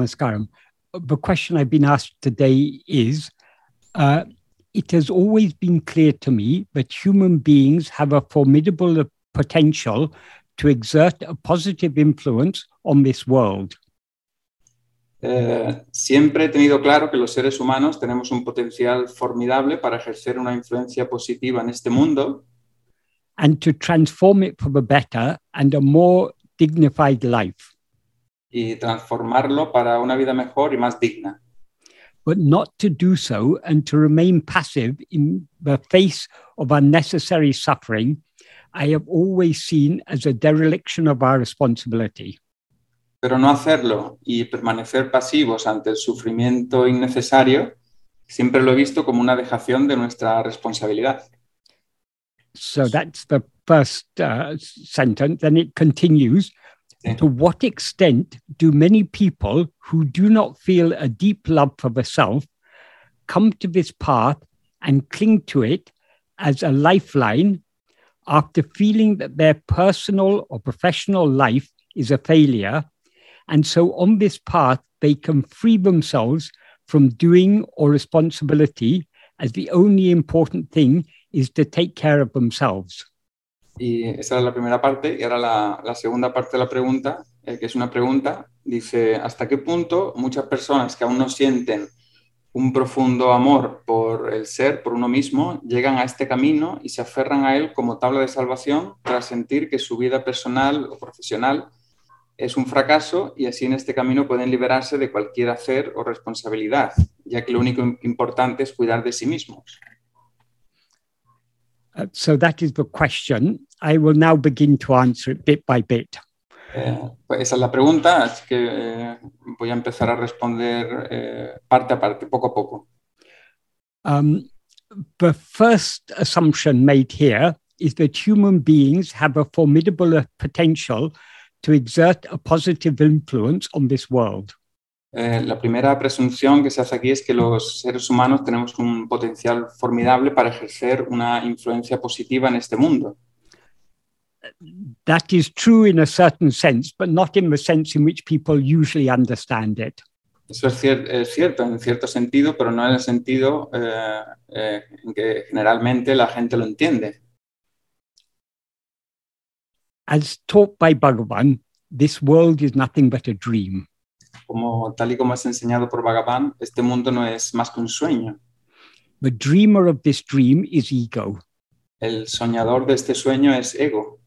Namaskaram. The question I've been asked today is uh, It has always been clear to me that human beings have a formidable potential to exert a positive influence on this world. Eh, siempre he tenido claro que los seres humanos tenemos un potencial formidable para ejercer una influencia positiva en este mundo and to transform it for the better and a more dignified life, y transformarlo para una vida mejor y más digna. but not to do so and to remain passive in the face of unnecessary suffering, I have always seen as a dereliction of our responsibility. Pero no hacerlo y permanecer pasivos ante el sufrimiento innecesario, siempre lo he visto como una dejación de nuestra responsabilidad. So that's the first uh, s- sentence. Then it continues Yeah. To what extent do many people who do not feel a deep love for the self come to this path and cling to it as a lifeline after feeling that their personal or professional life is a failure? And so on this path, they can free themselves from doing or responsibility as the only important thing is to take care of themselves. Y esa era la primera parte. Y ahora la, la segunda parte de la pregunta, eh, que es una pregunta, dice, ¿hasta qué punto muchas personas que aún no sienten un profundo amor por el ser, por uno mismo, llegan a este camino y se aferran a él como tabla de salvación tras sentir que su vida personal o profesional es un fracaso y así en este camino pueden liberarse de cualquier hacer o responsabilidad, ya que lo único importante es cuidar de sí mismos? Uh, so that is the question. I will now begin to answer it bit by bit. Eh, pues esa es la pregunta, así que eh, voy a empezar a responder eh, parte a parte, poco a poco. Um, the first assumption made here is that human beings have a formidable uh, potential to exert a positive influence on this world. Eh, la primera presunción que se hace aquí es que los seres humanos tenemos un potencial formidable para ejercer una influencia positiva en este mundo. That is true in a certain sense, but not in the sense in which people usually understand it. Eso es, cier- es cierto, en cierto sentido, pero no en el sentido eh, eh, en que generalmente la gente lo entiende. As taught by Bhagavan, this world is nothing but a dream. Como tal y como es enseñado por Bhagavan, este mundo no es más que un sueño. The dreamer of this dream is ego. El soñador de este sueño es ego.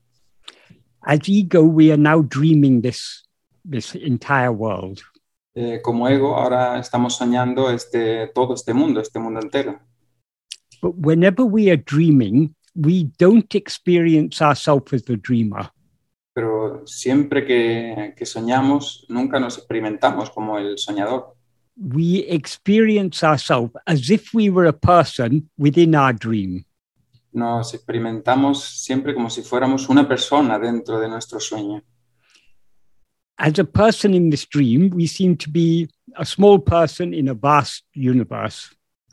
as ego, we are now dreaming this this entire world. eh, como ego, ahora estamos soñando este, todo este mundo, este mundo entero. But whenever we are dreaming, we don't experience ourselves as the dreamer. Pero siempre que, que soñamos, nunca nos experimentamos como el soñador. We experience ourselves as if we were a person within our dream. Nos experimentamos siempre como si fuéramos una persona dentro de nuestro sueño. As a person in this dream, we seem to be a small person in a vast universe.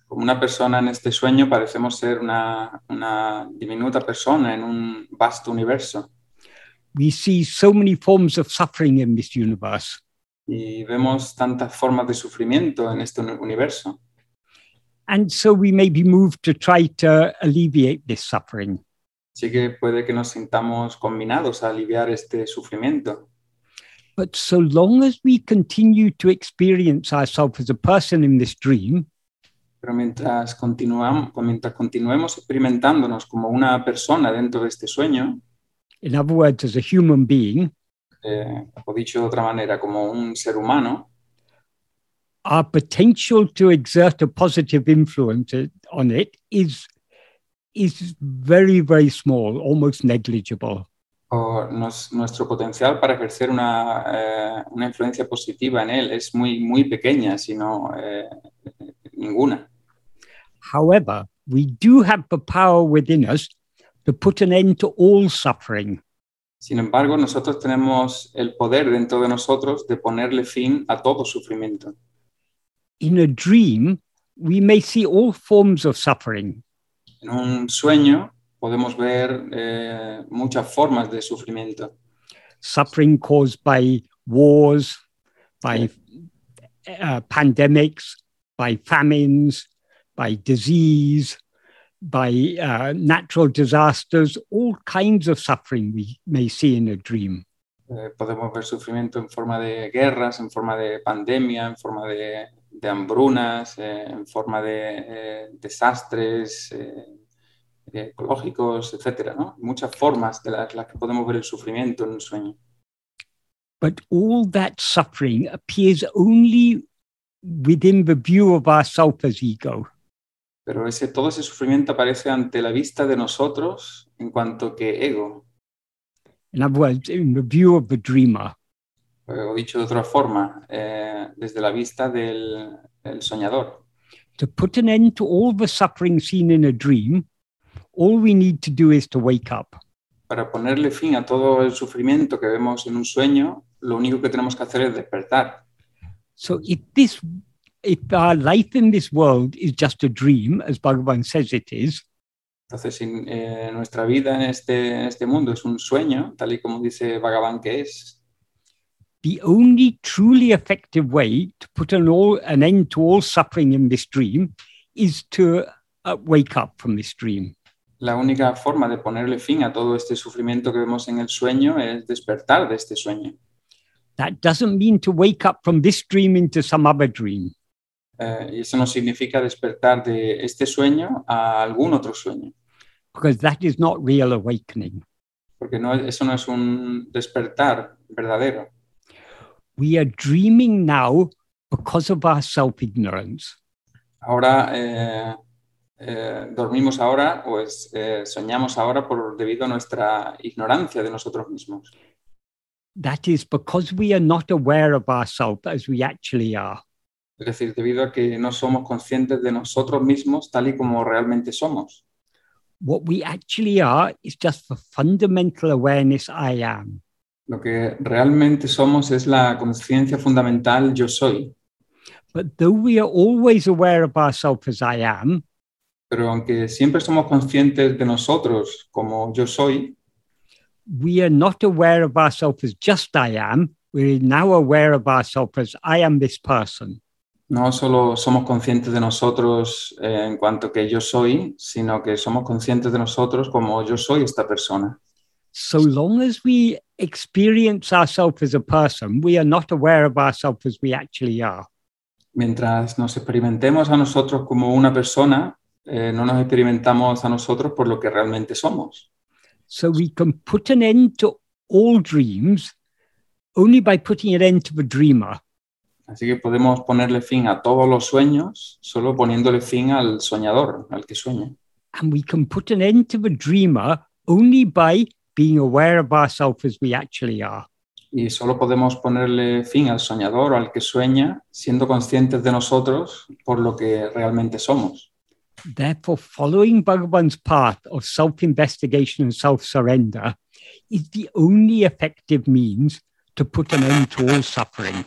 Como una persona en este sueño parecemos ser una, una diminuta persona en un vasto universo. We see so many forms of suffering in this universe. Y vemos tantas formas de sufrimiento en este uni- universo. And so we may be moved to try to alleviate this suffering. Así que puede que nos sintamos combinados a aliviar este sufrimiento. But so long as we continue to experience ourselves as a person in this dream, Pero mientras, continuam- mientras continuemos experimentándonos como una persona dentro de este sueño, in other words, as a human being, eh, o dicho de otra manera, como un ser humano, our potential to exert a positive influence it- on it is, is very, very small, almost negligible. o nos- nuestro potencial para ejercer una, eh, una influencia positiva en él es muy, muy pequeña, sino eh, ninguna. However, we do have the power within us to put an end to all suffering. Sin embargo, nosotros tenemos el poder dentro de nosotros de ponerle fin a todo sufrimiento. In a dream, we may see all forms of suffering, En un sueño podemos ver eh, muchas formas de sufrimiento. suffering caused by wars, by uh, pandemics, by famines, by disease, by uh, natural disasters, all kinds of suffering we may see in a dream. Eh, podemos ver sufrimiento en forma de guerras, en forma de pandemia, en forma de, de hambrunas, eh, en forma de eh, desastres eh, ecológicos, etcétera, ¿no? Muchas formas de las, las que podemos ver el sufrimiento en un sueño. But all that suffering appears only within the view of ourself as ego. Pero ese, todo ese sufrimiento aparece ante la vista de nosotros en cuanto que ego, In other words, in the view of the dreamer. eh, o dicho de otra forma, eh, desde la vista del, del soñador. To put an end to all the suffering seen in a dream, all we need to do is to wake up. Para ponerle fin a todo el sufrimiento que vemos en un sueño, lo único que tenemos que hacer es despertar. So if this if our life in this world is just a dream, as Bhagavan says it is, Entonces, si eh, nuestra vida en este, en este mundo es un sueño, tal y como dice Bhagavan que es, the only truly effective way to put an, all, an end to all suffering in this dream is to uh, wake up from this dream. la única forma de ponerle fin a todo este sufrimiento que vemos en el sueño es despertar de este sueño. That doesn't mean to wake up from this dream into some other dream. Eh, y eso no significa despertar de este sueño a algún otro sueño, because that is not real awakening. porque no, eso no es un despertar verdadero. We are dreaming now because of our self ignorance. Ahora eh, eh, dormimos ahora o es- eh, soñamos ahora por debido a nuestra ignorancia de nosotros mismos. That is because we are not aware of ourselves as we actually are. Es decir, debido a que no somos conscientes de nosotros mismos tal y como realmente somos. What we actually are is just the fundamental awareness I am. Lo que realmente somos es la conciencia fundamental yo soy. But though we are always aware of ourselves as I am, Pero aunque siempre somos conscientes de nosotros como yo soy, we are not aware of ourselves as just I am. We're now aware of ourselves as I am this person. no solo somos conscientes de nosotros eh, en cuanto que yo soy, sino que somos conscientes de nosotros como yo soy esta persona. So long as we experience ourselves as a person, we are not aware of ourselves as we actually are. Mientras nos experimentemos a nosotros como una persona, eh, no nos experimentamos a nosotros por lo que realmente somos. So we can put an end to all dreams only by putting an end to the dreamer. Así que podemos ponerle fin a todos los sueños solo poniéndole fin al soñador, al que sueña. And we can put an end to the dreamer only by being aware of ourselves as we actually are. Y solo podemos ponerle fin al soñador o al que sueña siendo conscientes de nosotros por lo que realmente somos. Therefore, following Bhagavan's path of self investigation and self surrender is the only effective means to put an end to all suffering.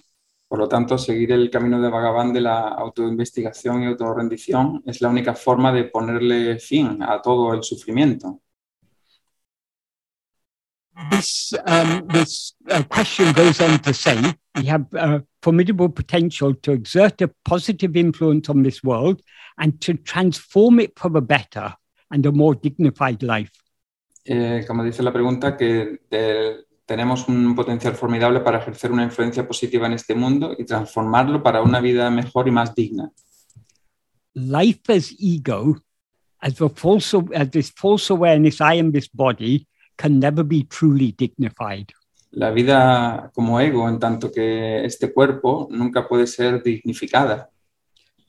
Por lo tanto, seguir el camino de Bhagavan de la autoinvestigación y autorrendición es la única forma de ponerle fin a todo el sufrimiento. this um, this uh, question goes on to say we have uh, formidable potential to exert a positive influence on this world and to transform it for the better and a more dignified life. Eh, como dice la pregunta, que eh, tenemos un potencial formidable para ejercer una influencia positiva en este mundo y transformarlo para una vida mejor y más digna. Life as ego, as the false as this false awareness I am this body can never be truly dignified. La vida como ego, en tanto que este cuerpo nunca puede ser dignificada.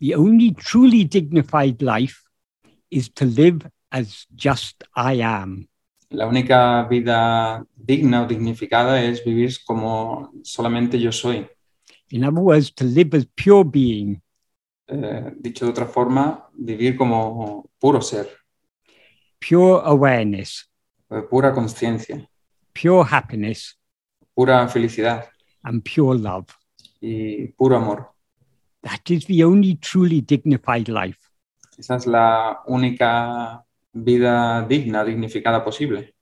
The only truly dignified life is to live as just I am. La única vida digna o dignificada es vivir como solamente yo soy. In other words, to live as pure being, eh, dicho de otra forma, vivir como puro ser, pure awareness, eh, pura conciencia, pure happiness, pura felicidad and pure love. y puro amor. That is the only truly dignified life. Esa es la única vida digna, dignificada posible.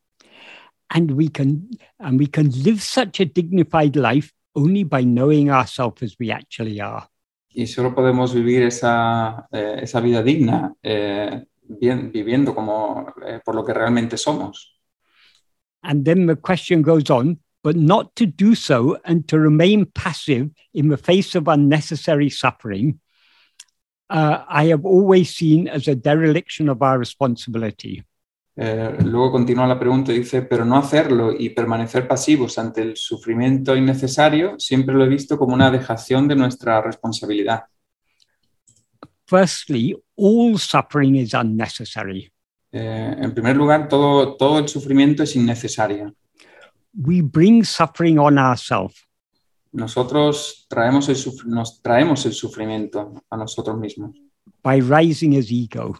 And we can and we can live such a dignified life only by knowing ourselves as we actually are. y solo podemos vivir esa, eh, esa vida digna eh, bien, viviendo como eh, por lo que realmente somos. And then the question goes on, but not to do so and to remain passive in the face of unnecessary suffering, uh, I have always seen as a dereliction of our responsibility. Eh, luego continúa la pregunta y dice, pero no hacerlo y permanecer pasivos ante el sufrimiento innecesario, siempre lo he visto como una dejación de nuestra responsabilidad. Firstly, all suffering is unnecessary. Eh, en primer lugar, todo, todo el sufrimiento es innecesario. We bring suffering on ourselves. Nosotros traemos el suf- nos traemos el sufrimiento a nosotros mismos, by rising as ego.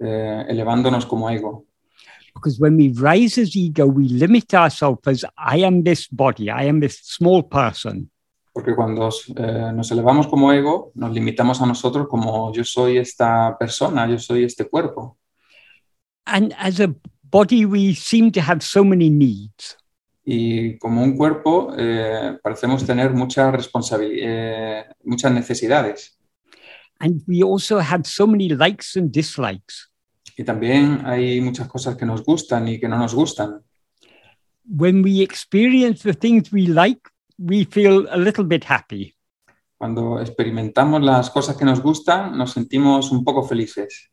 eh, elevándonos como ego. Because when we rise as ego, we limit ourselves as I am this body, I am this small person. Porque cuando eh, nos elevamos como ego, nos limitamos a nosotros como yo soy esta persona, yo soy este cuerpo. And as a body, we seem to have so many needs. Y como un cuerpo, eh, parecemos tener muchas, responsabili- eh, muchas necesidades. And we also have so many likes and dislikes. Y también hay muchas cosas que nos gustan y que no nos gustan. When we experience the things we like, we feel a little bit happy. Cuando experimentamos las cosas que nos gustan, nos sentimos un poco felices.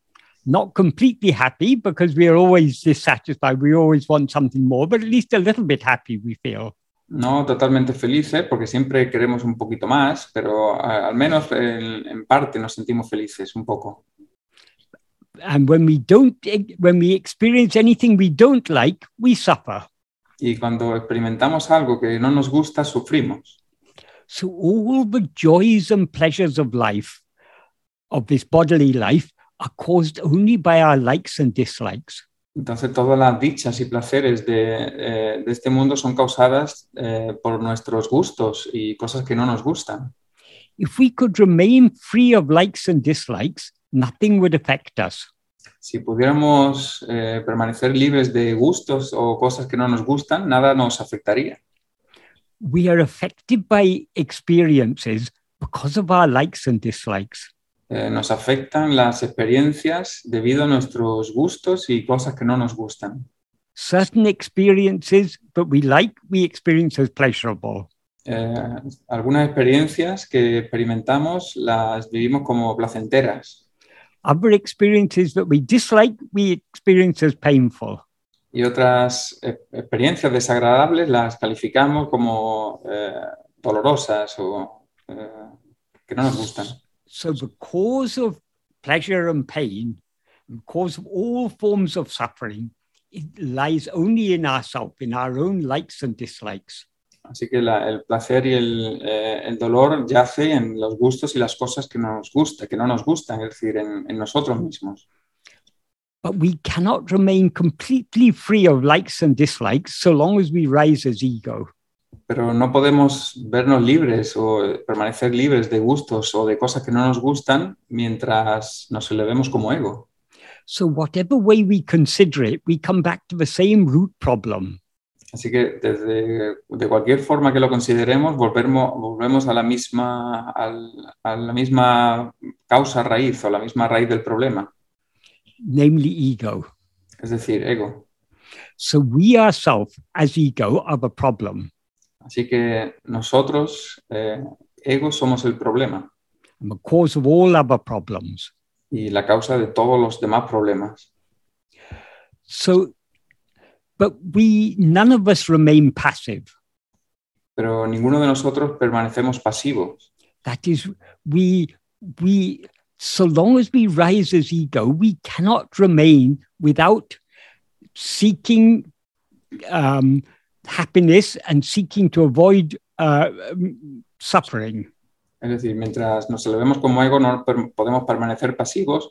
Not completely happy because we are always dissatisfied. We always want something more, but at least a little bit happy we feel. No totalmente felices, porque siempre queremos un poquito más, pero a- al menos en, en parte nos sentimos felices un poco. And when we don't, when we experience anything we don't like, we suffer. Y cuando experimentamos algo que no nos gusta, sufrimos. So all the joys and pleasures of life, of this bodily life, are caused only by our likes and dislikes. Entonces, todas las dichas y placeres de, eh, de este mundo son causadas eh, por nuestros gustos y cosas que no nos gustan. If we could remain free of likes and dislikes, nothing would affect us. Si pudiéramos eh, permanecer libres de gustos o cosas que no nos gustan, nada nos afectaría. We are affected by experiences because of our likes and dislikes. Eh, nos afectan las experiencias debido a nuestros gustos y cosas que no nos gustan. Certain experiences that we like, we experience as pleasurable. Eh, algunas experiencias que experimentamos las vivimos como placenteras Other experiences that we dislike, we experience as painful. y otras eh, experiencias desagradables las calificamos como eh, dolorosas o eh, que no nos gustan. So the cause of pleasure and pain, the cause of all forms of suffering, it lies only in ourselves, in our own likes and dislikes. Así que la- el placer y el, eh, el dolor yace en los gustos y las cosas que nos gusta, que no nos gustan, es decir, en, en nosotros mismos. But we cannot remain completely free of likes and dislikes so long as we rise as ego. Pero no podemos vernos libres o eh, permanecer libres de gustos o de cosas que no nos gustan mientras nos elevemos como ego. So, whatever way we consider it, we come back to the same root problem. Así que desde, de cualquier forma que lo consideremos, volvemos, volvemos a, la misma, al- a la misma causa raíz o la misma raíz del problema, Namely, ego. es decir, ego. So, we ourselves, as ego, are the problem. Así que nosotros, eh, ego, somos el problema And the cause of all other problems. y la causa de todos los demás problemas. So, but we, none of us remain passive. Pero ninguno de nosotros permanecemos pasivos. That is, we, we, so long as we rise as ego, we cannot remain without seeking um, happiness and seeking to avoid uh, um, suffering. Es decir, mientras nos elevemos como ego, no per- podemos permanecer pasivos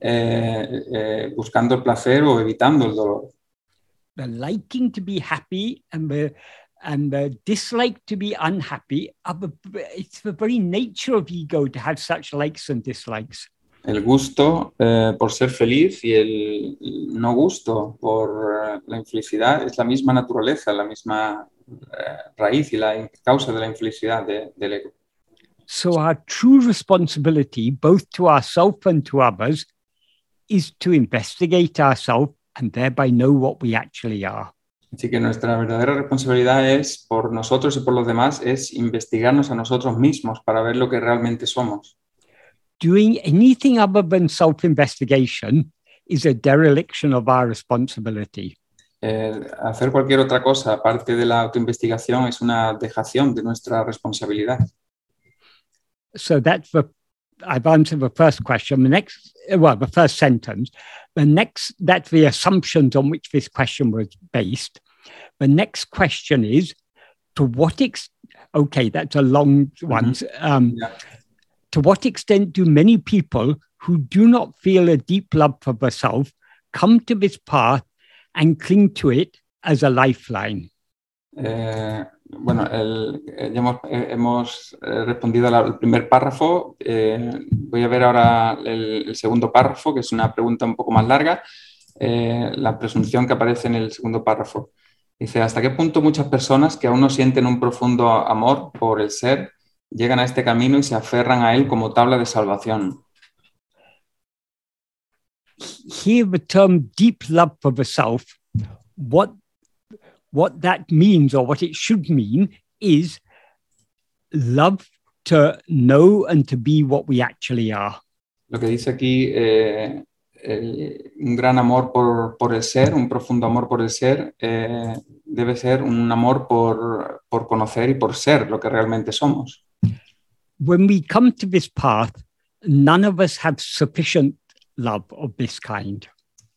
eh, eh, buscando el placer o evitando el dolor. The liking to be happy and the and the dislike to be unhappy. Are the, it's the very nature of ego to have such likes and dislikes. El gusto eh, por ser feliz y el no gusto por eh, la infelicidad es la misma naturaleza, la misma eh, raíz y la in- causa de la infelicidad de- del ego. So, our true responsibility, both to ourselves and to others, is to investigate ourselves and thereby know what we actually are. Así que nuestra verdadera responsabilidad es por nosotros y por los demás, es investigarnos a nosotros mismos para ver lo que realmente somos. Doing anything other than self investigation is a dereliction of our responsibility. Eh, hacer cualquier otra cosa aparte de la autoinvestigación es una dejación de nuestra responsabilidad. So that's the I've answered the first question. The next, well, the first sentence. The next, that's the assumptions on which this question was based. The next question is to what extent, okay, that's a long one. Mm-hmm. Um, yeah. To what extent do many people who do not feel a deep love for themselves come to this path and cling to it as a lifeline? Eh, bueno, el, eh, ya hemos, hemos eh, respondido al primer párrafo. Eh, voy a ver ahora el, el, segundo párrafo, que es una pregunta un poco más larga. Eh, la presunción que aparece en el segundo párrafo. Dice, ¿hasta qué punto muchas personas que aún no sienten un profundo amor por el ser llegan a este camino y se aferran a él como tabla de salvación? Here the term deep love for the self, what what that means or what it should mean is love to know and to be what we actually are. Lo que dice aquí, eh, el, un gran amor por, por, el ser, un profundo amor por el ser, eh, debe ser un amor por, por conocer y por ser lo que realmente somos. When we come to this path, none of us have sufficient love of this kind.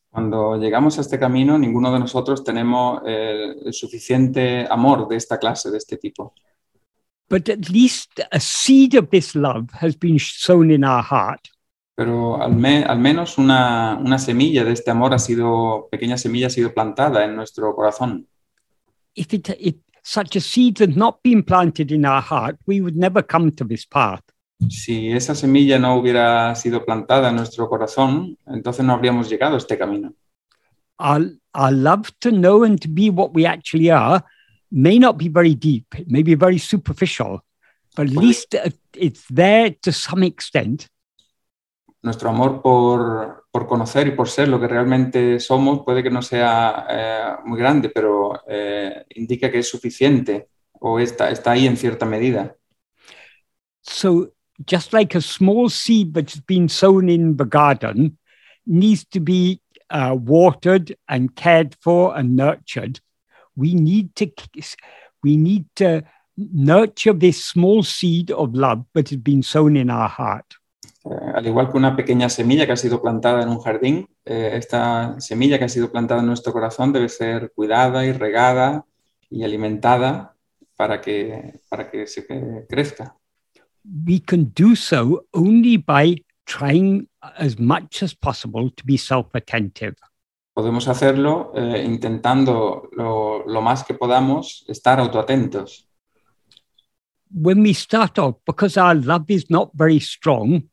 Cuando llegamos a este camino, ninguno de nosotros tenemos eh, el suficiente amor de esta clase, de este tipo. But at least a seed of this love has been sown in our heart. Pero al, me, al menos una, una, semilla de este amor ha sido, pequeña semilla ha sido plantada en nuestro corazón. If it, if such a seed had not been planted in our heart, we would never come to this path. Si esa semilla no hubiera sido plantada en nuestro corazón, entonces no habríamos llegado a este camino. Our, our, love to know and to be what we actually are may not be very deep, it may be very superficial, but at least uh, it's there to some extent. Nuestro amor por, por conocer y por ser lo que realmente somos puede que no sea eh, muy grande, pero eh, indica que es suficiente o está, está ahí en cierta medida. So just like a small seed that's been sown in the garden needs to be uh, watered and cared for and nurtured, we need to we need to nurture this small seed of love that has been sown in our heart. Uh, al igual que una pequeña semilla que ha sido plantada en un jardín, eh, esta semilla que ha sido plantada en nuestro corazón debe ser cuidada y regada y alimentada para que, para que se eh, crezca. we can do so only by trying as much as possible to be self-attentive. Podemos hacerlo eh, intentando lo, lo, más que podamos estar autoatentos. When we start off, because our love is not very strong,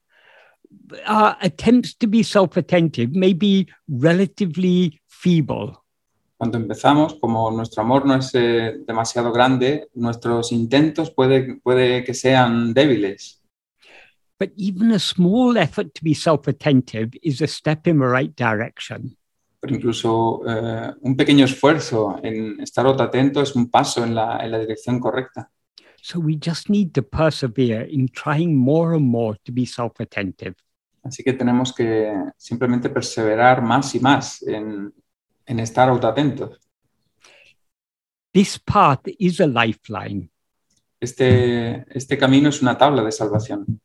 our attempts to be self-attentive may be relatively feeble. Cuando empezamos, como nuestro amor no es eh, demasiado grande, nuestros intentos puede, puede que sean débiles. But even a small effort to be self-attentive is a step in the right direction. Pero incluso eh, un pequeño esfuerzo en estar atento es un paso en la, en la dirección correcta. So we just need to persevere in trying more and more to be self-attentive. Así que tenemos que simplemente perseverar más y más en, en estar autoatentos. This path is a lifeline. Este, este camino es una tabla de salvación.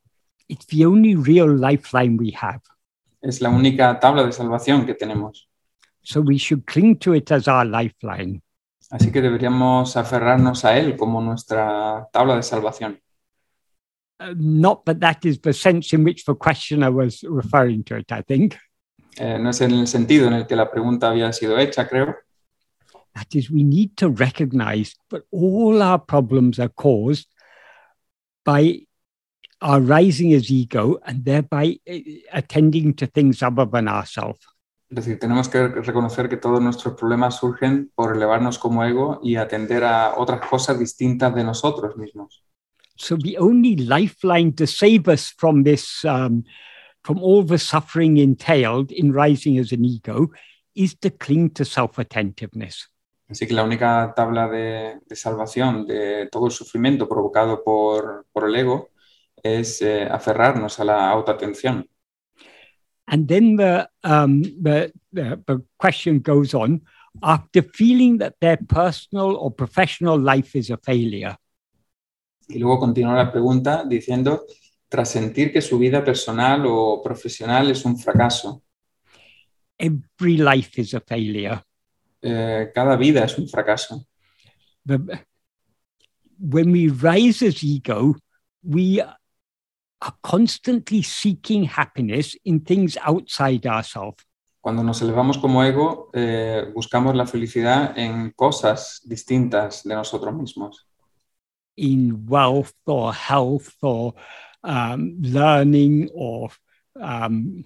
It's the only real lifeline we have. Es la única tabla de salvación que tenemos. So we should cling to it as our lifeline. Así que deberíamos aferrarnos a él como nuestra tabla de salvación. Uh, not that that is the sense in which the questioner was referring to it, I think. Eh, no es en el sentido en el que la pregunta había sido hecha, creo. That is, we need to recognize that all our problems are caused by our rising as ego and thereby uh, attending to things other than ourselves. Es decir, tenemos que reconocer que todos nuestros problemas surgen por elevarnos como ego y atender a otras cosas distintas de nosotros mismos. So the only lifeline to save us from this, um, from all the suffering entailed in rising as an ego, is to cling to self-attentiveness. Así que la única tabla de, de salvación de todo el sufrimiento provocado por, por el ego es eh, aferrarnos a la autoatención. And then the, um, the, the, the question goes on after feeling that their personal or professional life is a failure. Y luego continúa la pregunta diciendo, tras sentir que su vida personal o profesional es un fracaso, Every life is a failure. eh, cada vida es un fracaso. The, when we rise as ego, we are constantly seeking happiness in things outside ourselves. Cuando nos elevamos como ego, eh, buscamos la felicidad en cosas distintas de nosotros mismos, in wealth or health or um, learning or um,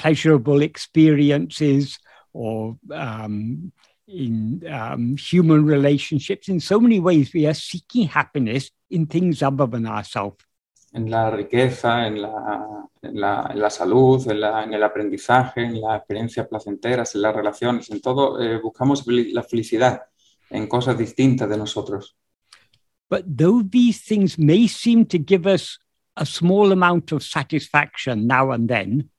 pleasurable experiences or um, in um, human relationships. In so many ways, we are seeking happiness in things other than ourselves. en la riqueza, en la, en la- en la salud, en, la- en el aprendizaje, en las experiencias placenteras, en las relaciones, en todo, eh, buscamos fel- la felicidad en cosas distintas de nosotros. But though these things may seem to give us a small amount of satisfaction now and then,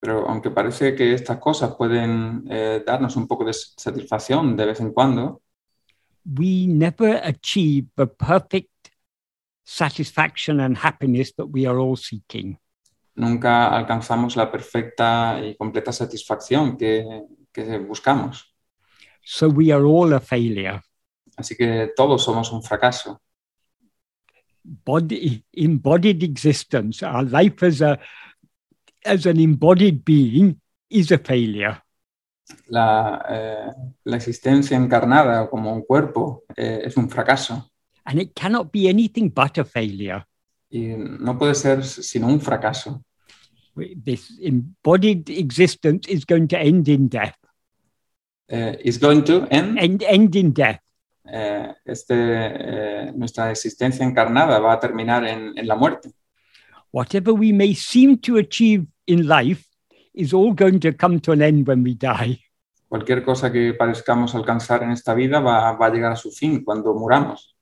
Pero aunque parece que estas cosas pueden eh, darnos un poco de s- satisfacción de vez en cuando, we never achieve the perfect satisfaction and happiness that we are all seeking. nunca alcanzamos la perfecta y completa satisfacción que, que buscamos. So we are all a failure. Así que todos somos un fracaso. Body, embodied existence, our life as a as an embodied being is a failure. La, eh, la existencia encarnada como un cuerpo eh, es un fracaso And it cannot be anything but a failure. y no puede ser sino un fracaso. We- This embodied existence is going to end in death. Eh, it's going to end. End, end in death. Eh, este, eh, nuestra existencia encarnada va a terminar en, en la muerte. Whatever we may seem to achieve in life is all going to come to an end when we die. Cualquier cosa que parezcamos alcanzar en esta vida va, va a llegar a su fin cuando muramos.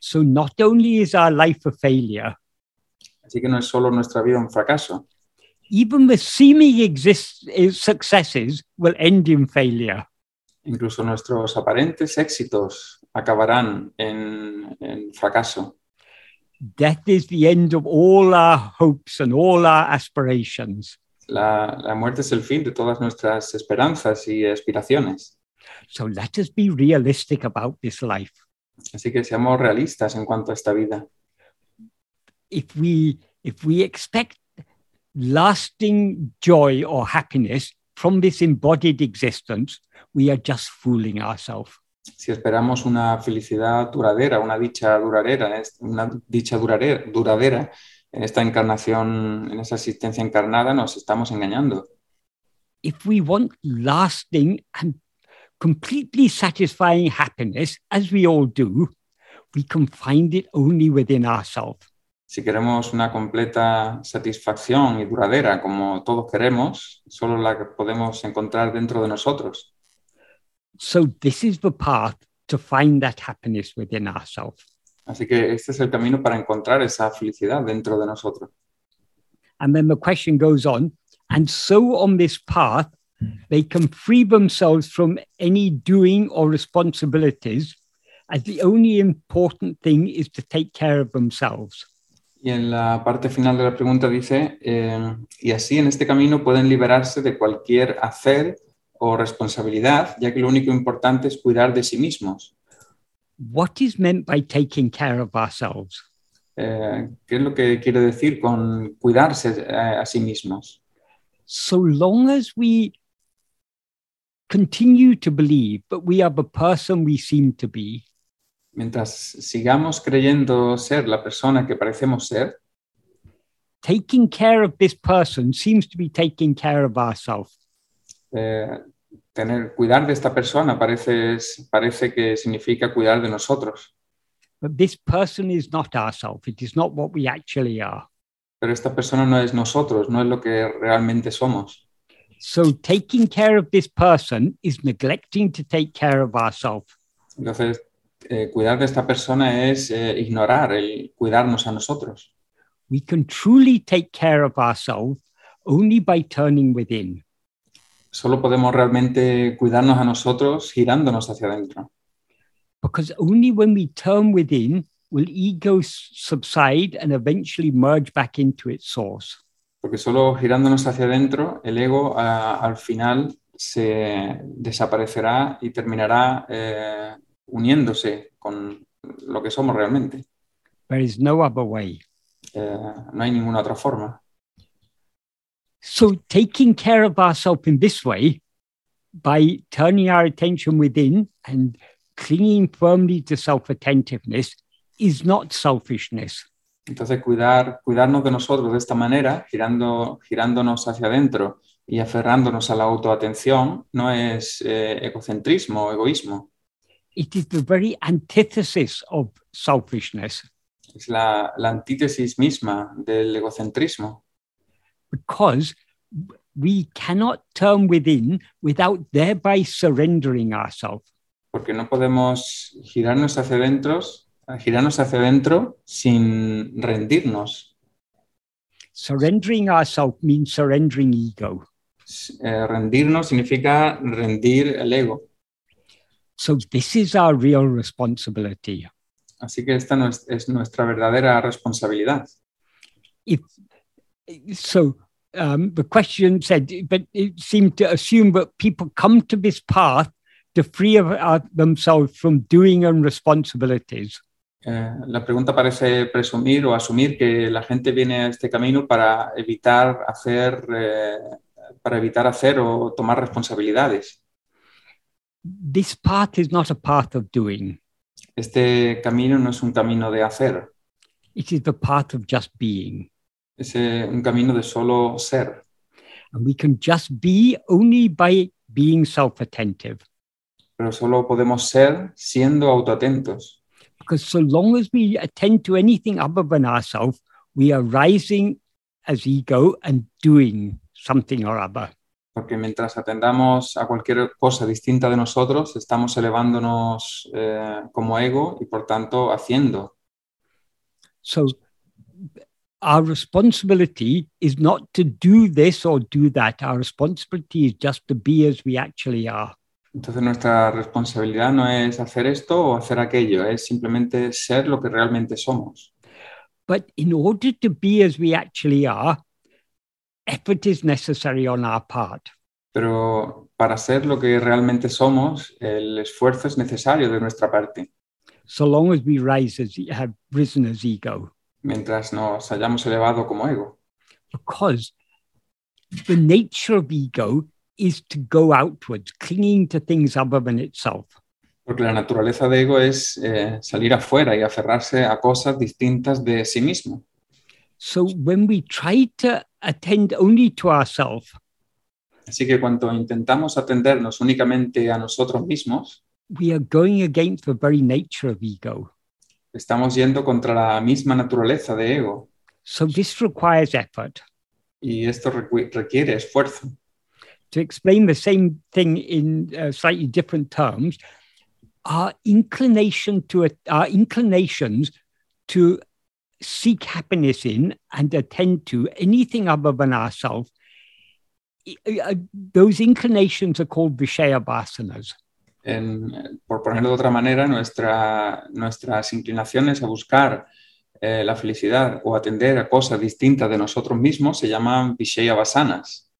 So not only is our life a failure, Así que no es solo nuestra vida un fracaso, even the seeming exist, eh, successes will end in failure. incluso nuestros aparentes éxitos acabarán en, en fracaso. death is the end of all our hopes and all our aspirations. La, la muerte es el fin de todas nuestras esperanzas y aspiraciones. So let us be realistic about this life. Así que seamos realistas en cuanto a esta vida. If we if we expect lasting joy or happiness from this embodied existence, we are just fooling ourselves. Si esperamos una felicidad duradera, una dicha duradera, en est- una dicha durare- duradera en esta encarnación, en esta existencia encarnada, nos estamos engañando. If we want lasting and completely satisfying happiness, as we all do, we can find it only within ourselves. Si queremos una completa satisfacción y duradera, como todos queremos, solo la que podemos encontrar dentro de nosotros. So this is the path to find that happiness within ourselves. Así que este es el camino para encontrar esa felicidad dentro de nosotros. And then the question goes on. And so on this path, they can free themselves from any doing or responsibilities, as the only important thing is to take care of themselves. Y en la parte final de la pregunta dice, eh, y así en este camino pueden liberarse de cualquier hacer o responsabilidad, ya que lo único importante es cuidar de sí mismos. What is meant by taking care of ourselves? Eh, ¿Qué es lo que quiere decir con cuidarse eh, a sí mismos? So long as we continue to believe that we are the person we seem to be, Mientras sigamos creyendo ser la persona que parecemos ser, taking care of this person seems to be taking care of ourselves. eh, tener, cuidar de esta persona parece, parece que significa cuidar de nosotros. but this person is not ourself. It is not what we actually are. Pero esta persona no es nosotros, no es lo que realmente somos. So taking care of this person is neglecting to take care of ourselves. Entonces, eh, cuidar de esta persona es eh, ignorar el cuidarnos a nosotros. We can truly take care of ourselves only by turning within. Solo podemos realmente cuidarnos a nosotros girándonos hacia adentro. because only when we turn within will ego s- subside and eventually merge back into its source. Porque solo girándonos hacia adentro, el ego a- al final se desaparecerá y terminará eh, uniéndose con lo que somos realmente. There is no other way. Eh, no hay ninguna otra forma. So, taking care of ourselves in this way, by turning our attention within and clinging firmly to self attentiveness, is not selfishness. Entonces, cuidar, cuidarnos de nosotros de esta manera, girando, girándonos hacia adentro y aferrándonos a la autoatención, no es eh, egocentrismo o egoísmo. It is the very antithesis of selfishness Es la, la antítesis misma del egocentrismo. because we cannot turn within without thereby surrendering ourselves. porque no podemos girarnos hacia adentro, girarnos hacia adentro sin rendirnos. surrendering ourselves means surrendering ego. Eh, rendirnos significa rendir el ego. So this is our real responsibility. Así que esta no es, es nuestra verdadera responsabilidad. So um, the question said, but it seemed to assume that people come to this path to free of, uh, themselves from doing and responsibilities. Eh, la pregunta parece presumir o asumir que la gente viene a este camino para evitar hacer, eh, para evitar hacer o tomar responsabilidades. This path is not a path of doing. Este camino no es un camino de hacer, It is the path of just being. es eh, un camino de solo ser. And we can just be only by being self attentive. pero solo podemos ser siendo autoatentos. Because so long as we attend to anything other than ourselves, we are rising as ego and doing something or other. Porque mientras atendamos a cualquier cosa distinta de nosotros, estamos elevándonos eh, como ego y por tanto haciendo. So our responsibility is not to do this or do that. Our responsibility is just to be as we actually are. Entonces nuestra responsabilidad no es hacer esto o hacer aquello, es simplemente ser lo que realmente somos. But in order to be as we actually are, effort is necessary on our part. Pero para ser lo que realmente somos, el esfuerzo es necesario de nuestra parte. So long as we rise as have risen as ego, Mientras nos hayamos elevado como ego. because the nature of ego is to go outwards, clinging to things other than itself. Porque la naturaleza de ego es eh, salir afuera y aferrarse a cosas distintas de sí mismo. So when we try to attend only to ourselves, Así que cuando intentamos atendernos únicamente a nosotros mismos, we are going against the very nature of ego. estamos yendo contra la misma naturaleza de ego So this requires effort. y esto recu- requiere esfuerzo. To explain the same thing in uh, slightly different terms, our inclination to it- our inclinations to seek happiness in and attend to anything other than ourselves. i- uh, Those inclinations are called Vishaya vasanas. En- por ponerlo de otra manera, nuestra- nuestras inclinaciones a buscar eh, la felicidad o atender a cosas distintas de nosotros mismos se llaman Vishaya Vasanas.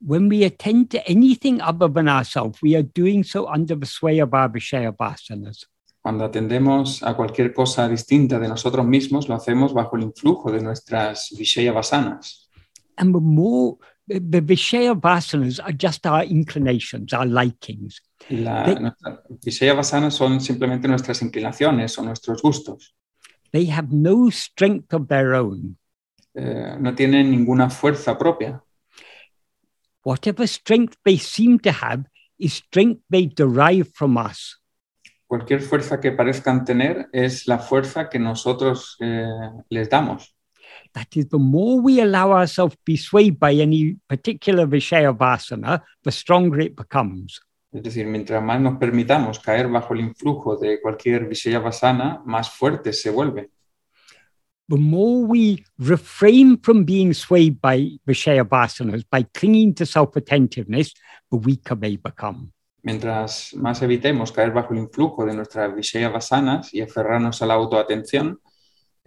When we attend to anything other than ourselves, we are doing so under the sway of our Vishaya vasanas. Cuando atendemos a cualquier cosa distinta de nosotros mismos, lo hacemos bajo el influjo de nuestras Vishaya Vasanas. And the more the, the Vishaya vasanas are just our inclinations, our likings. Y la- De- nuestra- Vishaya Vasanas son simplemente nuestras inclinaciones o nuestros gustos. They have no strength of their own. Eh, no tienen ninguna fuerza propia. Whatever strength they seem to have is strength they derive from us. cualquier fuerza que parezcan tener es la fuerza que nosotros eh, les damos. That is, the more we allow ourselves to be swayed by any particular Vishaya Vasana, the stronger it becomes. Es decir, mientras más nos permitamos caer bajo el influjo de cualquier Vishaya Vasana, más fuerte se vuelve. The more we refrain from being swayed by Vishaya Vasanas, by clinging to self attentiveness, the weaker they become. Mientras más evitemos caer bajo el influjo de nuestras Vishaya Vasanas y aferrarnos a la autoatención,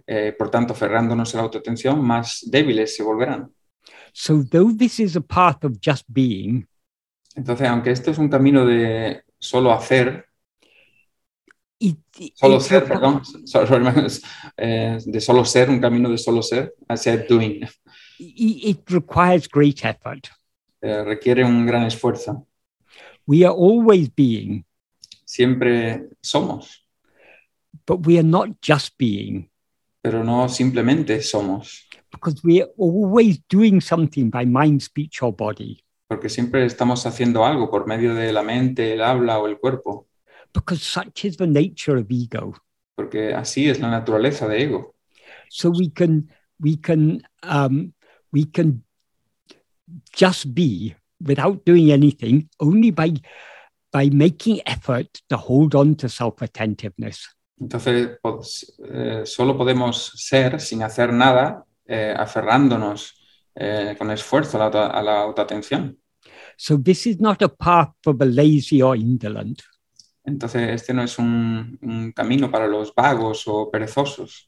eh, por tanto, aferrándonos a la autoatención, más débiles se volverán. So, though this is a path of just being, Entonces, aunque este es un camino de solo hacer, it, solo it's ser, about- perdón, so- sorry, eh, de solo ser, un camino de solo ser hacia el doing, i- it requires great effort. eh, requiere un gran esfuerzo. We are always being, Siempre somos, but we are not just being pero no simplemente somos, because we are always doing something by mind, speech, or body. porque siempre estamos haciendo algo por medio de la mente, el habla o el cuerpo, Because such is the nature of ego. porque así es la naturaleza de ego. So we can we can um, we can just be without doing anything only by by making effort to hold on to self attentiveness. Entonces, pues, eh, solo podemos ser sin hacer nada, eh, aferrándonos eh, con esfuerzo a la, auto- a la autoatención. So this is not a path for the lazy or indolent. Entonces, este no es un, un camino para los vagos o perezosos.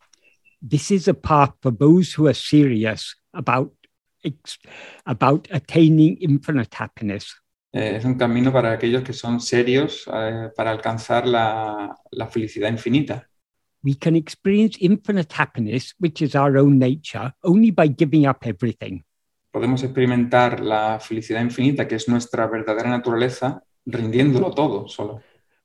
This is a path for those who are serious about ex- about attaining infinite happiness. Eh, es un camino para aquellos que son serios eh, para alcanzar la, la felicidad infinita. We can experience infinite happiness, which is our own nature, only by giving up everything. Podemos experimentar la felicidad infinita, que es nuestra verdadera naturaleza, rindiéndolo todo solo.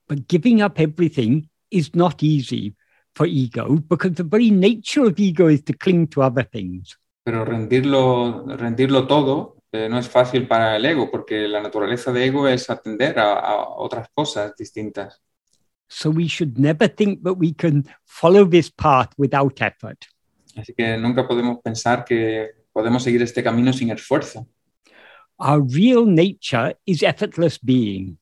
But giving up everything is not easy for ego because the very nature of ego is to cling to other things. Pero rendirlo, rendirlo todo eh, no es fácil para el ego, porque la naturaleza de ego es atender a, a otras cosas distintas. So we should never think that we can follow this path without effort. Así que nunca podemos pensar que podemos seguir este camino sin esfuerzo. Our real nature is effortless being,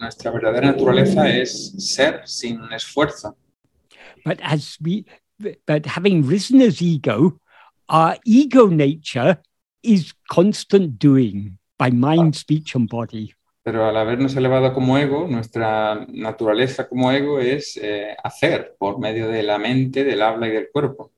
Nuestra verdadera naturaleza es ser sin esfuerzo. but as we but having risen as ego, our ego nature is constant doing by mind, speech, and body. Pero al habernos elevado como ego, nuestra naturaleza como ego es eh, hacer por medio de la mente, del habla y del cuerpo.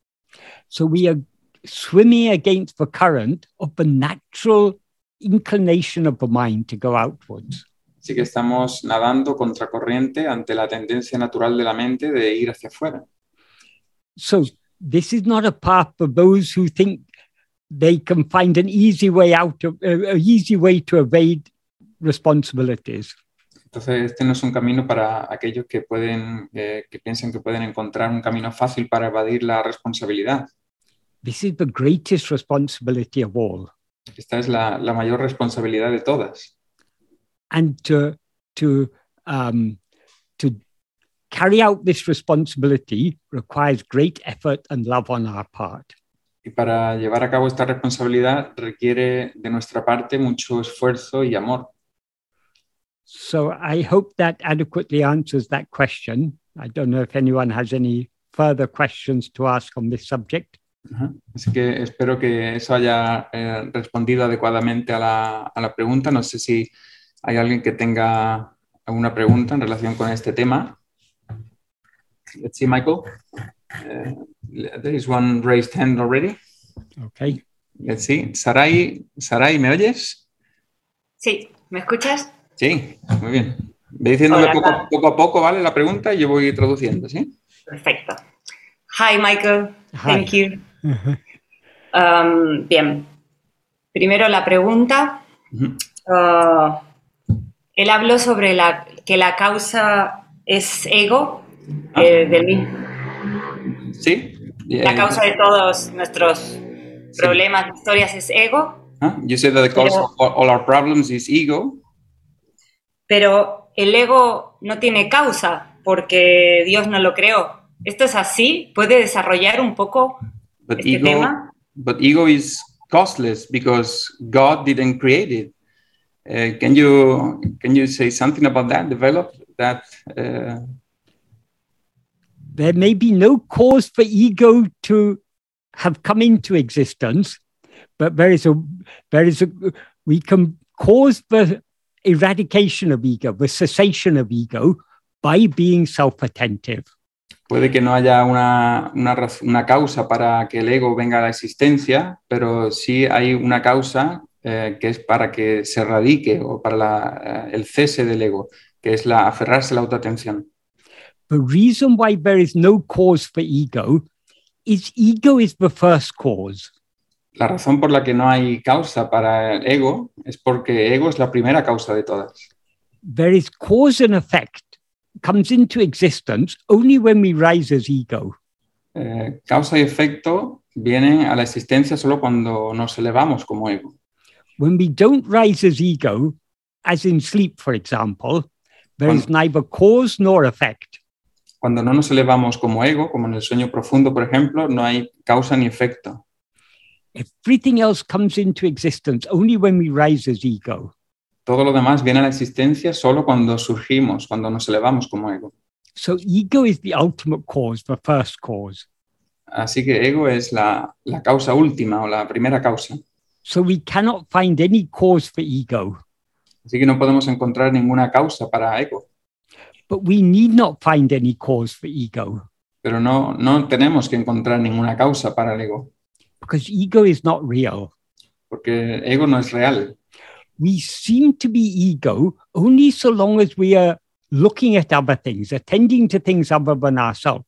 So we are swimming against the current of the natural inclination of the mind to go outwards. Así que estamos nadando contracorriente ante la tendencia natural de la mente de ir hacia afuera. So this is not a path for those who think they can find an easy way out of uh, an easy way to evade responsibilities. Entonces, este no es un camino para aquellos que pueden, eh, que piensan que pueden encontrar un camino fácil para evadir la responsabilidad. This is the greatest responsibility of all, Esta es la, la mayor responsabilidad de todas. and to to um, to carry out this responsibility requires great effort and love on our part. Y para llevar a cabo esta responsabilidad requiere de nuestra parte mucho esfuerzo y amor. So I hope that adequately answers that question. I don't know if anyone has any further questions to ask on this subject. Ajá. Así que espero que eso haya eh, respondido adecuadamente a la, a la pregunta. No sé si hay alguien que tenga alguna pregunta en relación con este tema. Let's see, Michael. Eh, there is one raised hand already. Okay. Let's see. Sarai, Sarai, ¿me oyes? Sí, ¿me escuchas? Sí, muy bien. Ve diciéndome Hola, poco, Sara. poco a poco, ¿vale? La pregunta y yo voy traduciendo, ¿sí? Perfecto. Hi, Michael. Hi. Thank you. Um, bien. Primero la pregunta. Ujú. Uh, él habló sobre la, que la causa es ego, Ah. eh, del mismo- Sí. la Eh, causa de todos nuestros problemas, historias es ego, ah, You said that the cause Pero- of all our problems is ego. pero el ego no tiene causa. porque Dios no lo creó. ¿Esto es así? ¿Puede desarrollar un poco But este ego, tema? but ego is costless because God didn't create it. Uh, can you can you say something about that? Develop that. Uh, There may be no cause for ego to have come into existence, but there is a, there is a, we can cause the eradication of ego, the cessation of ego by being self attentive. puede que no haya una, una, raz- una causa para que el ego venga a la existencia, pero sí hay una causa eh, que es para que se radique o para la, eh, el cese del ego, que es la aferrarse a la autoatención. The reason why there is no cause for ego is ego is the first cause. La razón por la que no hay causa para el ego es porque ego es la primera causa de todas. there is cause and effect comes into existence only when we rise as ego. Eh, causa y efecto vienen a la existencia solo cuando nos elevamos como ego. When we don't rise as ego, as in sleep, for example, there is neither cause nor effect. Cuando no nos elevamos como ego, como en el sueño profundo, por ejemplo, no hay causa ni efecto. Everything else comes into existence only when we rise as ego. Todo lo demás viene a la existencia solo cuando surgimos, cuando nos elevamos como ego. So ego is the ultimate cause, the first cause. Así que ego es la, la causa última o la primera causa. So we cannot find any cause for ego, Así que no podemos encontrar ninguna causa para ego, but we need not find any cause for ego pero no, no tenemos que encontrar ninguna causa para el ego, because ego is not real. porque ego no es real. we seem to be ego only so long as we are looking at other things, attending to things other than ourselves.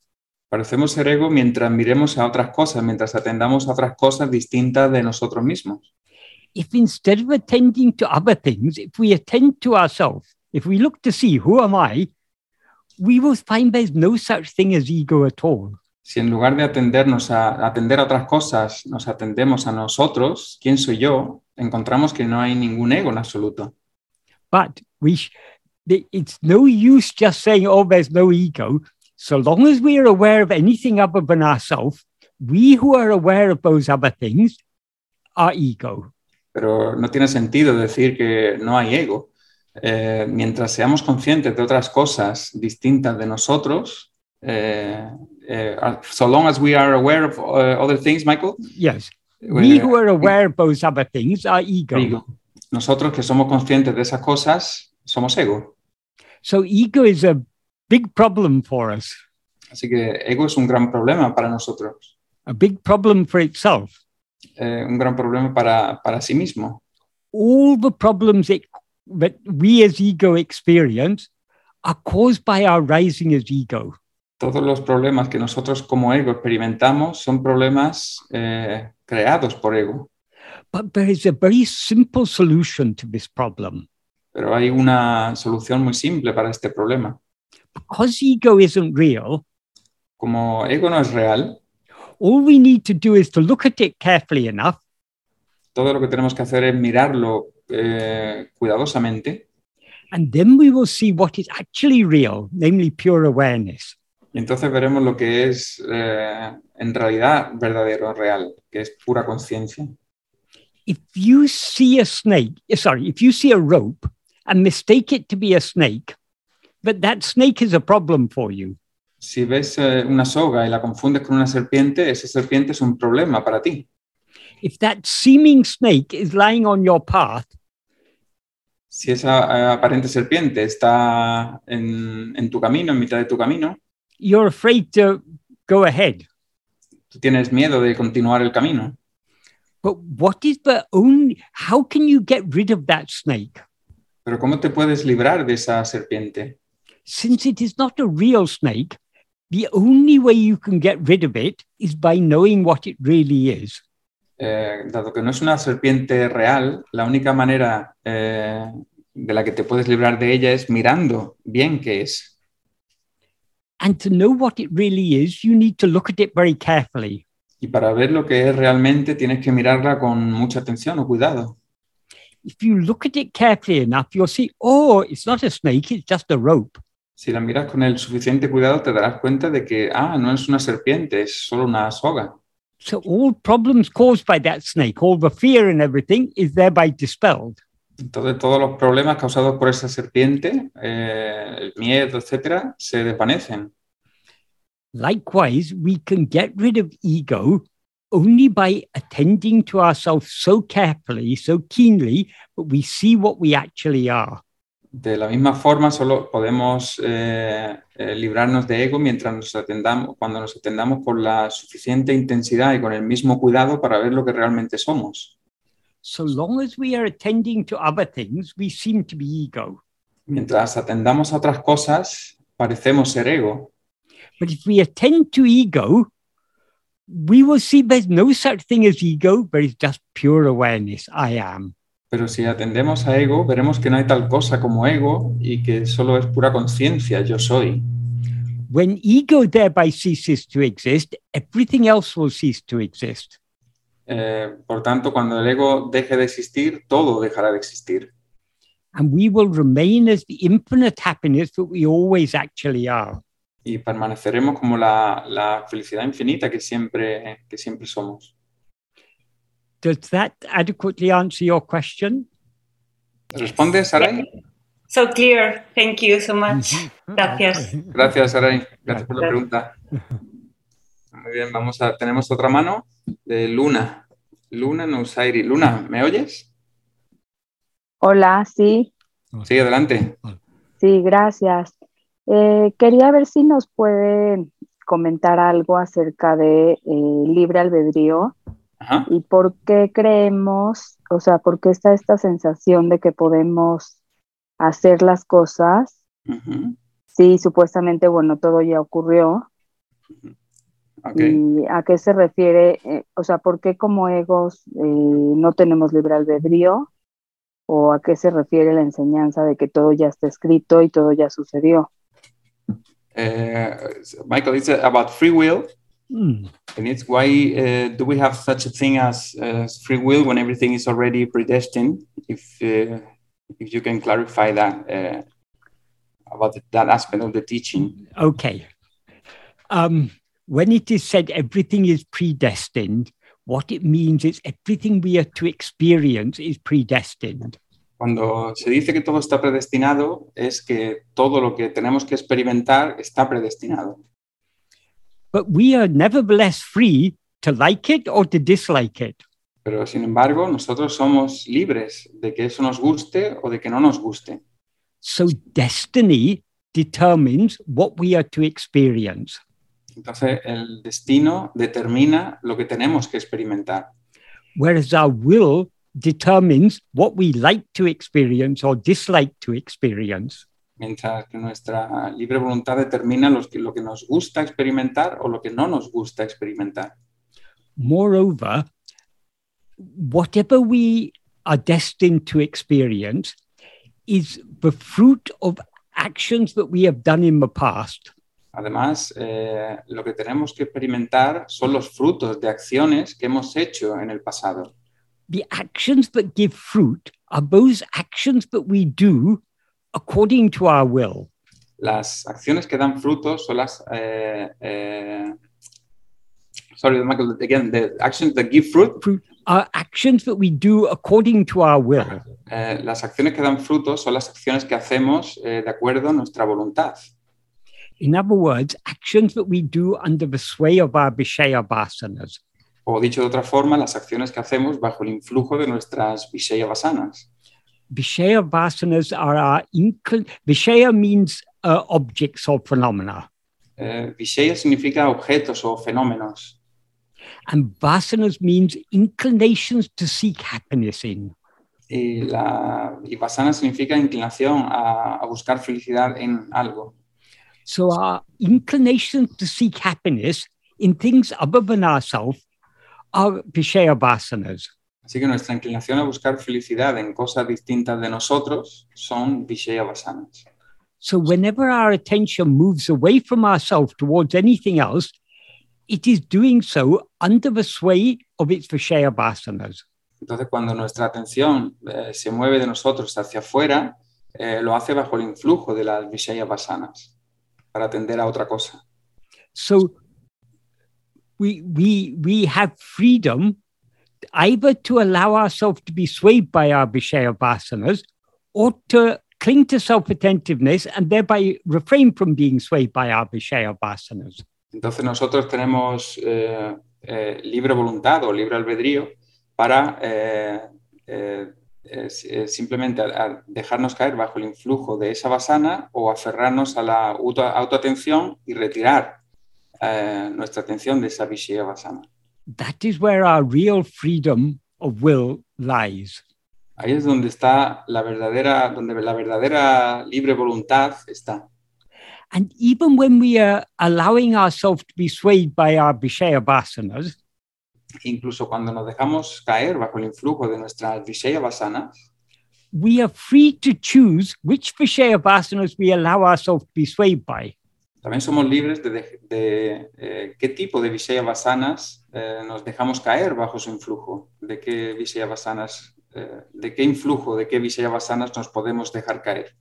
Parecemos ser ego mientras miremos a otras cosas, mientras atendamos a otras cosas distintas de nosotros mismos. If instead of attending to other things, if we attend to ourselves, if we look to see who am I, we will find there's no such thing as ego at all. Si en lugar de atendernos a atender a otras cosas, nos atendemos a nosotros, ¿quién soy yo? Encontramos que no hay ningún ego en absoluto. But we, sh- the- it's no use just saying, oh, there's no ego. So long as we are aware of anything other than ourselves, we who are aware of those other things are ego. Pero no tiene sentido decir que no hay ego. Eh, mientras seamos conscientes de otras cosas distintas de nosotros, eh, eh, so long as we are aware of uh, other things, Michael, eh, Yes. We Well, who are aware of those other things are ego. ego. Nosotros que somos conscientes de esas cosas, somos ego. So ego is a big problem for us, Así que ego es un gran problema para nosotros, a big problem for itself. eh, un gran problema para, para sí mismo. All the problems it, that we as ego experience are caused by our rising as ego. Todos los problemas que nosotros como ego experimentamos son problemas eh, creados por ego, But there is a very simple solution to this problem. pero hay una solución muy simple para este problema. Because ego isn't real, Como ego no es real, all we need to do is to look at it carefully enough todo lo que tenemos que hacer es mirarlo eh, cuidadosamente and then we will see what is actually real, namely pure awareness. y entonces veremos lo que es eh, en realidad verdadero, real, que es pura conciencia. if you see a snake, eh, sorry, if you see a rope and mistake it to be a snake, but that snake is a problem for you. Si ves eh, una soga y la confundes con una serpiente, esa serpiente es un problema para ti. If that seeming snake is lying on your path, Si esa eh, aparente serpiente está en, en tu camino, en mitad de tu camino, you're afraid to go ahead. tú tienes miedo de continuar el camino. But what is the only, how can you get rid of that snake? Pero ¿cómo te puedes librar de esa serpiente? Since it is not a real snake, the only way you can get rid of it is by knowing what it really is. Eh, dado que no es una serpiente real, la única manera eh, de la que te puedes librar de ella es mirando bien qué es. And to know what it really is, you need to look at it very carefully. Y para ver lo que es realmente tienes que mirarla con mucha atención o cuidado. if you look at it carefully enough, you'll see, oh, it's not a snake, it's just a rope. Si la miras con el suficiente cuidado, te darás cuenta de que, ah, no es una serpiente, es solo una soga. So all problems caused by that snake, all the fear and everything, is thereby dispelled. Entonces, todos los problemas causados por esa serpiente, eh, el miedo, etcétera, se desvanecen. Likewise, we can get rid of ego only by attending to ourselves so carefully, so keenly, that we see what we actually are. De la misma forma, solo podemos eh, eh, librarnos de ego mientras nos atendamos, cuando nos atendamos con la suficiente intensidad y con el mismo cuidado para ver lo que realmente somos. So long as we are attending to other things, we seem to be ego. Mientras atendamos a otras cosas, parecemos ser ego. But if we attend to ego, we will see there's no such thing as ego, there is just pure awareness. I am. Pero si atendemos a ego, veremos que no hay tal cosa como ego y que solo es pura conciencia, yo soy. When ego thereby ceases to exist, everything else will cease to exist. Eh, por tanto, cuando el ego deje de existir, todo dejará de existir. And we will remain as the infinite happiness that we always actually are. y permaneceremos como la, la felicidad infinita que siempre, que siempre somos. Does that adequately answer your question? ¿Responde, Saray? So clear. Thank you so Mm-hmm. much. Gracias. Gracias, Saray. Gracias por la pregunta. Muy bien, vamos a, tenemos otra mano de Luna. Luna Nousairi. Luna, ¿me oyes? Hola, sí, Sí, adelante. sí, gracias. Eh, quería ver si nos puede comentar algo acerca de eh, libre albedrío Ajá. y por qué creemos, o sea, por qué está esta sensación de que podemos hacer las cosas Ujú. si supuestamente, bueno, todo ya ocurrió. Ok. ¿Y a qué se refiere? eh, o sea, ¿por qué como egos eh, no tenemos libre albedrío? ¿O a qué se refiere la enseñanza de que todo ya está escrito y todo ya sucedió? Eh, Michael, it's about free will. Mm. And it's why uh, do we have such a thing as, as free will when everything is already predestined? If uh, if you can clarify that uh, about that aspect of the teaching. Okay. Um, when it is said everything is predestined, what it means is everything we are to experience is predestined. Cuando se dice que todo está predestinado, es que todo lo que tenemos que experimentar está predestinado. But we are nevertheless free to like it or to dislike it. Pero sin embargo, nosotros somos libres de que eso nos guste o de que no nos guste. So destiny determines what we are to experience. Entonces, el destino determina lo que tenemos que experimentar. whereas our will determines what we like to experience or dislike to experience. mientras que nuestra libre voluntad determina los que- lo que nos gusta experimentar o lo que no nos gusta experimentar. Moreover, whatever we are destined to experience is the fruit of actions that we have done in the past. Además, eh, lo que tenemos que experimentar son los frutos de acciones que hemos hecho en el pasado. The actions that give fruit are those actions that we do according to our will. Las acciones que dan frutos son las... eh, eh, sorry, Michael, again, the actions that give fruit, Are actions that we do according to our will. eh, las acciones que dan frutos son las acciones que hacemos eh, de acuerdo a nuestra voluntad. In other words, actions that we do under the sway of our Vishaya Vasanas. O dicho de otra forma, las acciones que hacemos bajo el influjo de nuestras Vishaya Vasanas. Vishaya Vasanas are our incl- Vishaya means uh, objects or phenomena, Eh, Vishaya significa objetos o fenómenos and Vasanas means inclinations to seek happiness in. y, la, y Vasana significa inclinación a, a buscar felicidad en algo. So our inclinations to seek happiness in things other than ourselves are Vishaya Vasanas. Así que nuestra inclinación a buscar felicidad en cosas distintas de nosotros son Vishaya Vasanas. So whenever our attention moves away from ourselves towards anything else, it is doing so under the sway of its Vishaya Vasanas. Entonces, cuando nuestra atención eh, se mueve de nosotros hacia afuera, eh, lo hace bajo el influjo de las Vishayas Vasanas para atender a otra cosa. So we, we, we have freedom either to allow ourselves to be swayed by our Vishaya Vasanas or to cling to self attentiveness and thereby refrain from being swayed by our Vishaya Vasanas. Entonces nosotros tenemos eh, eh, libre voluntad o libre albedrío para eh, simplemente a, a dejarnos caer bajo el influjo de esa basana o aferrarnos a la auto, autoatención y retirar eh, nuestra atención de esa vishya basana. That is where our real freedom of will lies. Ahí es donde está la verdadera, donde la verdadera libre voluntad está. And even when we are allowing ourselves to be swayed by our Vishaya Vasanas, Incluso cuando nos dejamos caer bajo el influjo de nuestras Vishaya Vasanas, we are free to choose which Vishaya Vasanas we allow ourselves to be swayed by. también somos libres de, de- de, eh, qué tipo de Vishaya Vasanas eh, nos dejamos caer bajo su influjo, de qué Vishaya Vasanas, eh, de qué influjo, de qué Vishaya Vasanas nos podemos dejar caer.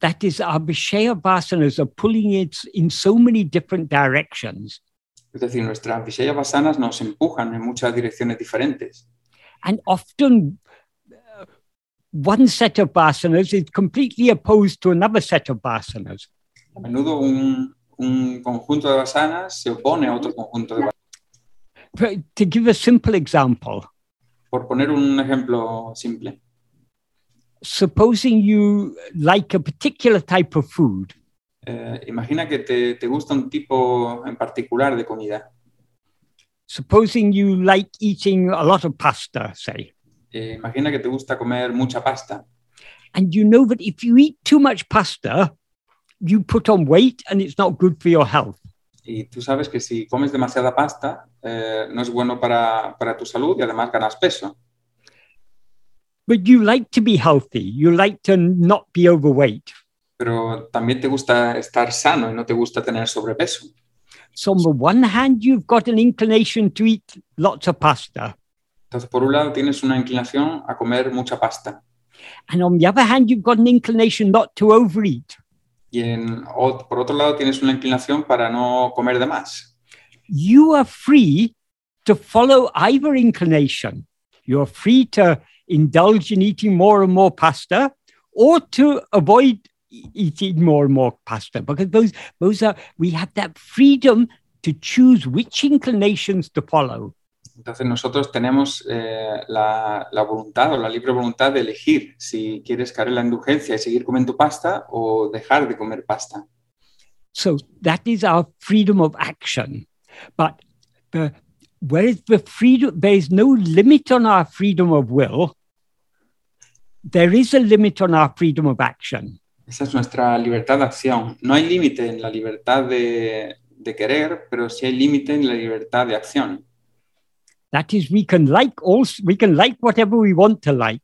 That is, our Vishaya Vasanas are pulling it in so many different directions. Es decir, nuestras Vishaya Vasanas nos empujan en muchas direcciones diferentes. And often, uh, one set of Vasanas is completely opposed to another set of Vasanas. A menudo un, un conjunto de Vasanas se opone a otro conjunto de Vasanas. But to give a simple example, Por poner un ejemplo simple, supposing you like a particular type of food, eh, imagina que te, te gusta un tipo en particular de comida. supposing you like eating a lot of pasta, say, Eh, imagina que te gusta comer mucha pasta. and you know that if you eat too much pasta, you put on weight and it's not good for your health. Y tú sabes que si comes demasiada pasta, eh, no es bueno para, para tu salud y además ganas peso. But you like to be healthy, you like to not be overweight. Pero también te gusta estar sano y no te gusta tener sobrepeso. So, on the one hand, you've got an inclination to eat lots of pasta. Entonces, por un lado, tienes una inclinación a comer mucha pasta And on the other hand, you've got an inclination not to overeat. y en, o- por otro lado, tienes una inclinación para no comer de más. You are free to follow either inclination. You're free to indulge in eating more and more pasta or to avoid e- eating more and more pasta because those, those are, we have that freedom to choose which inclinations to follow. Entonces, nosotros tenemos eh, la, la voluntad o la libre voluntad de elegir si quieres caer en la indulgencia y seguir comiendo pasta o dejar de comer pasta. So that is our freedom of action. But the, whereas the freedom, there is no limit on our freedom of will, there is a limit on our freedom of action. Esa es nuestra libertad de acción. No hay límite en la libertad de, de querer, pero sí hay límite en la libertad de acción. That is, we can like all, we can like whatever we want to like,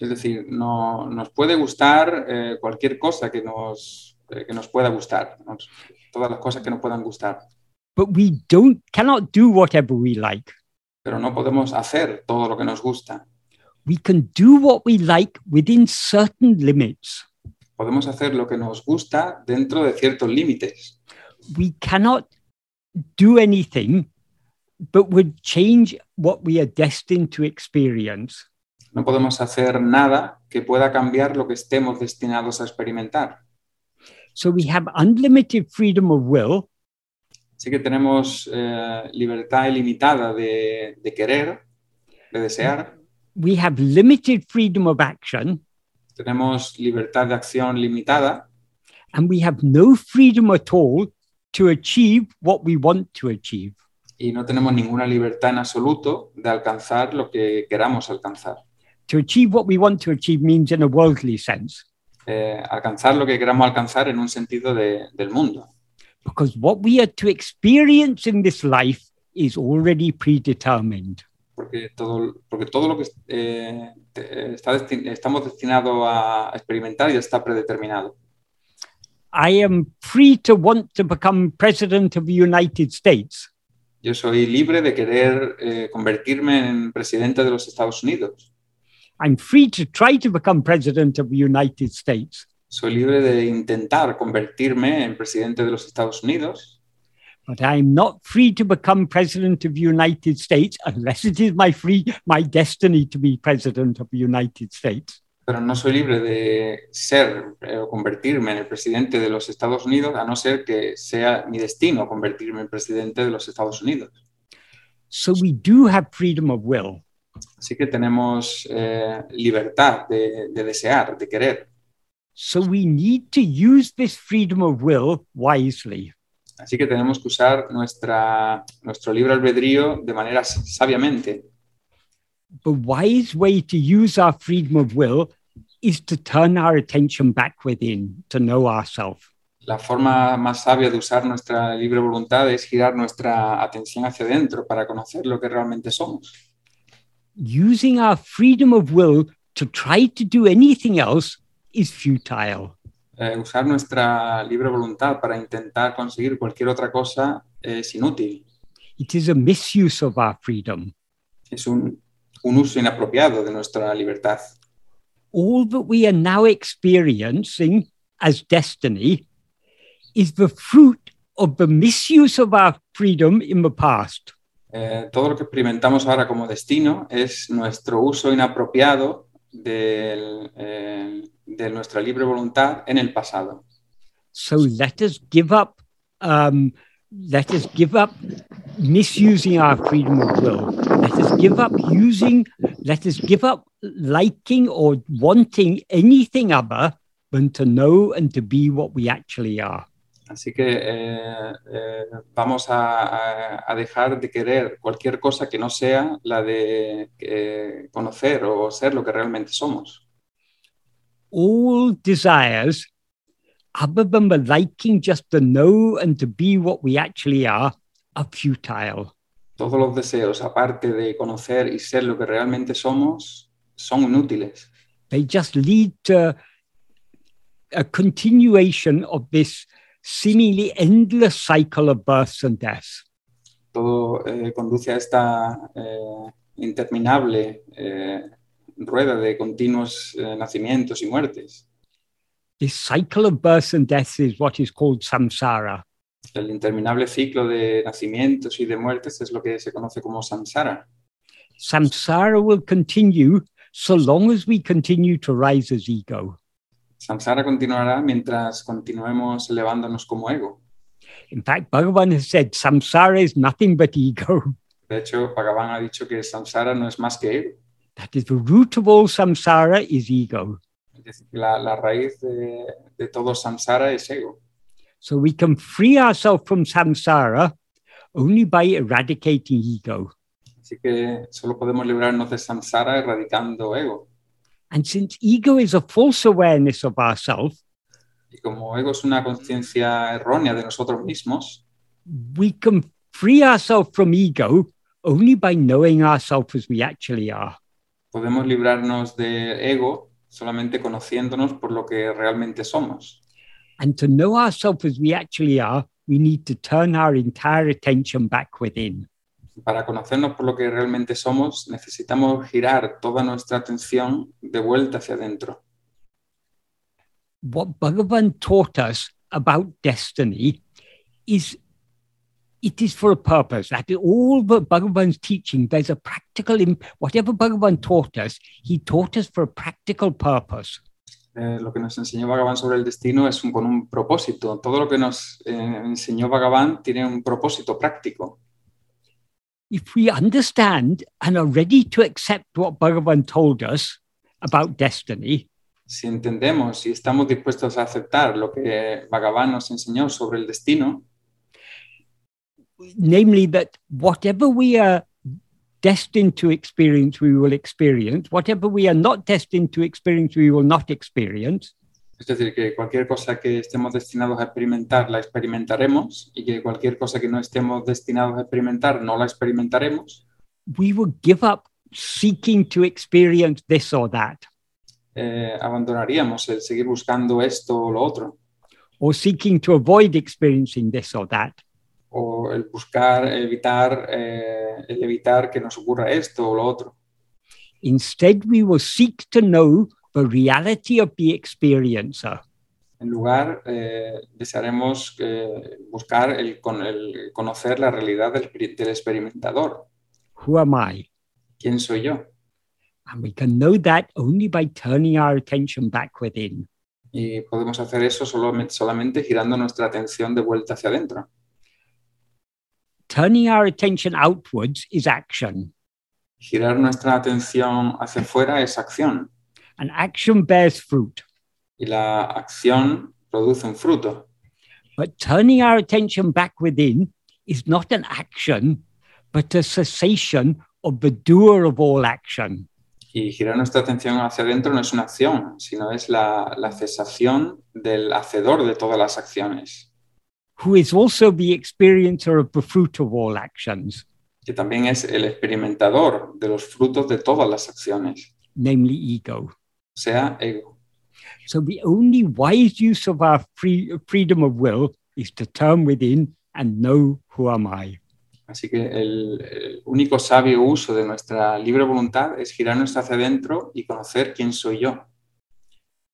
Es decir, no, nos puede gustar eh, cualquier cosa que nos, eh, que nos pueda gustar, nos- todas las cosas que nos puedan gustar, but we don't cannot do whatever we like. pero no podemos hacer todo lo que nos gusta. We can do what we like within certain limits. Podemos hacer lo que nos gusta dentro de ciertos límites. We cannot do anything but would change what we are destined to experience. No podemos hacer nada que pueda cambiar lo que estemos destinados a experimentar. So we have unlimited freedom of will, Así que tenemos eh, libertad ilimitada de, de querer, de desear. we have limited freedom of action, Tenemos libertad de acción limitada and we have no freedom at all to achieve what we want to achieve. y no tenemos ninguna libertad en absoluto de alcanzar lo que queramos alcanzar. To achieve what we want to achieve means in a worldly sense, Eh, alcanzar lo que queramos alcanzar en un sentido de- del mundo. because what we are to experience in this life is already predetermined. Porque todo, porque todo lo que eh, te- está desti- estamos destinados a experimentar ya está predeterminado. I am free to want to become president of the United States, Yo soy libre de querer eh, convertirme en presidente de los Estados Unidos. I'm free to try to become president of the United States, Soy libre de intentar convertirme en presidente de los Estados Unidos, but I'm not free to become president of the United States unless it is my free my destiny to be president of the United States. pero no soy libre de ser eh, o convertirme en el presidente de los Estados Unidos, a no ser que sea mi destino convertirme en presidente de los Estados Unidos. So we do have freedom of will. Así que tenemos eh, libertad de, de desear, de querer. So we need to use this freedom of will wisely. Así que tenemos que usar nuestra, nuestro libre albedrío de manera sabiamente. The wise way to use our freedom of will is to turn our attention back within to know ourselves. La forma más sabia de usar nuestra libre voluntad es girar nuestra atención hacia adentro para conocer lo que realmente somos. Using our freedom of will to try to do anything else is futile. Eh, usar nuestra libre voluntad para intentar conseguir cualquier otra cosa eh, es inútil. It is a misuse of our freedom. Es un, un uso inapropiado de nuestra libertad. All that we are now experiencing as destiny is the fruit of the misuse of our freedom in the past. Eh, todo lo que experimentamos ahora como destino es nuestro uso inapropiado del, eh, de nuestra libre voluntad en el pasado. So let us give up. Um, let us give up misusing our freedom of will. Let us give up using. Let us give up liking or wanting anything other than to know and to be what we actually are. Así que eh, eh, vamos a, a- a dejar de querer cualquier cosa que no sea la de eh, conocer o ser lo que realmente somos. All desires, other than the liking just to know and to be what we actually are, are futile. Todos los deseos, aparte de conocer y ser lo que realmente somos, son inútiles. they just lead to a continuation of this seemingly endless cycle of births and deaths. Todo eh, conduce a esta eh, interminable eh, rueda de continuos eh, nacimientos y muertes. This cycle of births and deaths is what is called samsara. El interminable ciclo de nacimientos y de muertes es lo que se conoce como samsara. Samsara will continue so long as we continue to rise as ego. Samsara continuará mientras continuemos elevándonos como ego. In fact, Bhagavan has said samsara is nothing but ego. De hecho, Bhagavan ha dicho que Samsara no es más que ego. That is the root of all samsara is ego. Es decir, la, la raíz de, de todo Samsara es ego. So we can free ourselves from samsara only by eradicating ego. Así que solo podemos librarnos de Samsara erradicando ego. And since ego is a false awareness of ourself, Y como ego es una conciencia errónea de nosotros mismos, we can free ourselves from ego only by knowing ourselves as we actually are. podemos librarnos de ego solamente conociéndonos por lo que realmente somos. And to know ourselves as we actually are, we need to turn our entire attention back within. Para conocernos por lo que realmente somos, necesitamos girar toda nuestra atención de vuelta hacia adentro. What Bhagavan taught us about destiny is it is for a purpose. That is all that Bhagavan's teaching, there's a practical, imp- whatever Bhagavan taught us, he taught us for a practical purpose. Eh, lo que nos enseñó Bhagavan sobre el destino es un- con un propósito. Todo lo que nos eh, enseñó Bhagavan tiene un propósito práctico. if we understand and are ready to accept what Bhagavan told us about destiny, Si entendemos y estamos dispuestos a aceptar lo que Bhagavan nos enseñó sobre el destino, namely that whatever we are destined to experience, we will experience, whatever we are not destined to experience, we will not experience, es decir, que cualquier cosa que estemos destinados a experimentar la experimentaremos y que cualquier cosa que no estemos destinados a experimentar no la experimentaremos, we will give up seeking to experience this or that, eh, abandonaríamos el seguir buscando esto o lo otro, or seeking to avoid experiencing this or that. o el buscar, evitar, eh, el evitar que nos ocurra esto o lo otro. Instead, we will seek to know the reality of the experiencer. En lugar, eh, desearemos eh, buscar el, con- el conocer la realidad del, pri- del experimentador. Who am I? ¿Quién soy yo? And we can know that only by turning our attention back within. Y podemos hacer eso solamente, solamente girando nuestra atención de vuelta hacia adentro. Turning our attention outwards is action, Girar nuestra atención hacia afuera es acción and action bears fruit. y la acción produce un fruto. But turning our attention back within is not an action, but a cessation of the doer of all action. Y girar nuestra atención hacia adentro no es una acción, sino es la, la cesación del hacedor de todas las acciones, who is also the experiencer of the fruit of all actions, que también es el experimentador de los frutos de todas las acciones, namely ego. o sea, ego. So the only wise use of our free, freedom of will is to turn within and know who am I. Así que el, el único sabio uso de nuestra libre voluntad es girarnos hacia adentro y conocer quién soy yo.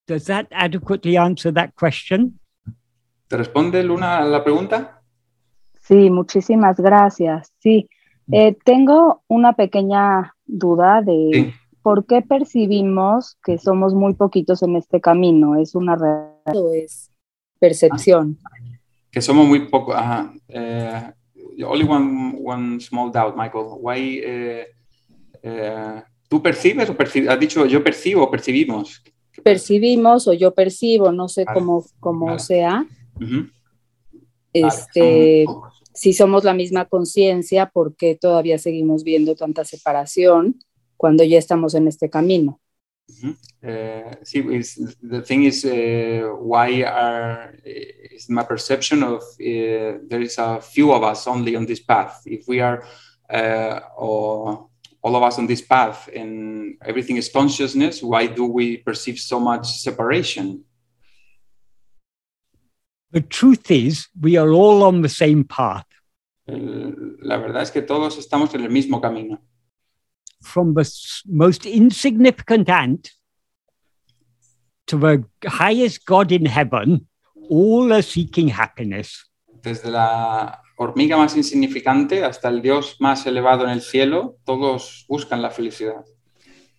Does that adequately answer that question? ¿Te responde Luna a la pregunta? Sí, muchísimas gracias. Sí, Eh, tengo una pequeña duda de Sí. por qué percibimos que somos muy poquitos en este camino. ¿Es una realidad o es percepción? Que somos muy pocos. Ajá. Eh, only one, one small doubt, Michael. Why, eh, eh, ¿Tú percibes o perci- has dicho yo percibo o percibimos? percibimos o yo percibo, no sé Vale, cómo, cómo vale. sea, Ujú. Vale, este, somos muy pocos. si somos la misma conciencia, ¿por qué todavía seguimos viendo tanta separación cuando ya estamos en este camino? Uh, see, it's, the thing is, uh, why are eh, is my perception of uh, there is a few of us only on this path. If we are uh, or all of us on this path and everything is consciousness, why do we perceive so much separation? The truth is, we are all on the same path. El- la verdad es que todos estamos en el mismo camino. From the s- most insignificant ant to the highest God in heaven, all are seeking happiness. Desde la hormiga más insignificante hasta el dios más elevado en el cielo, todos buscan la felicidad.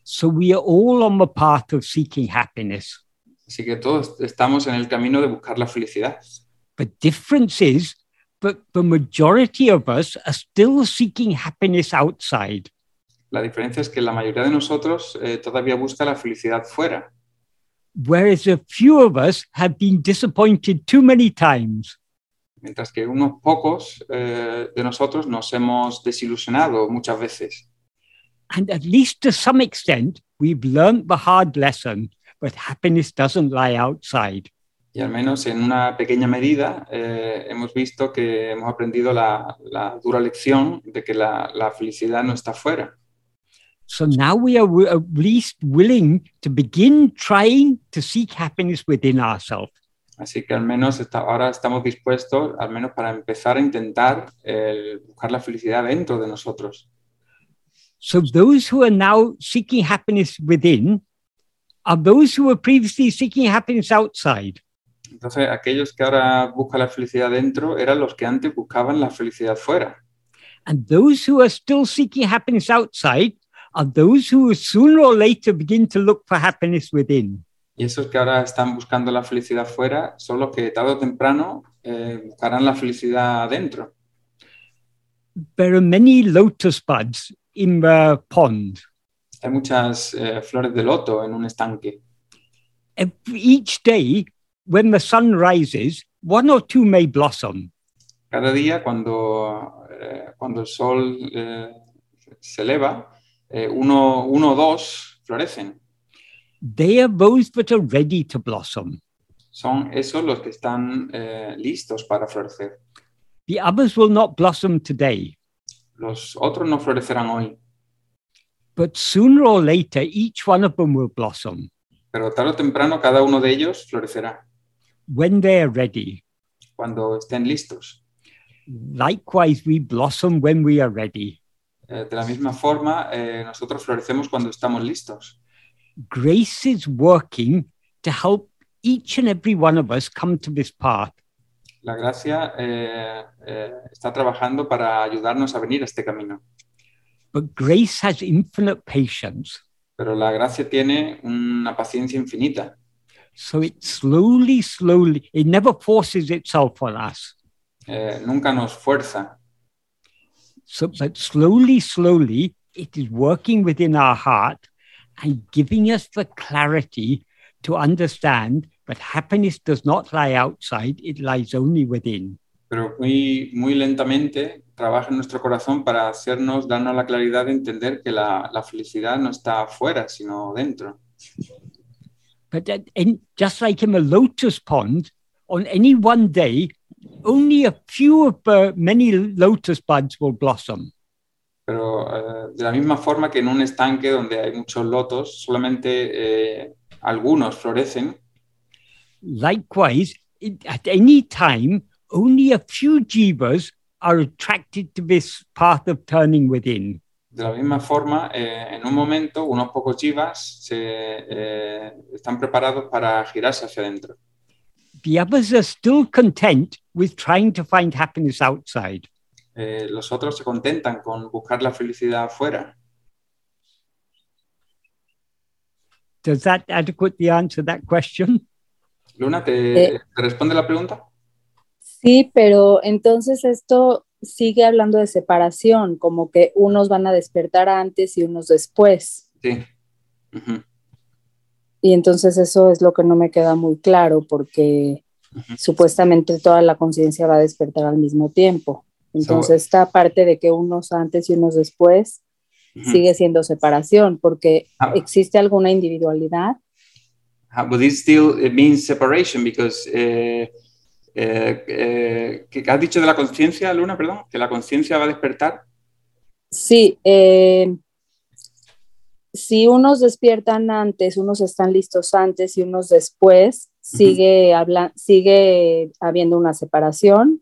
So we are all on the path of seeking happiness. Así que todos estamos en el camino de buscar la felicidad. The difference is that the majority of us are still seeking happiness outside. La diferencia es que la mayoría de nosotros eh, todavía busca la felicidad fuera, Whereas a few of us have been disappointed too many times. mientras que unos pocos eh, de nosotros nos hemos desilusionado muchas veces. And at least to some extent, we've learned the hard lesson that happiness doesn't lie outside. Y al menos en una pequeña medida eh, hemos visto que hemos aprendido la, la dura lección de que la, la felicidad no está fuera. So now we are wi- at least willing to begin trying to seek happiness within ourselves. Así que al menos esta- ahora estamos dispuestos, al menos para empezar a intentar eh, buscar la felicidad dentro de nosotros. So those who are now seeking happiness within are those who were previously seeking happiness outside. Entonces, aquellos que ahora buscan la felicidad dentro eran los que antes buscaban la felicidad fuera. And those who are still seeking happiness outside are those who will sooner or later begin to look for happiness within. Y esos que ahora están buscando la felicidad fuera son los que tarde o temprano eh, buscarán la felicidad dentro. There are many lotus buds in the pond. Hay muchas eh, flores de loto en un estanque. Ev- Each day, when the sun rises, one or two may blossom. Cada día, cuando, eh, cuando el sol eh, se eleva, eh, uno, uno o dos florecen. They are those that are ready to blossom. Son esos los que están eh, listos para florecer. The others will not blossom today. Los otros no florecerán hoy. but sooner or later, each one of them will blossom Pero tarde o temprano cada uno de ellos florecerá when they are ready. cuando estén listos. Likewise, we blossom when we are ready. Eh, de la misma forma, eh, nosotros florecemos cuando estamos listos. Grace is working to help each and every one of us come to this path. La gracia eh, eh, está trabajando para ayudarnos a venir a este camino, But grace has infinite patience. pero la gracia tiene una paciencia infinita. So it slowly, slowly, it never forces itself on us. Eh, nunca nos fuerza, So, but slowly, slowly, it is working within our heart and giving us the clarity to understand that happiness does not lie outside, it lies only within. pero muy, muy lentamente trabaja en nuestro corazón para hacernos, darnos la claridad de entender que la, la felicidad no está afuera, sino dentro. But that, and just like in a lotus pond, on any one day, only a few of the many lotus buds will blossom. Pero eh, de la misma forma que en un estanque donde hay muchos lotos, solamente eh, algunos florecen, Likewise, it, at any time, only a few jivas are attracted to this path of turning within. De la misma forma, eh, en un momento, unos pocos jivas se, eh, están preparados para girarse hacia adentro. The others are still content with trying to find happiness outside. Eh, los otros se contentan con buscar la felicidad afuera. Does that adequately answer that question? Luna, ¿te, Eh. te responde la pregunta? Sí, pero entonces esto sigue hablando de separación, como que unos van a despertar antes y unos después. Sí. Ujú. Y entonces eso es lo que no me queda muy claro, porque Ujú. supuestamente toda la conciencia va a despertar al mismo tiempo. Entonces esta parte de que unos antes y unos después Ujú. sigue siendo separación, porque Ah. existe alguna individualidad. Ah, but it still it means separation because eh, eh, eh, ¿qué has dicho de la conciencia, Luna? Perdón, que la conciencia va a despertar. Sí, eh, si unos despiertan antes, unos están listos antes y unos después, sigue, habla- sigue habiendo una separación.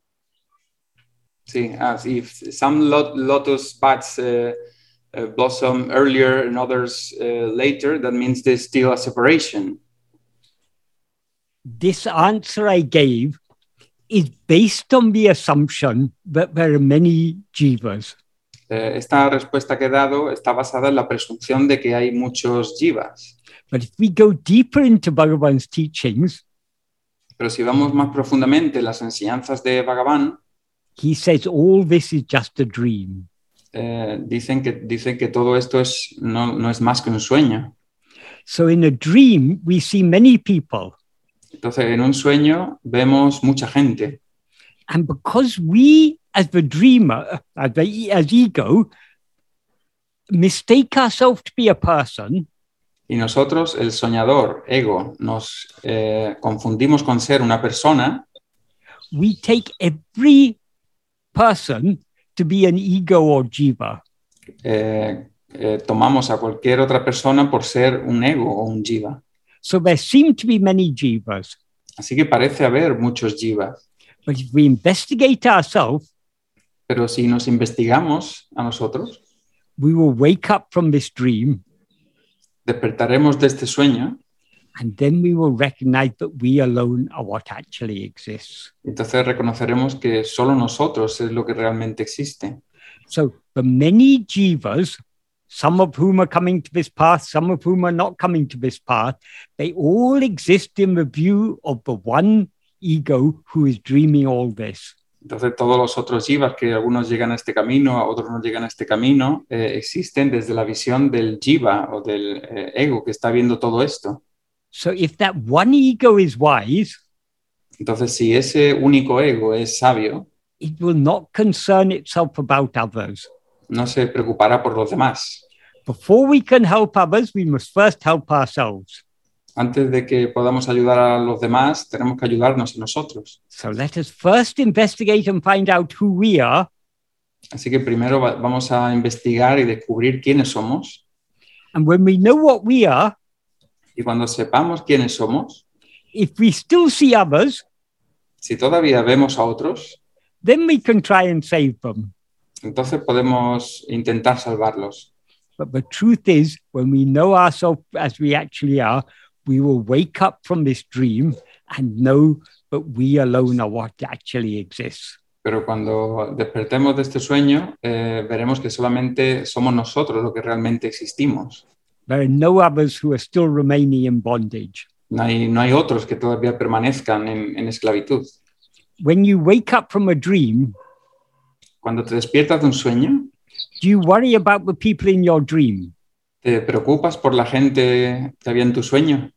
Sí, as if some lot, lotus buds uh, uh, blossom earlier and others uh, later, that means there's still a separation. This answer I gave is based on the assumption that there are many jivas. Eh, esta respuesta que he dado está basada en la presunción de que hay muchos jivas, But if we go deeper into Bhagavan's teachings, pero si vamos más profundamente en las enseñanzas de Bhagavan, he says all this is just a dream. eh, dicen, que, dicen que todo esto es, no, no es más que un sueño. So in a dream, we see many people. Entonces, en un sueño vemos mucha gente. And because we, as the dreamer, as, the, e- as ego, mistake ourselves to be a person, Y nosotros, el soñador, ego, nos eh, confundimos con ser una persona we take every person to be an ego or jiva. eh, eh, tomamos a cualquier otra persona por ser un ego o un jiva. So there seem to be many jivas. Así que parece haber muchos jivas, But if we investigate ourselves, pero si nos investigamos a nosotros, we will wake up from this dream despertaremos de este sueño, and then we will recognize that we alone are what actually exists. entonces reconoceremos que solo nosotros es lo que realmente existe. So the many jivas, some of whom are coming to this path, some of whom are not coming to this path, they all exist in the view of the one ego who is dreaming all this. Entonces todos los otros jivas, que algunos llegan a este camino, otros no llegan a este camino, eh, existen desde la visión del jiva o del eh, ego que está viendo todo esto. So if that one ego is wise, Entonces si ese único ego es sabio, it will not concern itself about others. no se preocupará por los demás. Before we can help others, we must first help ourselves. antes de que podamos ayudar a los demás, tenemos que ayudarnos a nosotros. So let us first investigate and find out who we are, Así que primero va- vamos a investigar y descubrir quiénes somos. And when we know what we are, Y cuando sepamos quiénes somos, if we still see others, si todavía vemos a otros, then we can try and save them. Entonces podemos intentar salvarlos. But the truth is, when we know ourselves as we actually are, we will wake up from this dream and know that we alone are what actually exists. Pero cuando despertemos de este sueño, eh, veremos que solamente somos nosotros los que realmente existimos. There are no others who are still remaining in bondage. No hay, no hay otros que todavía permanezcan en, en esclavitud. When you wake up from a dream, Cuando te despiertas de un sueño, do you worry about the people in your dream? ¿te preocupas por la gente que había en tu sueño?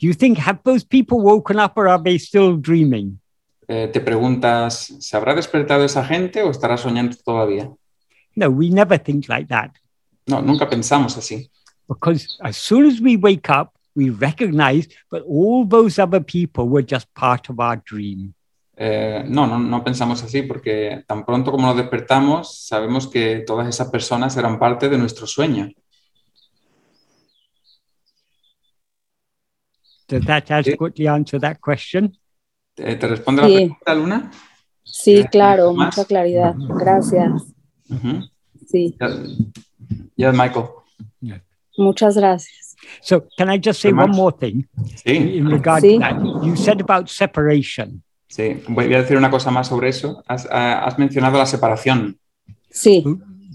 Do you think, have those people woken up or are they still dreaming? Eh, te preguntas, ¿se habrá despertado esa gente o estará soñando todavía? No, we never think like that No, nunca pensamos así. because as soon as we wake up, we recognize that all those other people were just part of our dream. Eh, no, no, no pensamos así porque tan pronto como nos despertamos sabemos que todas esas personas eran parte de nuestro sueño. Does that adequately answer that question? Eh, ¿Te responde la Sí. pregunta, Luna? Sí, Gracias, claro, Tomás. mucha claridad. Gracias. Ujú. Sí, Yes, yes, Michael. muchas gracias. So, can I just say Very one much. more thing Sí, in regard Sí. to that? You said about separation. sí. Voy a decir una cosa más sobre eso. Has, ah, has mencionado la separación. Sí,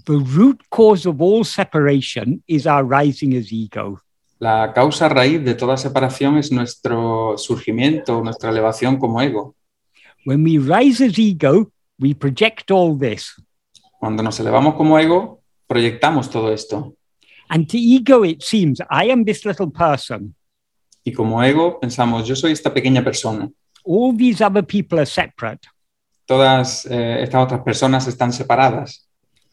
The root cause of all separation is our rising as ego. La causa raíz de toda separación es nuestro surgimiento, nuestra elevación como ego. When we rise as ego, we project all this. Cuando nos elevamos como ego, proyectamos todo esto. And to ego, it seems, I am this little person. Y como ego pensamos, yo soy esta pequeña persona. All these other people are separate. Todas eh, estas otras personas están separadas.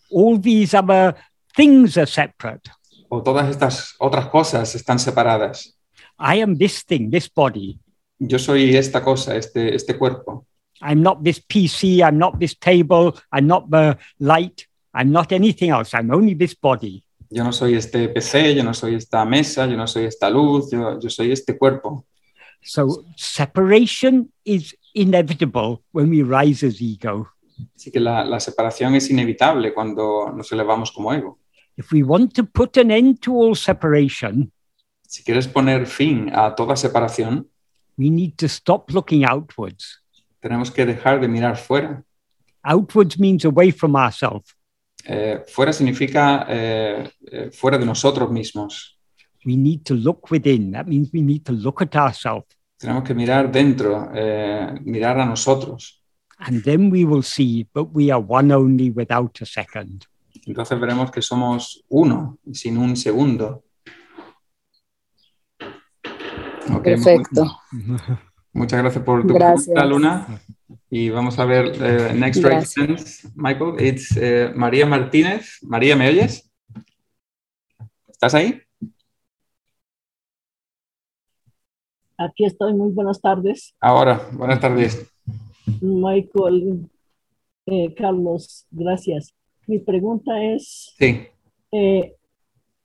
All these other things are separate. O todas estas otras cosas están separadas. I am this thing, this body. Yo soy esta cosa, este, este cuerpo. I'm not this PC. I'm not this table. I'm not the light. I'm not anything else. I'm only this body. Yo no soy este PC, yo no soy esta mesa, yo no soy esta luz, yo, yo soy este cuerpo. So separation is inevitable when we rise as ego. Así que la, la separación es inevitable cuando nos elevamos como ego. If we want to put an end to all separation, Si quieres poner fin a toda separación, we need to stop looking outwards. tenemos que dejar de mirar fuera. Outwards means away from ourselves. Eh, fuera significa eh, eh, fuera de nosotros mismos. We need to look within. That means we need to look at ourselves Tenemos que mirar dentro, eh, mirar a nosotros. and then we will see that we are one only without a second. Entonces veremos que somos uno, sin un segundo. Ok, perfecto. Muchas gracias por tu Gracias. pregunta, Luna. Y vamos a ver, eh, next right Gracias. sentence, Michael, it's eh, María Martínez. María, ¿me oyes? ¿Estás ahí? Aquí estoy, muy buenas tardes. Ahora, buenas tardes. Michael, eh, Carlos, gracias. Mi pregunta es, Sí, eh,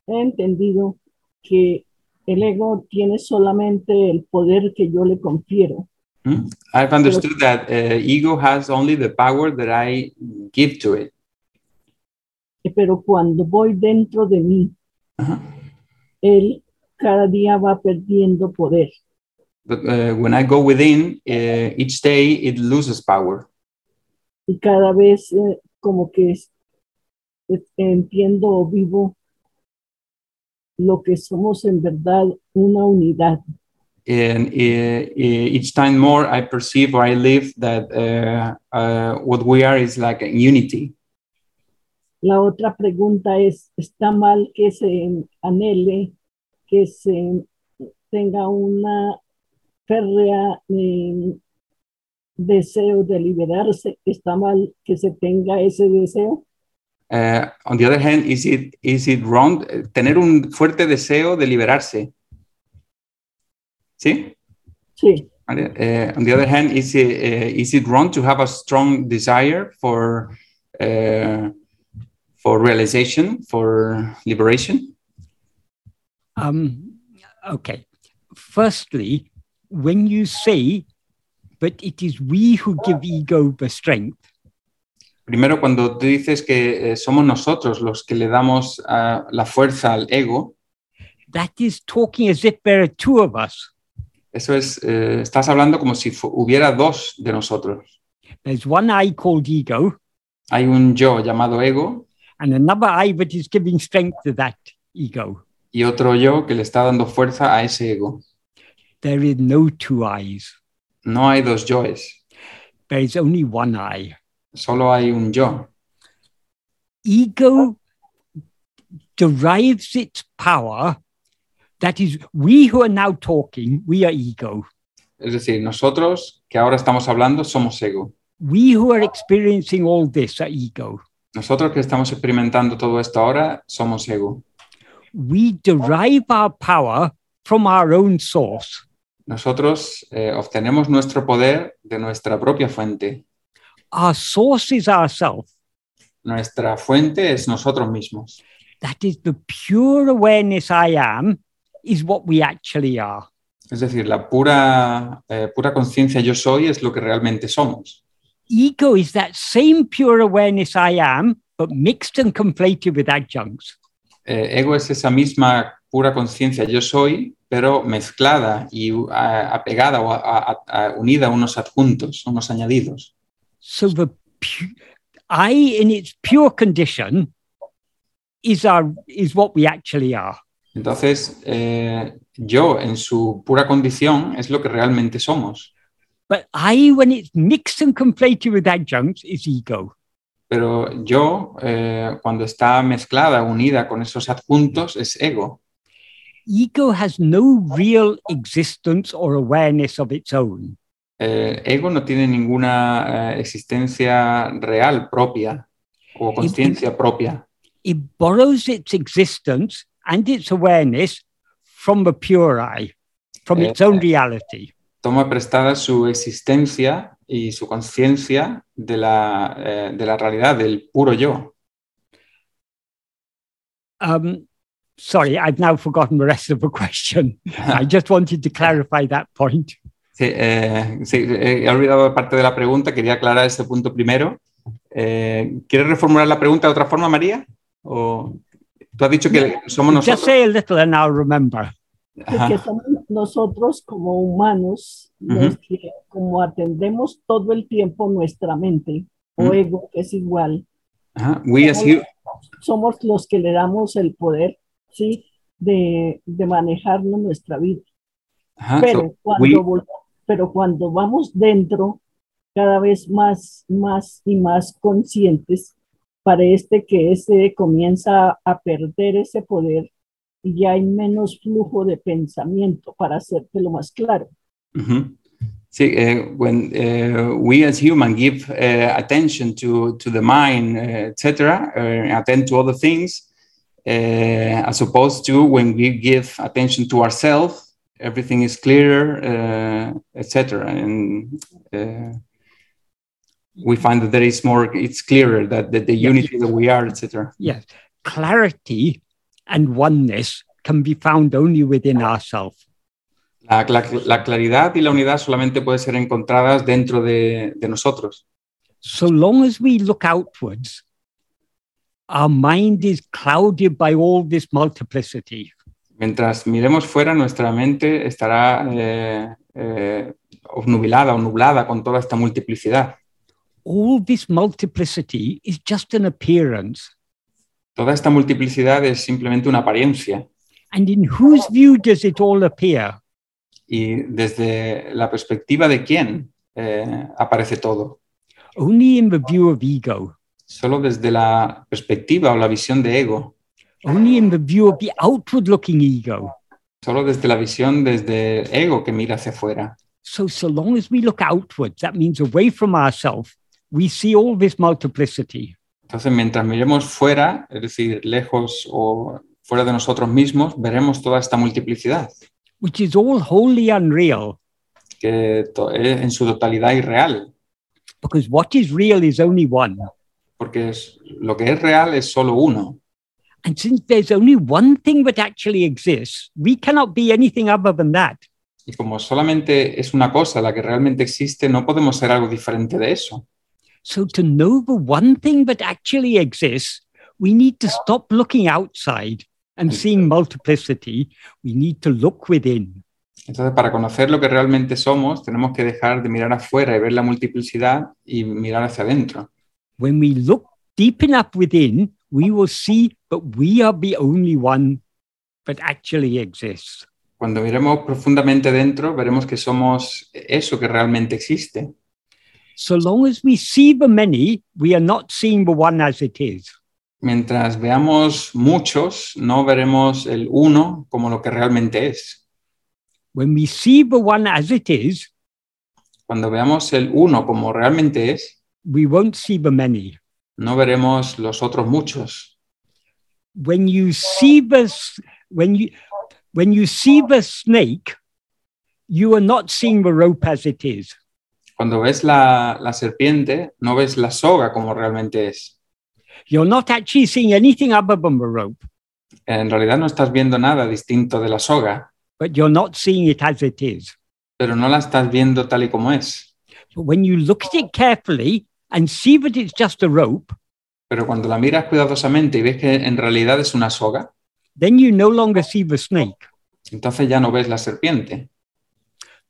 he entendido que el ego tiene solamente el poder que yo le confiero. Hmm? I've understood that eh, ego has only the power that I give to it. Eh, Pero cuando voy dentro de mí, Ajá. él cada día va perdiendo poder. But eh, when I go within, eh, each day it loses power. y cada vez eh, como que es- es- entiendo o vivo lo que somos en verdad una unidad. And eh, eh, each time more I perceive or I live that eh, uh, what we are is like a unity. La otra pregunta es, ¿está mal que se anhele, que se tenga una férrea eh, deseo de liberarse? ¿Está mal que se tenga ese deseo? Eh, on the other hand, is it, is it wrong eh, tener un fuerte deseo de liberarse? ¿Sí? Sí, María, eh, on the other hand, is it, eh, is it wrong to have a strong desire for, eh, for realization, for liberation? Um, okay. Firstly, when you say, but it is we who give ego the strength, Primero, cuando tú dices que eh, somos nosotros los que le damos ah, la fuerza al ego, That is talking as if there are two of us. eso es, eh, estás hablando como si fu- hubiera dos de nosotros. There's one I called ego Hay un yo llamado ego and another I that is giving strength to that ego. y otro yo que le está dando fuerza a ese ego. There is no two eyes. No hay dos yoes, There is only one I. solo hay un yo. Ego derives its power. That is, we who are now talking, we are ego. Es decir, nosotros que ahora estamos hablando somos ego. We who are experiencing all this are ego. Nosotros que estamos experimentando todo esto ahora somos ego. We derive our power from our own source. Nosotros eh, obtenemos nuestro poder de nuestra propia fuente. Our source is ourself. Nuestra fuente es nosotros mismos. That is, the pure awareness I am is what we actually are. Es decir, la pura, eh, pura conciencia yo soy es lo que realmente somos. Ego is that same pure awareness I am, but mixed and conflated with adjuncts. Eh, ego es esa misma pura conciencia yo soy, pero mezclada y uh, apegada o a- a- a- unida a unos adjuntos, unos añadidos. So the pu- I, in its pure condition, is our is what we actually are. Entonces, eh, yo en su pura condición es lo que realmente somos, But I, when it's mixed and conflated with adjuncts, is ego. pero yo eh, cuando está mezclada, unida con esos adjuntos, es ego. Ego has no real existence or awareness of its own. Eh, ego no tiene ninguna eh, existencia real propia o conciencia propia. It borrows its existence and its awareness from the pure I, from its own reality. Toma prestada su existencia y su conciencia de, la, eh, de la realidad, del puro yo. Um, sorry, I've now forgotten the rest of the question. I just wanted to clarify that point. Sí, eh, sí, eh, he olvidado parte de la pregunta, quería aclarar ese punto primero. Eh, ¿Quieres reformular la pregunta de otra forma, María? ¿O tú has dicho que somos Just nosotros? say a little and I'll remember. porque Ajá, somos nosotros como humanos los que como atendemos todo el tiempo nuestra mente o Ujú. ego que es igual ajá. We as hu- somos los que le damos el poder sí de, de manejarnos nuestra vida ajá, Ah, so pero we- cuando vol- pero cuando vamos dentro cada vez más más y más conscientes para este que ese comienza a perder ese poder y ya hay menos flujo de pensamiento para hacértelo más claro Mhm. See, uh, when uh, we as human give uh, attention to, to the mind, uh, etc., uh, attend to other things, uh, as opposed to when we give attention to ourselves, everything is clearer, uh, etc. And uh, we find that there is more, it's clearer that, that the Yeah. unity that we are, etc. Yes, clarity and oneness can be found only within ourselves. La, la, la claridad y la unidad solamente puede ser encontradas dentro de, de nosotros. So long as we look outwards, our mind is clouded by all this multiplicity. Mientras miremos fuera, nuestra mente estará eh, eh, obnubilada o nublada con toda esta multiplicidad. All this multiplicity is just an appearance. Toda esta multiplicidad es simplemente una apariencia And in whose view does it all appear? y desde la perspectiva de quién eh, aparece todo. Only in the view of ego, Solo desde la perspectiva o la visión de ego, only in the view of the outward looking ego. solo desde la visión desde el ego que mira hacia afuera. So, so long as we look outwards, that means away from ourselves, we see all this multiplicity. Entonces, mientras miremos fuera, es decir, lejos o fuera de nosotros mismos, veremos toda esta multiplicidad which is all wholly unreal que to- es en su totalidad irreal, because what is real is only one. porque es, lo que es real es solo uno. And since there's only one thing that actually exists, we cannot be anything other than that. Y como solamente es una cosa la que realmente existe, no podemos ser algo diferente de eso. So, to know the one thing that actually exists, we need to stop looking outside and seeing multiplicity. We need to look within. Entonces, para conocer lo que realmente somos, tenemos que dejar de mirar afuera y ver la multiplicidad y mirar hacia adentro. When we look deep enough within, we will see that we are the only one that actually exists. Cuando miremos profundamente dentro, veremos que somos eso que realmente existe. So long as we see the many, we are not seeing the one as it is. Mientras veamos muchos, no veremos el uno como lo que realmente es. When we see the one as it is, Cuando veamos el uno como realmente es, we won't see the many. no veremos los otros muchos. When you see the s- when you when you see the snake, you are not seeing the rope as it is. Cuando ves la, la serpiente, no ves la soga como realmente es. You're not actually seeing anything other than the rope, En realidad no estás viendo nada distinto de la soga, but you're not seeing it as it is. pero no la estás viendo tal y como es. But when you look at it carefully and see that it's just a rope, Pero cuando la miras cuidadosamente y ves que en realidad es una soga, then you no longer see the snake. entonces ya no ves la serpiente.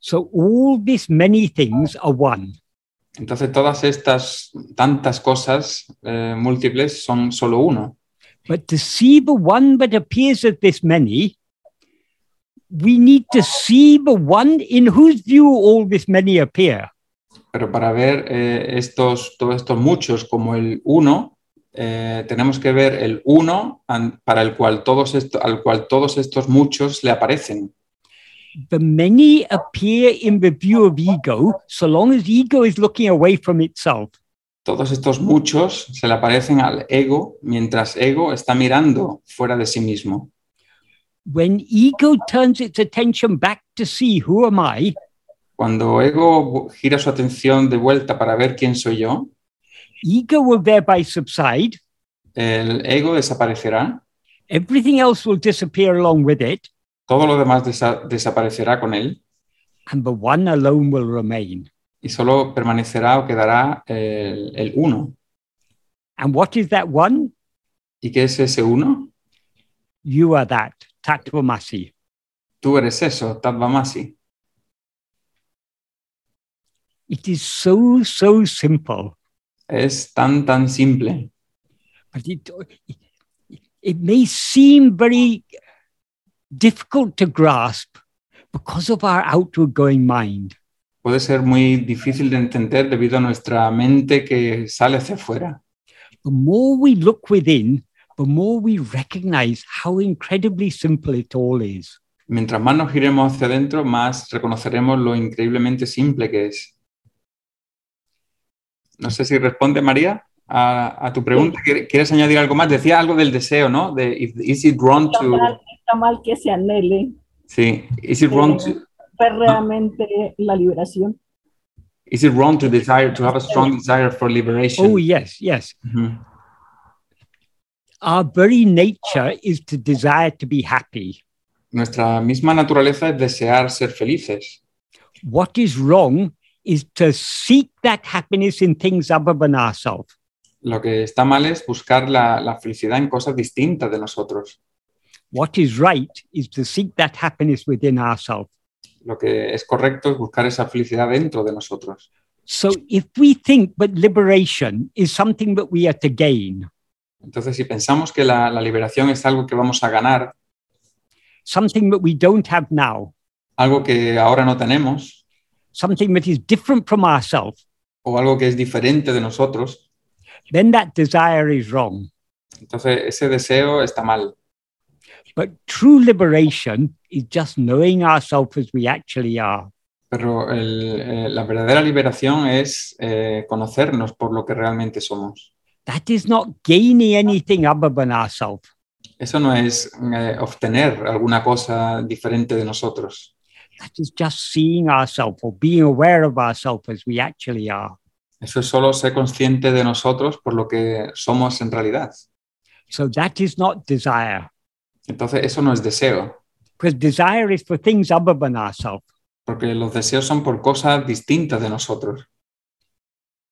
So all these many things are one. Entonces todas estas tantas cosas eh, múltiples son solo uno. But to see the one that appears as this many, we need to see the one in whose view all this many appear. Pero para ver eh, estos, todos estos muchos como el uno, eh, tenemos que ver el uno an- para el cual todos esto- al cual todos estos muchos le aparecen. The many appear in the view of ego, so long as ego is looking away from itself. Todos estos muchos se le aparecen al ego mientras ego está mirando fuera de sí mismo. When ego turns its attention back to see who am I, Cuando ego gira su atención de vuelta para ver quién soy yo, ego will thereby subside. el ego desaparecerá, Everything else will disappear along with it, todo lo demás desa- desaparecerá con él and the one alone will remain. y solo permanecerá o quedará el, el uno. And what is that one? ¿Y qué es ese uno? You are that, Tattvamasi. Tú eres eso, Tatvamasi. It is so, so simple, Es tan, tan simple. but it, it may seem very difficult to grasp because of our outward going mind. Puede ser muy difícil de entender debido a nuestra mente que sale hacia afuera. The more we look within, the more we recognize how incredibly simple it all is. Mientras más nos giremos hacia adentro, más reconoceremos lo increíblemente simple que es. No sé si responde María a, a tu pregunta. ¿Quieres quieres añadir algo más? Decía algo del deseo, ¿no? De if- is it wrong Está to mal, está mal que se anhele sí, is it wrong to férreamente la liberación. is it wrong to desire to have a strong desire for liberation? Oh, yes, yes. Ujú. Our very nature is to desire to be happy. Nuestra misma naturaleza es desear ser felices. What is wrong is to seek that happiness in things other than ourselves. Lo que está mal es buscar la, la felicidad en cosas distintas de nosotros. What is right is to seek that happiness within ourselves. Lo que es correcto es buscar esa felicidad dentro de nosotros. So if we think that liberation is something that we are to gain, Entonces, si pensamos que la, la liberación es algo que vamos a ganar, something that we don't have now, algo que ahora no tenemos something that is different from ourselves, o algo que es diferente de nosotros, then that desire is wrong. entonces ese deseo está mal. But true liberation is just knowing ourselves as we actually are. Pero el- eh, la verdadera liberación es eh, conocernos por lo que realmente somos. That is not gaining anything other than ourselves. Eso no es eh, obtener alguna cosa diferente de nosotros. That is just seeing ourselves or being aware of ourselves as we actually are. Eso es solo ser consciente de nosotros por lo que somos en realidad. So that is not desire, Entonces, eso no es deseo, because desire is for things other than ourselves. porque los deseos son por cosas distintas de nosotros.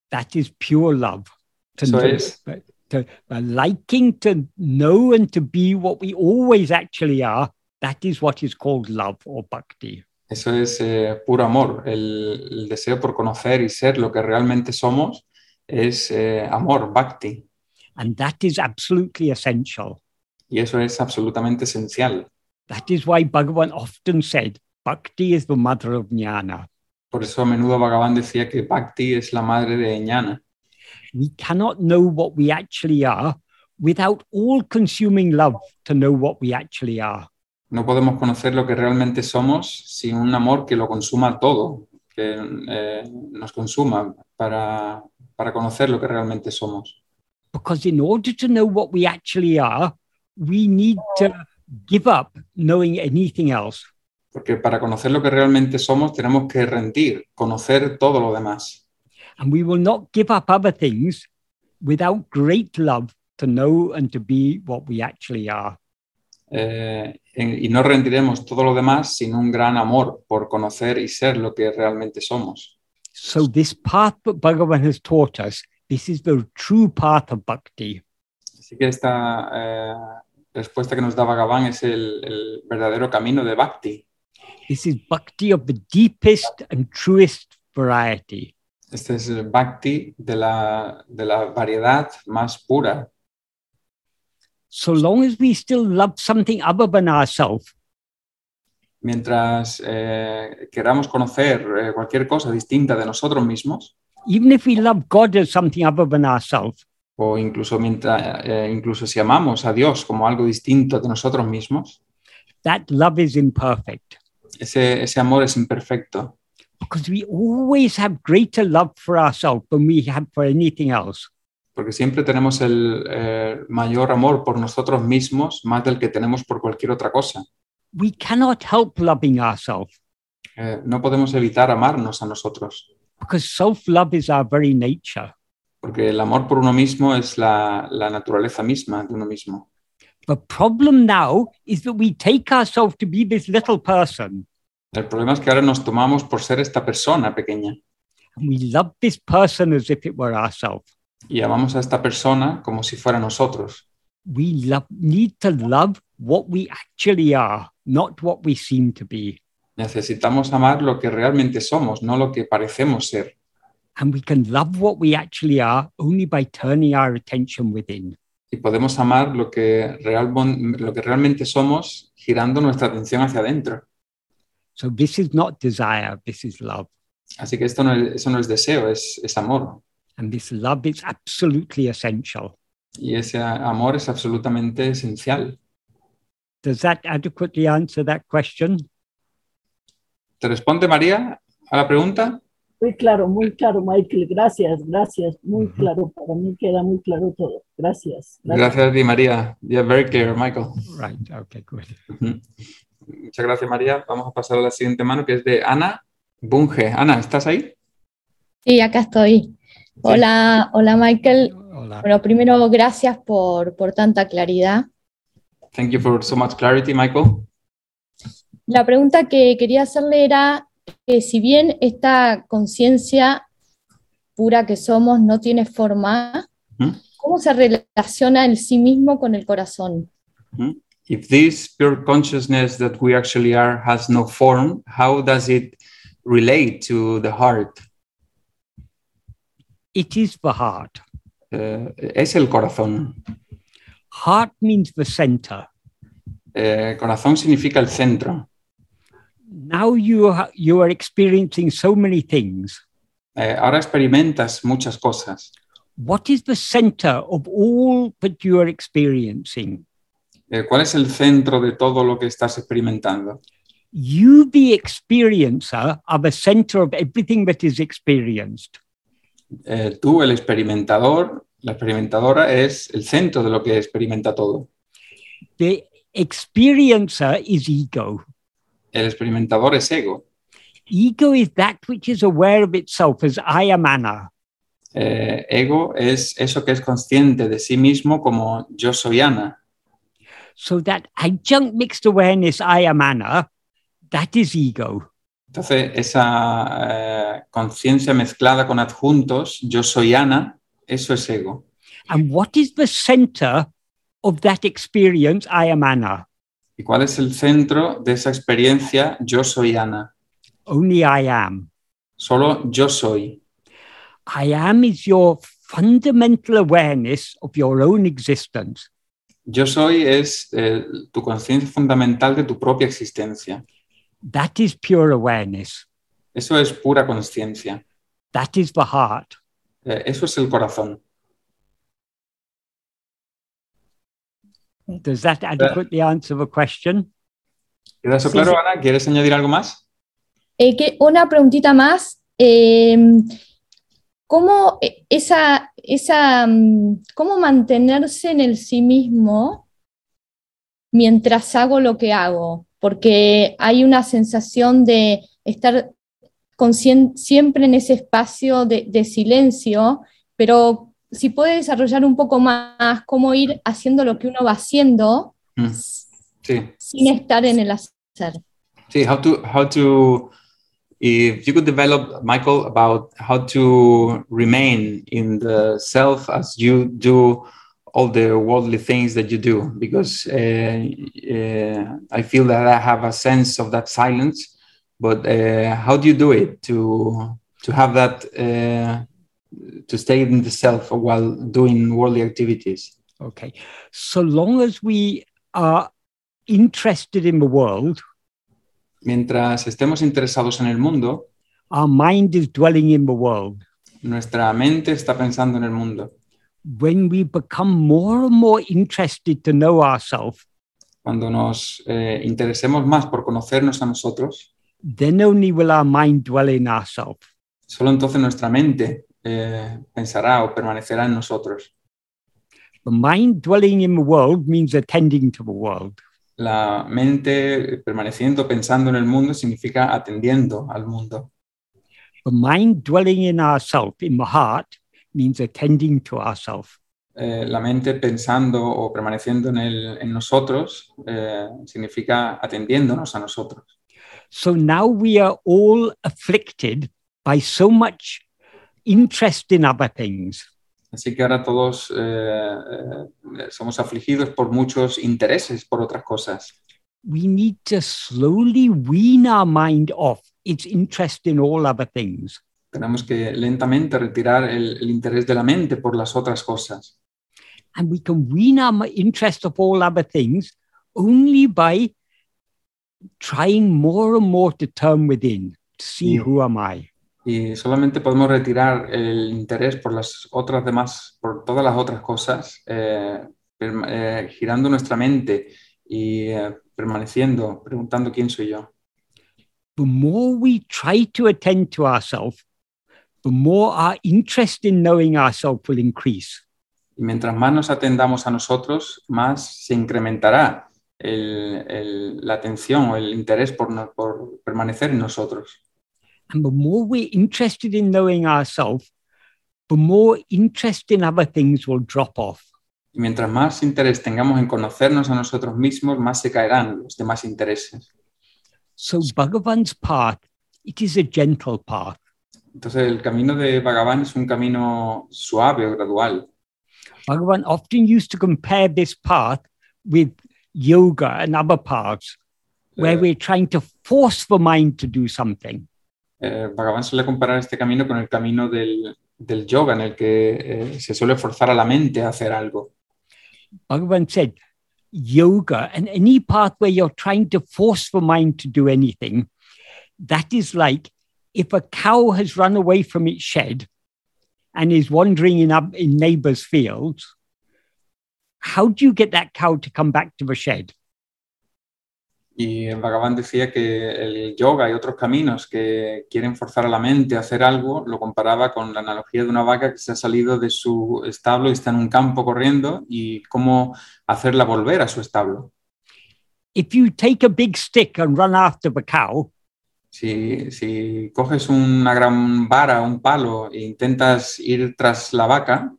That is pure love. To Eso know, es. to, a liking to know and to be what we always actually are. That is what is called love or bhakti. Eso es eh, puro amor. El, el deseo por conocer y ser lo que realmente somos es eh, amor, bhakti. And that is absolutely essential. Y eso es absolutamente esencial. That is why Bhagavan often said, Bhakti is the mother of jnana. Por eso a menudo Bhagavan decía que bhakti es la madre de ñana. We cannot know what we actually are without all consuming love to know what we actually are. No podemos conocer lo que realmente somos sin un amor que lo consuma todo, que eh, nos consuma para, para conocer lo que realmente somos. Because in order to know what we actually are, we need to give up knowing anything else. Porque para conocer lo que realmente somos tenemos que rendir, conocer todo lo demás. And we will not give up other things without great love to know and to be what we actually are. Eh, en- y no rendiremos todo lo demás sin un gran amor por conocer y ser lo que realmente somos. So, this path that Bhagavan has taught us, this is the true path of bhakti. Así que esta eh, respuesta que nos da Bhagavan es el, el verdadero camino de Bhakti. This is bhakti of the deepest and truest variety. Este es el Bhakti de la, de la variedad más pura. So long as we still love something other than ourselves, Mientras eh, queramos conocer eh, cualquier cosa distinta de nosotros mismos, even if we love God as something other than ourselves, o incluso, mientras, eh, incluso si amamos a Dios como algo distinto de nosotros mismos, that love is imperfect ese, ese amor es imperfecto. because we always have greater love for ourselves than we have for anything else. Porque siempre tenemos el eh, mayor amor por nosotros mismos, más del que tenemos por cualquier otra cosa. We cannot help loving ourselves Eh, no podemos evitar amarnos a nosotros, because self love is our very nature. porque el amor por uno mismo es la, la naturaleza misma de uno mismo. The problem now is that we take ourselves to be this little person El problema es que ahora nos tomamos por ser esta persona pequeña and we love this person as if it were ourselves. y amamos a esta persona como si fuera nosotros. we love, need to love what we actually are, not what we seem to be. Necesitamos amar lo que realmente somos, no lo que parecemos ser. And we can love what we actually are only by turning our attention within. Y podemos amar lo que, real- lo que realmente somos girando nuestra atención hacia adentro. So this is not desire, this is love. Así que esto no es, eso no es deseo, es, es amor. And this love is absolutely essential. Y ese a- amor es absolutamente esencial. Does that adequately answer that question? ¿Te responde María a la pregunta? Muy claro, muy claro, Michael. Gracias, gracias. Muy Ujú. claro, para mí queda muy claro todo. Gracias. Gracias a ti, María. Yeah, very clear, Michael. Right. Okay, good. Ujú. Mm. Muchas gracias, María. Vamos a pasar a la siguiente mano, que es de Ana Bunge. Ana, ¿estás ahí? Sí, acá estoy. Hola, hola Michael. Hola. Bueno, primero gracias por, por tanta claridad. Thank you for so much clarity, Michael. La pregunta que quería hacerle era que si bien esta conciencia pura que somos no tiene forma, Ujú. ¿cómo se relaciona el sí mismo con el corazón? If this pure consciousness that we actually are has no form, how does it relate to the heart? It is the heart. Eh, es el corazón. Heart means the center. Eh, corazón significa el centro. Now you, ha- you are experiencing so many things. Eh, ahora experimentas muchas cosas. What is the center of all that you are experiencing? Eh, ¿Cuál es el centro de todo lo que estás experimentando? You, the experiencer, are the center of everything that is experienced. Eh, tú, el experimentador, la experimentadora es el centro de lo que experimenta todo. The experiencer is ego. El experimentador es ego. Ego is that which is aware of itself as I am Anna. Eh, ego es eso que es consciente de sí mismo como yo soy Ana. So that adjunct mixed awareness I am Anna, that is ego. Entonces, esa eh, conciencia mezclada con adjuntos, yo soy Ana, eso es ego. And what is the center of that experience, I am Anna? ¿Y cuál es el centro de esa experiencia, yo soy Ana? Only I am. Solo yo soy. I am is your fundamental awareness of your own existence. Yo soy es eh, tu conciencia fundamental de tu propia existencia. That is pure awareness. Eso es pura conciencia. That is the heart. Eh, eso es el corazón. Does that adequately answer the question? ¿Queda eso Sí, claro, sí. Ana? ¿Quieres añadir algo más? Eh, que una preguntita más. eh, ¿Cómo eh, esa, esa, mm, cómo mantenerse en el sí mismo mientras hago lo que hago? Porque hay una sensación de estar conscien- siempre en ese espacio de, de silencio, pero si puede desarrollar un poco más cómo ir haciendo lo que uno va haciendo Mm, Sí. sin estar en el hacer. See how to how to if you could develop Michael about how to remain in the self as you do all the worldly things that you do because uh, uh, I feel that I have a sense of that silence but uh, how do you do it to to have that uh, to stay in the self while doing worldly activities Okay. So long as we are interested in the world, mientras estemos interesados en el mundo our mind is dwelling in the world. nuestra mente está pensando en el mundo When we become more and more interested to know ourselves, cuando nos eh, interesemos más por conocernos a nosotros, then only will our mind dwell in ourselves. solo entonces nuestra mente eh, pensará o permanecerá en nosotros. The mind dwelling in the world means attending to the world. La mente permaneciendo, pensando en el mundo, significa atendiendo al mundo. The mind dwelling in ourself, in the heart, means attending to ourself. Eh, la mente pensando o permaneciendo en, el- en nosotros eh, significa atendiéndonos a nosotros. So now we are all afflicted by so much interest in other things. Así que ahora todos eh, eh, somos afligidos por muchos intereses, por otras cosas. We need to slowly wean our mind off its interest in all other things. Tenemos que lentamente retirar el, el interés de la mente por las otras cosas. And we can wean our mi- interest of all other things only by trying more and more to turn within, to see Yeah. who am I. Y solamente podemos retirar el interés por las otras demás, por todas las otras cosas, eh, perma- eh, girando nuestra mente y eh, permaneciendo, preguntando quién soy yo. the more we try to attend to ourselves, the more our interest in knowing ourselves will increase. Y mientras más nos atendamos a nosotros, más se incrementará el- el- la atención o el interés por, no- por permanecer en nosotros. And the more we're interested in knowing ourselves, the more interest in other things will drop off. Y mientras más interés tengamos en conocernos a nosotros mismos, más se caerán los demás intereses. So Bhagavan's path, it is a gentle path. Entonces, el camino de Bhagavan es un camino suave o gradual. Bhagavan often used to compare this path with yoga and other paths where Yeah. we're trying to force the mind to do something. Eh, Bhagavan suele comparar este camino con el camino del, del yoga, en el que eh, se suele forzar a la mente a hacer algo. Bhagavan said, yoga and any path where you're trying to force the mind to do anything, that is like if a cow has run away from its shed and is wandering in, up in neighbors' fields, how do you get that cow to come back to the shed? Y Bhagavan decía que el yoga y otros caminos que quieren forzar a la mente a hacer algo, lo comparaba con la analogía de una vaca que se ha salido de su establo y está en un campo corriendo y cómo hacerla volver a su establo. If you take a big stick and run after the cow, Si, si coges una gran vara, un palo e intentas ir tras la vaca,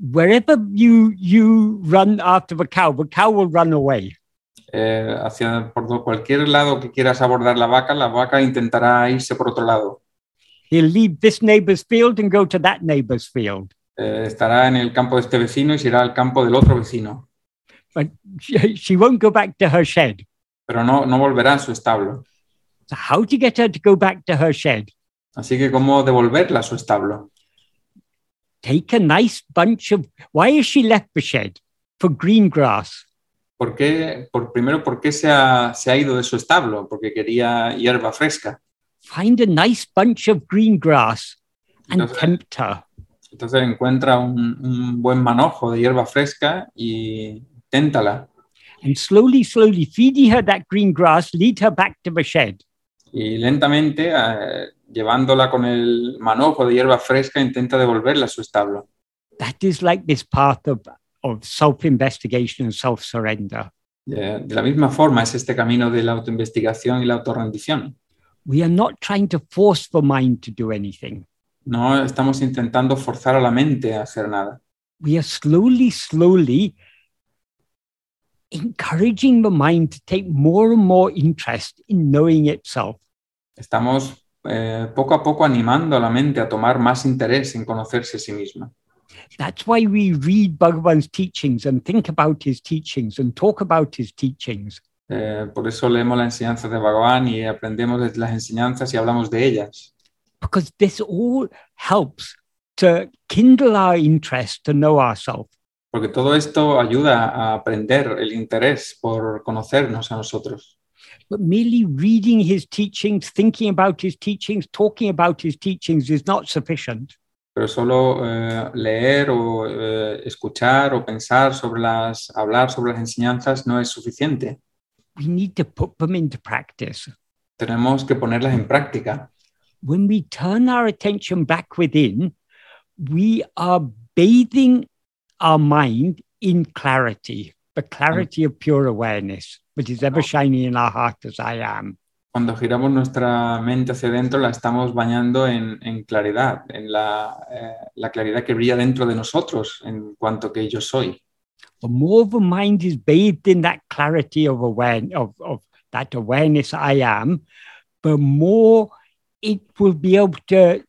wherever you, you run after the cow, the cow will run away. eh, hacia por cualquier lado que quieras abordar la vaca, la vaca intentará irse por otro lado. He'll leave this neighbor's field and go to that neighbor's field. Eh, estará en el campo de este vecino y se irá al campo del otro vecino, But she, she won't go back to her shed. pero no, no volverá a su establo. So, how to get her to go back to her shed? Así que, ¿cómo devolverla a su establo? Take a nice bunch of. Why has she left the shed? For green grass. ¿Por qué? Por, primero, ¿por qué se ha, se ha ido de su establo? Porque quería hierba fresca. Find a nice bunch of green grass and Entonces- tempt her. Entonces encuentra un, un buen manojo de hierba fresca y téntala. And slowly, slowly feeding her that green grass, lead her back to the shed. Y lentamente, eh, llevándola con el manojo de hierba fresca, intenta devolverla a su establo. That is like this path of, of self investigation and self surrender. Eh, de la misma forma es este camino de la autoinvestigación y la autorrendición. We are not trying to force the mind to do anything. No estamos intentando forzar a la mente a hacer nada. We are slowly, slowly encouraging the mind to take more and more interest in knowing itself. Estamos eh, poco a poco animando a la mente a tomar más interés en conocerse a sí misma. That's why we read Bhagavan's teachings and think about his teachings and talk about his teachings. Eh, por eso leemos las enseñanzas de Bhagavan y aprendemos de las enseñanzas y hablamos de ellas. because this all helps to kindle our interest to know ourselves. Porque todo esto ayuda a aprender el interés por conocernos a nosotros. But merely reading his teachings, thinking about his teachings, talking about his teachings is not sufficient. Pero solo eh, leer o eh, escuchar o pensar sobre las, hablar sobre las enseñanzas no es suficiente. We need to put them into practice. Tenemos que ponerlas en práctica. When we turn our attention back within, we are bathing our mind in clarity, the clarity of pure awareness that is ever shining in our heart as I am. Cuando giramos nuestra mente hacia adentro, la estamos bañando en, en claridad, en la, eh, la claridad que brilla dentro de nosotros en cuanto que yo soy. the more the mind is bathed in that clarity of awareness of, of that awareness I am, the more it will be able to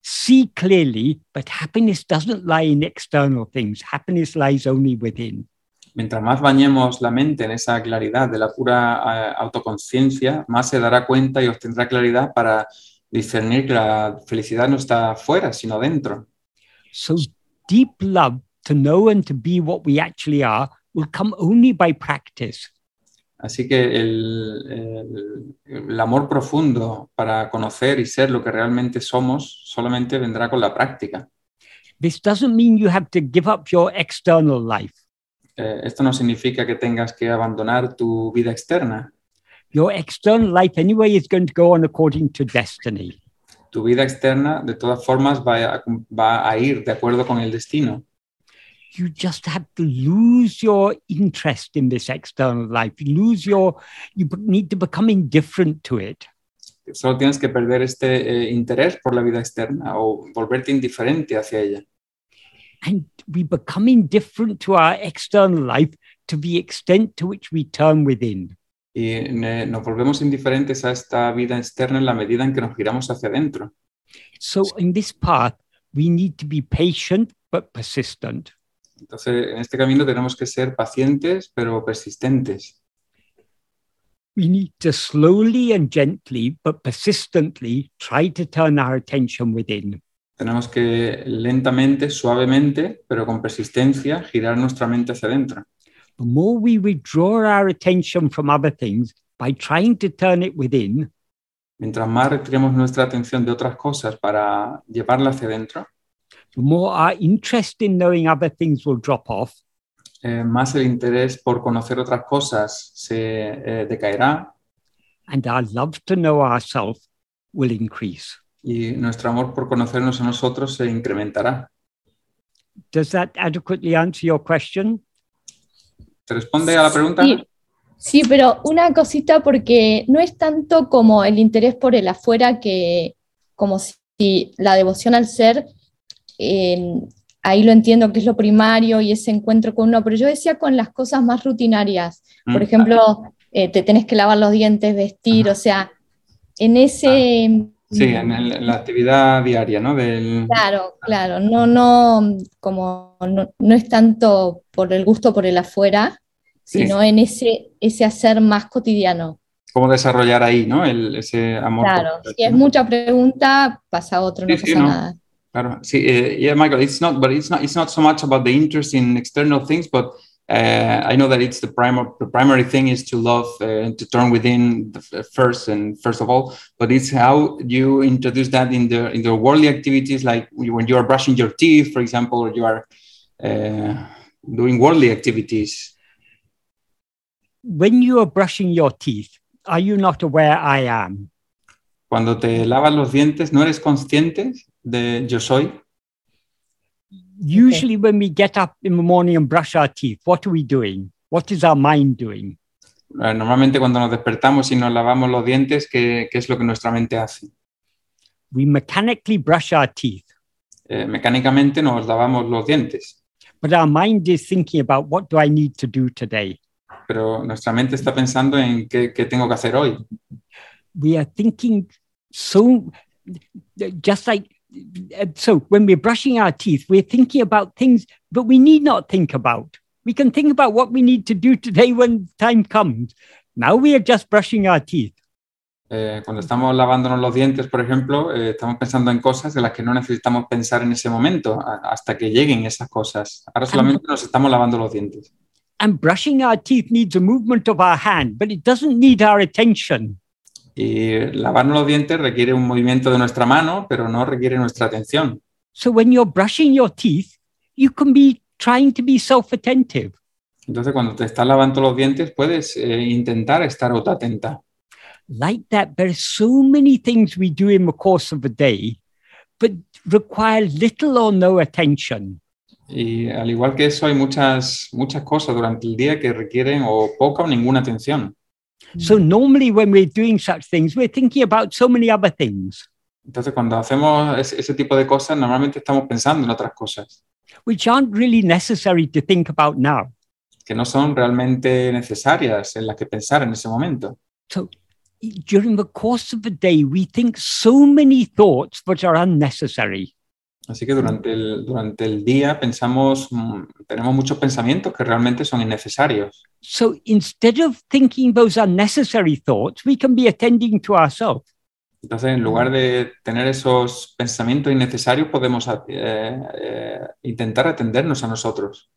see clearly that happiness doesn't lie in external things. Happiness lies only within. Mientras más bañemos la mente en esa claridad de la pura eh, autoconciencia, más se dará cuenta y obtendrá claridad para discernir que la felicidad no está fuera, sino dentro. So deep love to know and to be what we actually are will come only by practice. Así que el, el- el amor profundo para conocer y ser lo que realmente somos solamente vendrá con la práctica. This doesn't mean you have to give up your external life. Eh, esto no significa que tengas que abandonar tu vida externa. Your external life, anyway, is going to go on according to destiny. Tu vida externa, de todas formas, va a- va a ir de acuerdo con el destino. you just have to lose your interest in this external life lose your you b- need to become indifferent to it solo tienes que perder este eh, interés por la vida externa o volverte indiferente hacia ella. and we become indifferent to our external life to the extent to which we turn within Y eh, nos volvemos indiferentes a esta vida externa en la medida en que nos giramos hacia adentro. so in this path we need to be patient but persistent Entonces, en este camino tenemos que ser pacientes, pero persistentes. we need to slowly and gently but persistently try to turn our attention within Tenemos que lentamente, suavemente, pero con persistencia, girar nuestra mente hacia adentro. the more we withdraw our attention from other things by trying to turn it within Mientras más retiremos nuestra atención de otras cosas para llevarla hacia adentro, the more our interest in knowing other things will drop off, eh, más el interés por conocer otras cosas se eh, decaerá and our love to know ourselves will increase. y nuestro amor por conocernos a nosotros se incrementará. Does that adequately answer your question? ¿Te responde a la pregunta? Sí. Sí, pero una cosita porque no es tanto como el interés por el afuera que como si la devoción al ser eh, ahí lo entiendo que es lo primario y ese encuentro con uno, pero yo decía con las cosas más rutinarias, por ejemplo, eh, te tenés que lavar los dientes, vestir, Mm. Ajá. Ah. o sea, en ese... Sí, en, el- en la actividad diaria, ¿no? Del, Claro, claro, no, no, como no, no es tanto por el gusto por el afuera, Sí. sino en ese, ese hacer más cotidiano. cómo desarrollar ahí, ¿no? El, ese amor. Claro, por- si es mucha pregunta, pasa a otro, no Sí, sí, pasa no. nada. Claro. Sí, eh, yeah, Michael, it's not, but it's not, it's not so much about the interest in external things, but uh, I know that it's the primary, the primary thing is to love uh, and to turn within the f- first and first of all, but it's how you introduce that in the in the worldly activities, like when you are brushing your teeth, for example, or you are uh, doing worldly activities. When you are brushing your teeth, are you not aware I am? Cuando te lavas los dientes, ¿no eres consciente de yo soy? Usually, when we get up in the morning and brush our teeth, what are we doing? What is our mind doing? Eh, Normalmente cuando nos despertamos y nos lavamos los dientes, ¿qué, qué es lo que nuestra mente hace? We mechanically brush our teeth, Eh, mecánicamente nos lavamos los dientes, but our mind is thinking about what do I need to do today? pero nuestra mente está pensando en qué, qué tengo que hacer hoy. We are thinking so, just like, so when we're brushing our teeth, we're thinking about things that we need not think about. We can think about what we need to do today when time comes. Now we are just brushing our teeth. Eh, cuando estamos lavándonos los dientes, por ejemplo, eh, estamos pensando en cosas de las que no necesitamos pensar en ese momento, a- hasta que lleguen esas cosas. Ahora solamente nos estamos lavando los dientes. And brushing our teeth needs a movement of our hand, but it doesn't need our attention. Y eh, lavarnos los dientes requiere un movimiento de nuestra mano, pero no requiere nuestra atención. So when you're brushing your teeth, you can be trying to be self attentive. Entonces, cuando te estás lavando los dientes, puedes eh, intentar estar atenta. Like that, there are so many things we do in the course of a day, but require little or no attention. Y al igual que eso, hay muchas, muchas cosas durante el día que requieren o poca o ninguna atención. So normally, when we're doing such things, we're thinking about so many other things, Entonces, cuando hacemos es- ese tipo de cosas, normalmente estamos pensando en otras cosas which aren't really necessary to think about now. que no son realmente necesarias en las que pensar en ese momento. E, During the course of a day, we think so many thoughts that are unnecessary. Así que durante el, durante el día pensamos, mm, tenemos muchos pensamientos que realmente son innecesarios. So instead of thinking those unnecessary thoughts, we can be attending to ourselves. Entonces, en lugar de tener esos pensamientos innecesarios, podemos eh, eh, intentar atendernos a nosotros.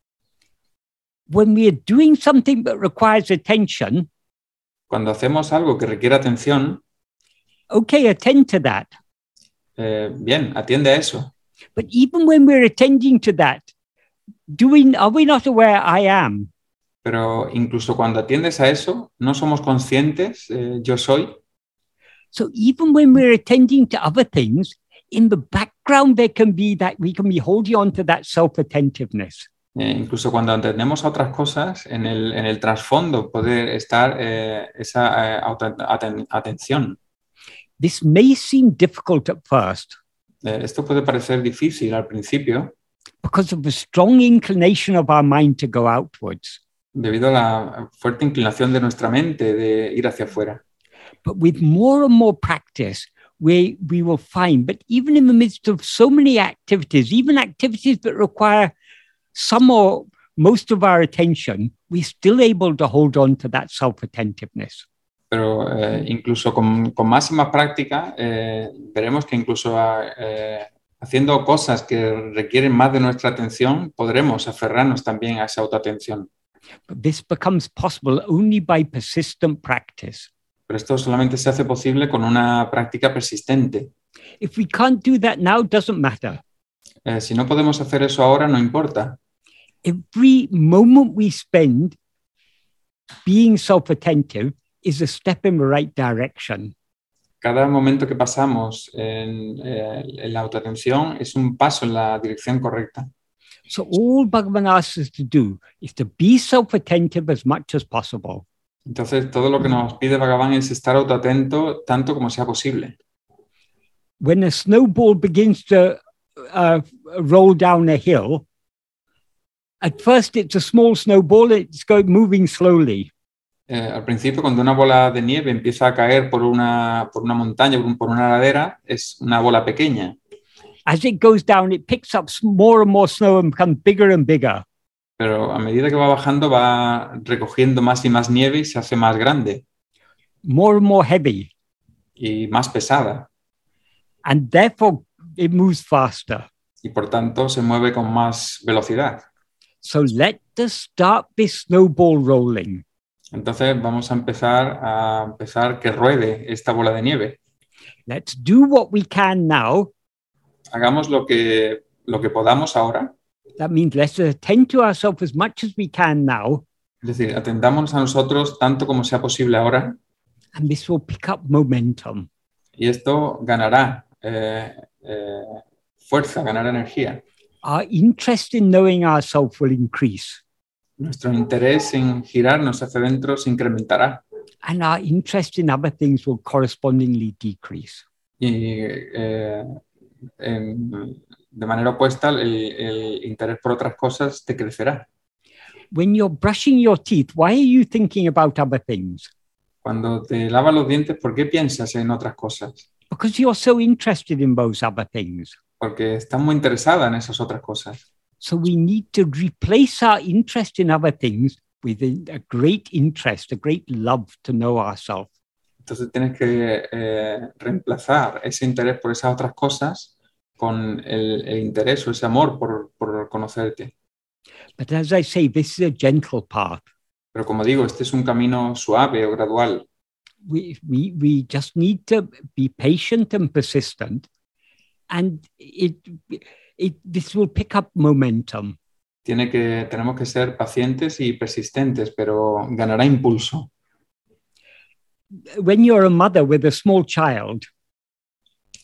When we are doing something that requires attention, Cuando hacemos algo que requiere atención, okay, attend to that. Eh, bien, atiende a eso. But even when we're attending to that, do we, are we not aware I am? Pero incluso cuando atiendes a eso, no somos conscientes, eh, yo soy. So even when we're attending to other things, in the background, there can be that we can be holding on to that self attentiveness. Eh, incluso cuando atendemos a otras cosas, en el, en el trasfondo puede estar eh, esa eh, auto- aten- atención. This may seem difficult at first Eh, esto puede parecer difícil al principio because of the strong inclination of our mind to go outwards. debido a la fuerte inclinación de nuestra mente de ir hacia afuera. But with more and more practice, we, we will find, but even in the midst of so many activities, even activities that require some or most of our attention, we're still able to hold on to that self attentiveness. Pero eh, incluso con, con más y más práctica, eh, veremos que incluso a- eh, haciendo cosas que requieren más de nuestra atención, podremos aferrarnos también a esa autoatención. But this becomes possible only by persistent practice. Pero esto solamente se hace posible con una práctica persistente. If we can't do that now, doesn't matter. Eh, si no podemos hacer eso ahora, no importa. Every moment we spend being self attentive is a step in the right direction. Cada momento que pasamos en, eh, en la autoatención es un paso en la dirección correcta. So all Bhagavan asks us to do is to be self-attentive as much as possible. Entonces, todo lo que nos pide Bhagavan es estar autoatento tanto como sea posible. When a snowball begins to uh, roll down a hill, at first it's a small snowball, it's going moving slowly. Eh, al principio, cuando una bola de nieve empieza a caer por una, por una montaña, por, un- por una ladera, es una bola pequeña. As it goes down, it picks up s- more and more snow and becomes bigger and bigger. Pero a medida que va bajando, va recogiendo más y más nieve y se hace más grande more and more heavy, y más pesada. and therefore it moves faster. Y por tanto, se mueve con más velocidad. So let us start this snowball rolling. Entonces, vamos a empezar a empezar que ruede esta bola de nieve. Let's do what we can now. Hagamos lo que, lo que podamos ahora. That means let's attend to ourselves as much as we can now, Es decir, atendámonos a nosotros tanto como sea posible ahora and this will pick up momentum. y esto ganará eh, eh, fuerza, ganará energía. Our interest in knowing ourselves will increase, Nuestro interés en girarnos hacia adentro se incrementará and our interest in other things will correspondingly decrease. y eh, en- de manera opuesta el, el interés por otras cosas te crecerá. When you're brushing your teeth, why are you thinking about other things? Cuando te lavas los dientes, ¿por qué piensas en otras cosas? Because you're so interested in those other things. Porque estás muy interesada en esas otras cosas. So we need to replace our interest in other things with a a great interest, a great love to know ourselves. Entonces tienes que eh, reemplazar ese interés por esas otras cosas con el, el interés o ese amor por, por conocerte. But as I say, this is a gentle path. Pero como digo, este es un camino suave o gradual. We, we, we just need to be patient and persistent. And it, it, this will pick up momentum. Tiene que, tenemos que ser pacientes y persistentes, pero ganará impulso. When you're a mother with a small child,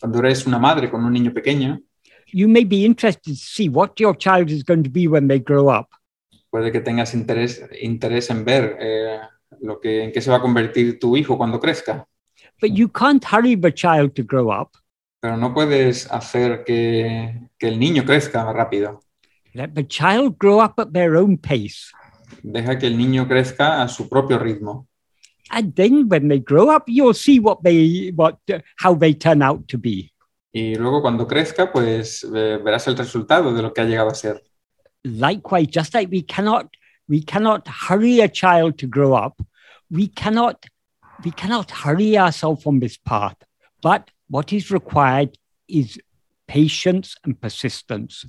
Cuando eres una madre con un niño pequeño, you may be interested to see what your child is going to be when they grow up. puede que tengas interés, interés en ver eh, lo que, en qué se va a convertir tu hijo cuando crezca, But you can't hurry the child to grow up. pero no puedes hacer que, que el niño crezca rápido. Let the child grow up at their own pace. Deja que el niño crezca a su propio ritmo. and then when they grow up you'll see what they what uh, how they turn out to be Y luego cuando crezca, pues eh, verás el resultado de lo que ha llegado a ser. likewise just like we cannot we cannot hurry a child to grow up we cannot we cannot hurry ourselves on this path but what is required is patience and persistence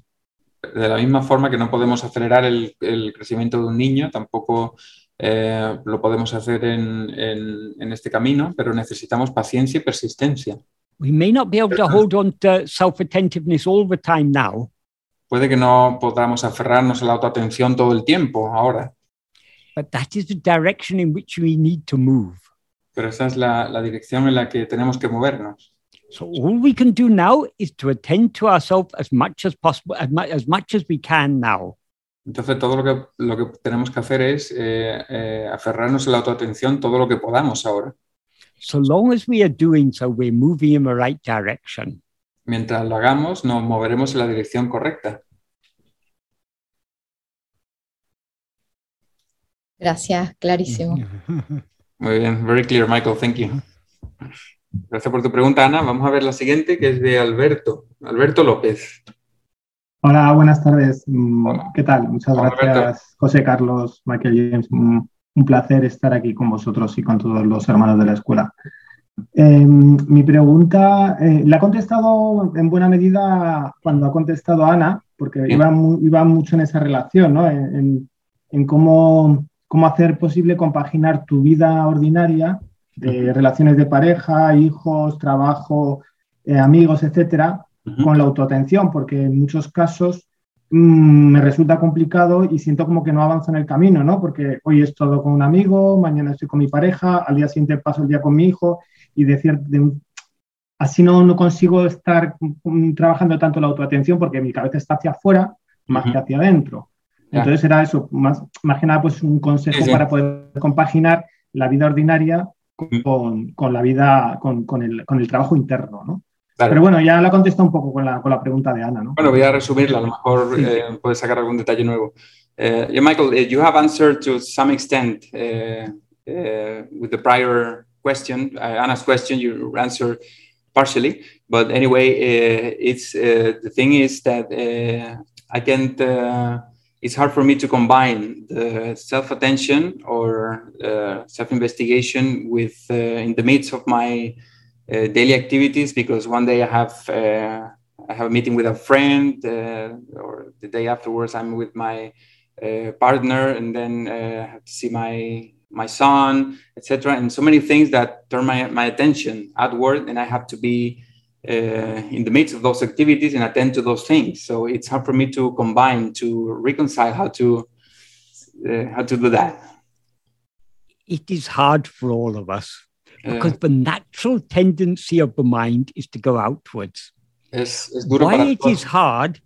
De la misma forma que no podemos acelerar el, el crecimiento de un niño, tampoco eh, lo podemos hacer en, en- en este camino, pero necesitamos paciencia y persistencia. we may not be able to hold on to self-attentiveness all the time now Puede que no podamos aferrarnos a la autoatención todo el tiempo ahora, but that is the direction in which we need to move pero esa es la, la dirección en la que tenemos que movernos. So all we can do now is to attend to ourselves as much as possible, as much as, much as we can now. Entonces, todo lo que, lo que tenemos que hacer es eh, eh, aferrarnos a la autoatención todo lo que podamos ahora. So long as we are doing so, we're moving in the right direction. Mientras lo hagamos, nos moveremos en la dirección correcta. Gracias, clarísimo. Muy bien, very clear, Michael, thank you. Gracias por tu pregunta, Ana. Vamos a ver la siguiente, que es de Alberto, Alberto López. Hola, buenas tardes. Mm, Hola. ¿Qué tal? Muchas Hola, gracias, Alberto. José Carlos, Michael James. Mm, Un placer estar aquí con vosotros y con todos los hermanos de la escuela. Eh, mi pregunta eh, la ha contestado en buena medida cuando ha contestado Ana, porque Sí. iba, mu- iba mucho en esa relación, ¿no? En, en- en cómo, cómo hacer posible compaginar tu vida ordinaria de relaciones de pareja, hijos, trabajo, eh, amigos, etcétera, Ujú. con la autoatención, porque en muchos casos mm, me resulta complicado y siento como que no avanzo en el camino, ¿no? Porque hoy es todo con un amigo, mañana estoy con mi pareja, al día siguiente paso el día con mi hijo y de cier- de un- así no, no consigo estar mm, trabajando tanto la autoatención porque mi cabeza está hacia afuera más Ujú. que hacia adentro. Ya. Entonces era eso, más, más que nada pues un consejo Sí, sí. para poder compaginar la vida ordinaria con, con la vida, con, con el, con el trabajo interno, ¿no? Claro. Pero bueno, ya la contesta un poco con la, con la pregunta de Ana, ¿no? Bueno, voy a resumirla, a lo mejor eh, puedes sacar algún detalle nuevo. Eh, yeah, Michael, eh, you have answered to some extent eh, eh, with the prior question, uh, Anna's question, you answered partially. But anyway, uh, it's uh, the thing is that uh, I can't. Uh, it's hard for me to combine the self-attention or uh, self-investigation with uh, in the midst of my uh, daily activities because one day I have uh, I have a meeting with a friend, uh, or the day afterwards I'm with my uh, partner, and then uh, I have to see my my son, etc. And so many things that turn my my attention outward, and I have to be uh, in the midst of those activities and attend to those things. So it's hard for me to combine to reconcile how to uh, how to do that. It is hard for all of us Uh, because the natural tendency of the mind is to go outwards. Uh, es, es duro Why para it todos. is hard?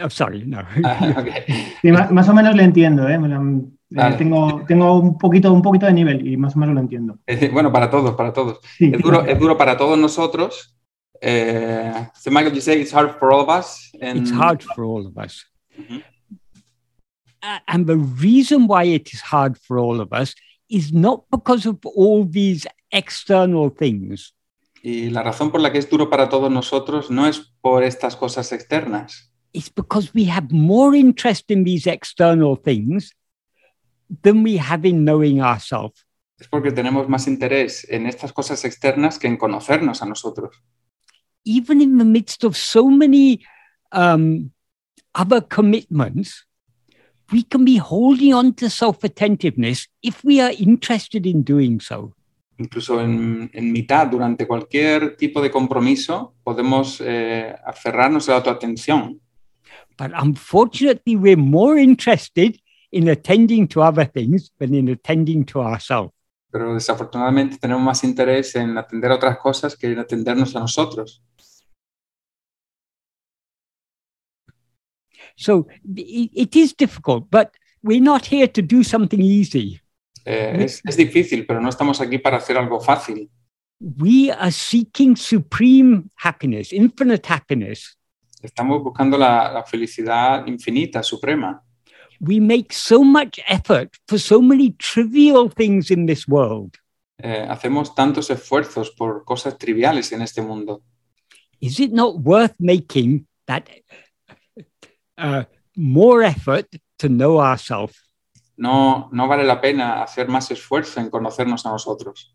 Oh, sorry, no. Ah, okay. Sí, ma- más, o menos le entiendo, ¿eh? Me lo- eh, Vale. tengo, tengo un poquito, un poquito de nivel y más o menos lo entiendo. Eh, Bueno, para todos, para todos. Sí. es duro, es duro para todos nosotros. Eh, so Michael, you say it's hard for all of us. And It's hard for all of us. Mhm. A- And the reason why it is hard for all of us is not because of all these external things. Y la razón por la que es duro para todos nosotros no es por estas cosas externas, It's because we have more interest in these external things than we have in knowing ourselves. es porque tenemos más interés en estas cosas externas que en conocernos a nosotros. Even in the midst of so many um, other commitments, we can be holding on to self attentiveness if we are interested in doing so. Incluso en, en mitad, durante cualquier tipo de compromiso, podemos eh, aferrarnos a la autoatención. But unfortunately, we're more interested in attending to other things than in attending to ourselves. Pero desafortunadamente tenemos más interés en atender a otras cosas que en atendernos a nosotros. So i- it is difficult, but we're not here to do something easy. Eh, es, es difícil, pero no estamos aquí para hacer algo fácil. We are seeking supreme happiness, infinite happiness. Estamos buscando la, la felicidad infinita, suprema. We make so much effort for so many trivial things in this world. Eh, hacemos tantos esfuerzos por cosas triviales en este mundo. Is it not worth making that uh, more effort to know ourselves? No, no vale la pena hacer más esfuerzo en conocernos a nosotros.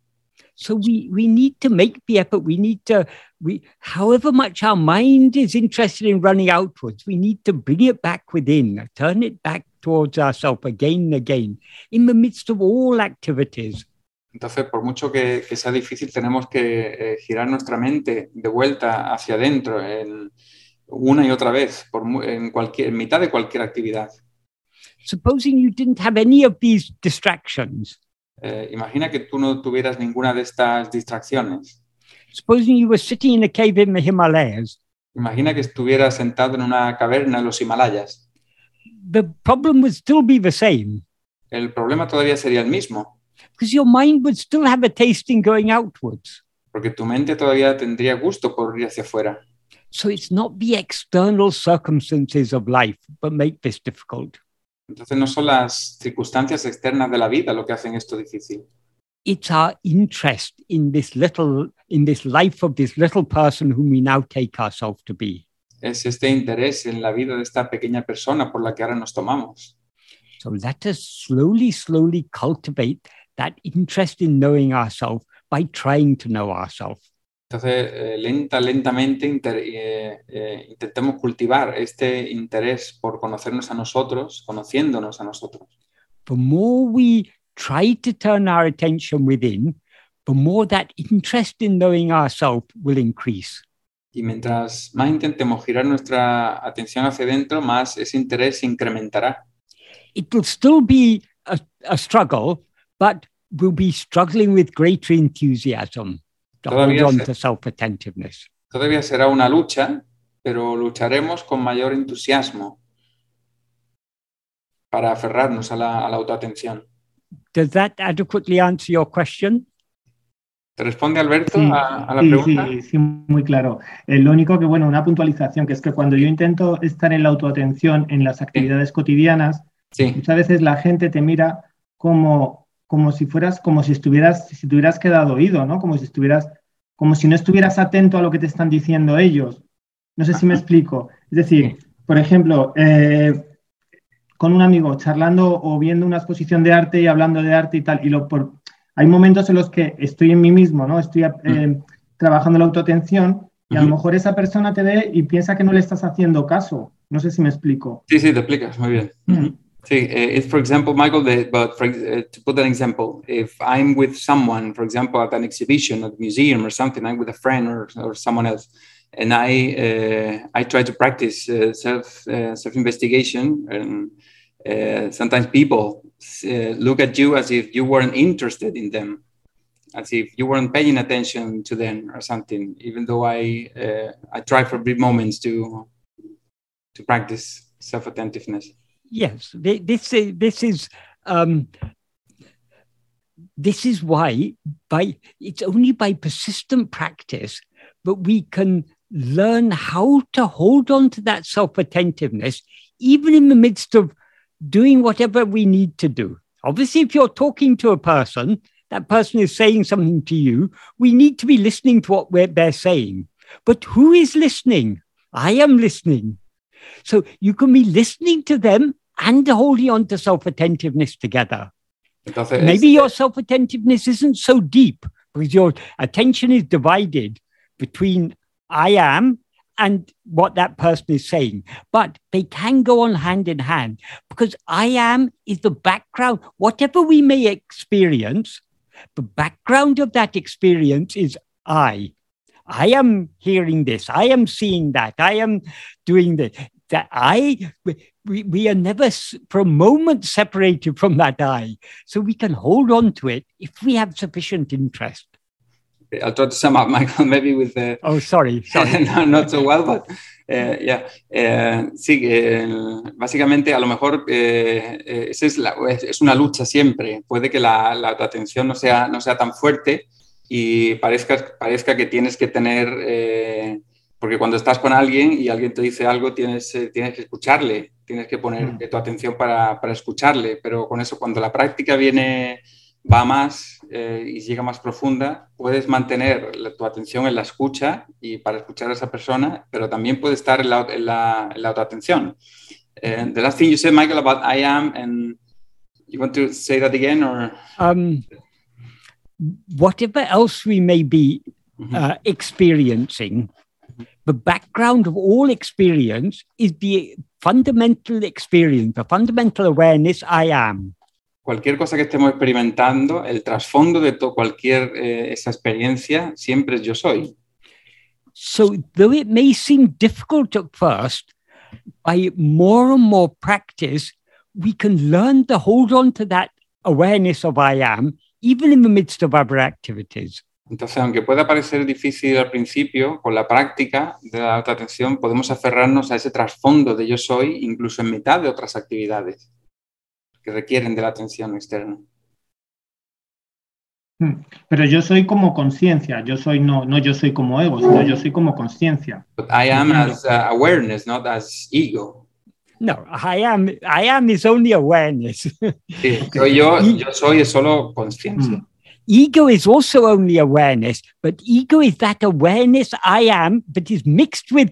So we, we need to make the effort. We need to, we, however much our mind is interested in running outwards, we need to bring it back within, turn it back towards ourselves again and again in the midst of all activities. Entonces, por mucho que, que sea difícil, tenemos que eh, girar nuestra mente de vuelta hacia adentro en- una y otra vez, por mu- en, cualquier, en mitad de cualquier actividad. Supposing you didn't have any of these distractions, Eh, imagina que tú no tuvieras ninguna de estas distracciones. supposing you were sitting in a cave in the Himalayas, Imagina que estuvieras sentado en una caverna en los Himalayas. the problem would still be the same El problema todavía sería el mismo. because your mind would still have a taste in going outwards. porque tu mente todavía tendría gusto por ir hacia afuera. So it's not the external circumstances of life that make this difficult. Entonces no son las circunstancias externas de la vida lo que hacen esto difícil. it's our interest in this little in this life of this little person whom we now take ourselves to be Es este interés en la vida de esta pequeña persona por la que ahora nos tomamos. so let us slowly slowly cultivate that interest in knowing ourselves by trying to know ourselves Entonces, eh, lenta, lentamente inter- eh, eh, intentemos cultivar este interés por conocernos a nosotros, conociéndonos a nosotros. the more we try to turn our attention within the more that interest in knowing ourselves will increase Y mientras más intentemos girar nuestra atención hacia adentro, más ese interés se incrementará. it will still be a, a struggle but we'll be struggling with greater enthusiasm to hold Todavía on se- to self-attentiveness Todavía será una lucha, pero lucharemos con mayor entusiasmo para aferrarnos a la, a la autoatención. Does that adequately answer your question? ¿Te responde Alberto Sí, a, a la sí, pregunta? sí, sí, muy claro. Eh, lo único que, bueno, una puntualización, que es que cuando yo intento estar en la autoatención, en las actividades cotidianas, Sí, muchas veces la gente te mira como, como si fueras, como si estuvieras, si te hubieras quedado oído, ¿no? Como si estuvieras, como si no estuvieras atento a lo que te están diciendo ellos. No sé si me explico. Es decir, por ejemplo, eh, con un amigo charlando o viendo una exposición de arte y hablando de arte y tal, y lo por, hay momentos en los que estoy en mí mismo, ¿no? Estoy eh, trabajando la autoatención y a Mm. Ujú. lo mejor esa persona te ve y piensa que no le estás haciendo caso. No sé si me explico. sí, sí, te explicas, muy bien. Ujú. Sí, eh, it's for example, Michael, that, but for, ex- eh, to put an example, if I'm with someone, for example, at an exhibition, at a museum or something, I'm with a friend or, or someone else, and I uh, I try to practice uh, self uh, self investigation, and uh, sometimes people uh, look at you as if you weren't interested in them, as if you weren't paying attention to them or something. Even though I uh, I try for brief moments to to practice self attentiveness. Yes, thi- this is this is um, this is why by it's only by persistent practice that we can learn how to hold on to that self attentiveness, even in the midst of doing whatever we need to do. Obviously, if you're talking to a person, that person is saying something to you. We need to be listening to what we're, they're saying. But who is listening? I am listening. So you can be listening to them and holding on to self attentiveness together. Entonces, Maybe your self attentiveness isn't so deep because your attention is divided between I am and what that person is saying. But they can go on hand in hand because I am is the background, whatever we may experience, the background of that experience is I. I am hearing this. I am seeing that. I am doing this. That I, we, we are never s- for a moment separated from that I. So we can hold on to it if we have sufficient interest. eh, I'll try to sum up, Michael, maybe with the Oh, sorry, sorry. no, not so well, but eh, yeah. Eh, sí, eh, básicamente a lo mejor eh, eh, esa es, la- es- es una lucha siempre. Puede que la, la atención no sea, no sea tan fuerte y parezca, parezca que tienes que tener, eh, porque cuando estás con alguien y alguien te dice algo, tienes, eh, tienes que escucharle, tienes que poner Mm. eh, tu atención para, para escucharle, pero con eso cuando la práctica viene va más eh, y llega más profunda, puedes mantener la- tu atención en la escucha y para escuchar a esa persona, pero también puede estar en la, en la, en la autoatención. Eh, the last thing you said, Michael, about I am, and you want to say that again, or Um, whatever else we may be uh, experiencing, the background of all experience is the fundamental experience, the fundamental awareness I am. cualquier cosa que estemos experimentando, el trasfondo de to- cualquier eh, esa experiencia siempre es yo soy. So, though it may seem difficult at first, by more and more practice, we can learn to hold on to that awareness of I am, even in the midst of other activities. Entonces, aunque pueda parecer difícil al principio, con la práctica de la autoatención podemos aferrarnos a ese trasfondo de yo soy, incluso en mitad de otras actividades que requieren de la atención externa. Pero yo soy como conciencia, yo soy no, no yo soy como ego, sino yo soy como conciencia. But I am as uh, awareness, not as ego. No, I am. I am is only awareness. Sí, soy yo, yo soy es solo conciencia. Mm. ego is also only awareness, but ego is that awareness I am, but is mixed with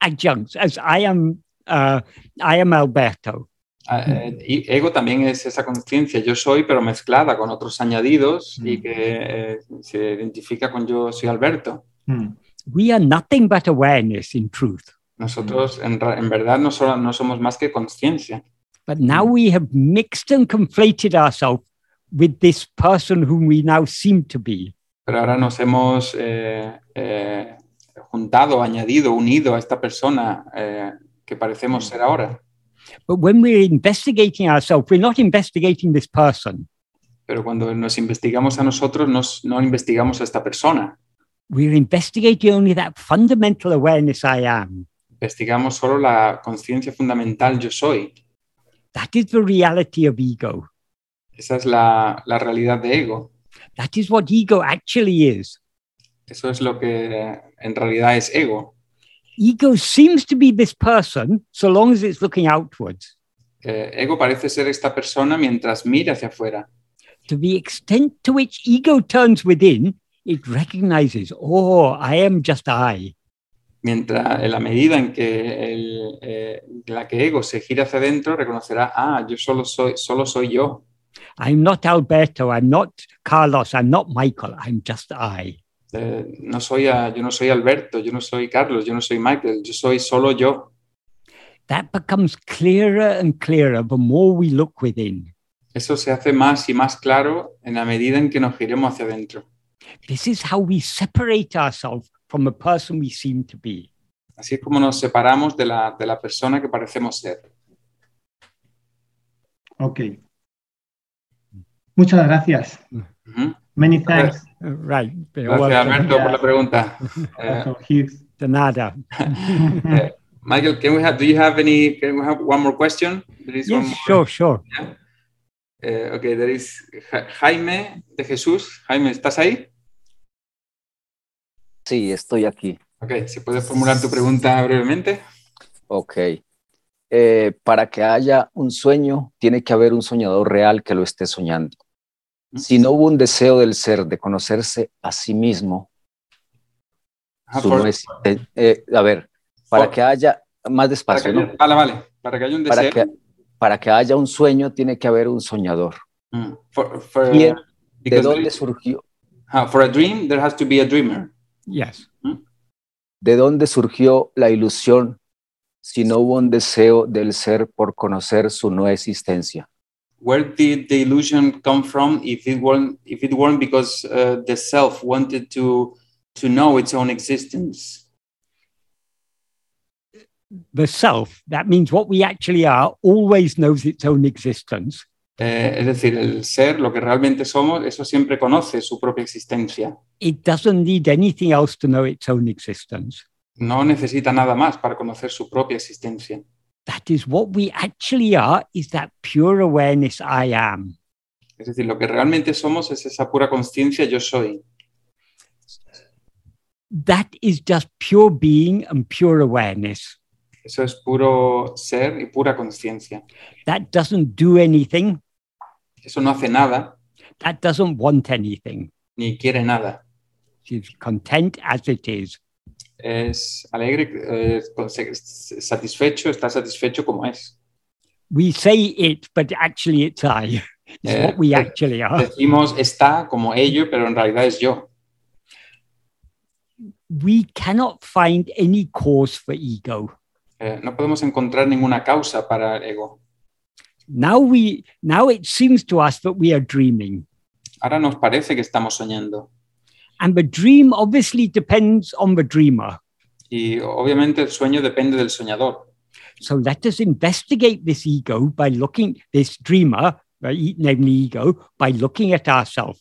adjuncts, as I am. Uh, I am Alberto. Ah, eh, y ego también es esa conciencia, yo soy, pero mezclada con otros añadidos y Mm. que eh, se identifica con yo soy Alberto. Mm. We are nothing but awareness in truth. Nosotros en, ra- en verdad no, solo, no somos más que conciencia. But now we have mixed and conflated ourselves with this person whom we now seem to be. pero ahora nos hemos eh, eh, juntado, añadido, unido a esta persona eh, que parecemos ser ahora. But when we're investigating ourselves, we're not investigating this person. Pero cuando nos investigamos a nosotros, nos- no investigamos a esta persona. We're investigating only that fundamental awareness I am. Investigamos solo la conciencia fundamental yo soy. That is the reality of ego. Esa es la, la realidad de ego. That is what ego actually is. Eso es lo que en realidad es ego. Ego seems to be this person so long as it's looking outwards. Eh, ego parece ser esta persona mientras mira hacia afuera. To the extent to which ego turns within, it recognizes, oh, I am just I. Mientras, en la medida en que el, eh, la que ego se gira hacia adentro, reconocerá, ah, yo solo soy, solo soy yo. I'm not Alberto, I'm not Carlos, I'm not Michael, I'm just I. Eh, no soy a- yo no soy Alberto, yo no soy Carlos, yo no soy Michael, yo soy solo yo. That becomes clearer and clearer the more we look within. Eso se hace más y más claro en la medida en que nos giremos hacia adentro. This is how we separate ourselves from the person we seem to be. Así es como nos separamos de la, de la persona que parecemos ser. Ok. Muchas gracias. Ujú. Many thanks, Uh, Right. You're Gracias, welcome. Alberto, por la pregunta. Eh, Dr. Hughes. De nada. Michael, can we have, do you have any, can we have one more question? There is one Yes, sure, more- sure. Eh, ok, there is Ja- Jaime de Jesús. Jaime, ¿estás ahí? Sí, estoy aquí. Ok, ¿se puede formular tu pregunta brevemente? Ok. Eh, para que haya un sueño, tiene que haber un soñador real que lo esté soñando. Si no hubo un deseo del ser de conocerse a sí mismo, Ah, su por- no es- eh, eh, a ver, para Por- que haya más para que despacio, haya- ¿no? Vale, vale. Para que haya un Para deseo. que, para que haya un sueño, tiene que haber un soñador. Mm, for- for- Bien, ¿De because dónde there- surgió? ah, for a dream, there has to be a dreamer. Yes. ¿De dónde surgió la ilusión si no hubo un deseo del ser por conocer su no existencia? Where did the illusion come from if it weren't, if it weren't because uh, the self wanted to, to know its own existence? The self, that means what we actually are, always knows its own existence. Eh, es decir, el ser, lo que realmente somos, eso siempre conoce su propia existencia. It doesn't need anything else to know its own existence. No necesita nada más para conocer su propia existencia. That is what we actually are, is that pure awareness I am. Es decir, lo que realmente somos es esa pura conciencia yo soy. That is just pure being and pure awareness. Eso es puro ser y pura conciencia. That doesn't do anything, Eso no hace nada that doesn't want anything. ni quiere nada. It is content as it is. Es alegre, eh, con- se- s- satisfecho, está satisfecho como es. We say it, but actually it's I. It's Yeah. what we actually are. Decimos está como ello, pero en realidad es yo. We cannot find any cause for ego. Eh, no podemos encontrar ninguna causa para el ego. Now we now it seems to us that we are dreaming. Ahora nos parece que estamos soñando. And the dream obviously depends on the dreamer. Y obviamente el sueño depende del soñador. So let us investigate this ego by looking this dreamer, uh, e- namely ego, by looking at ourselves.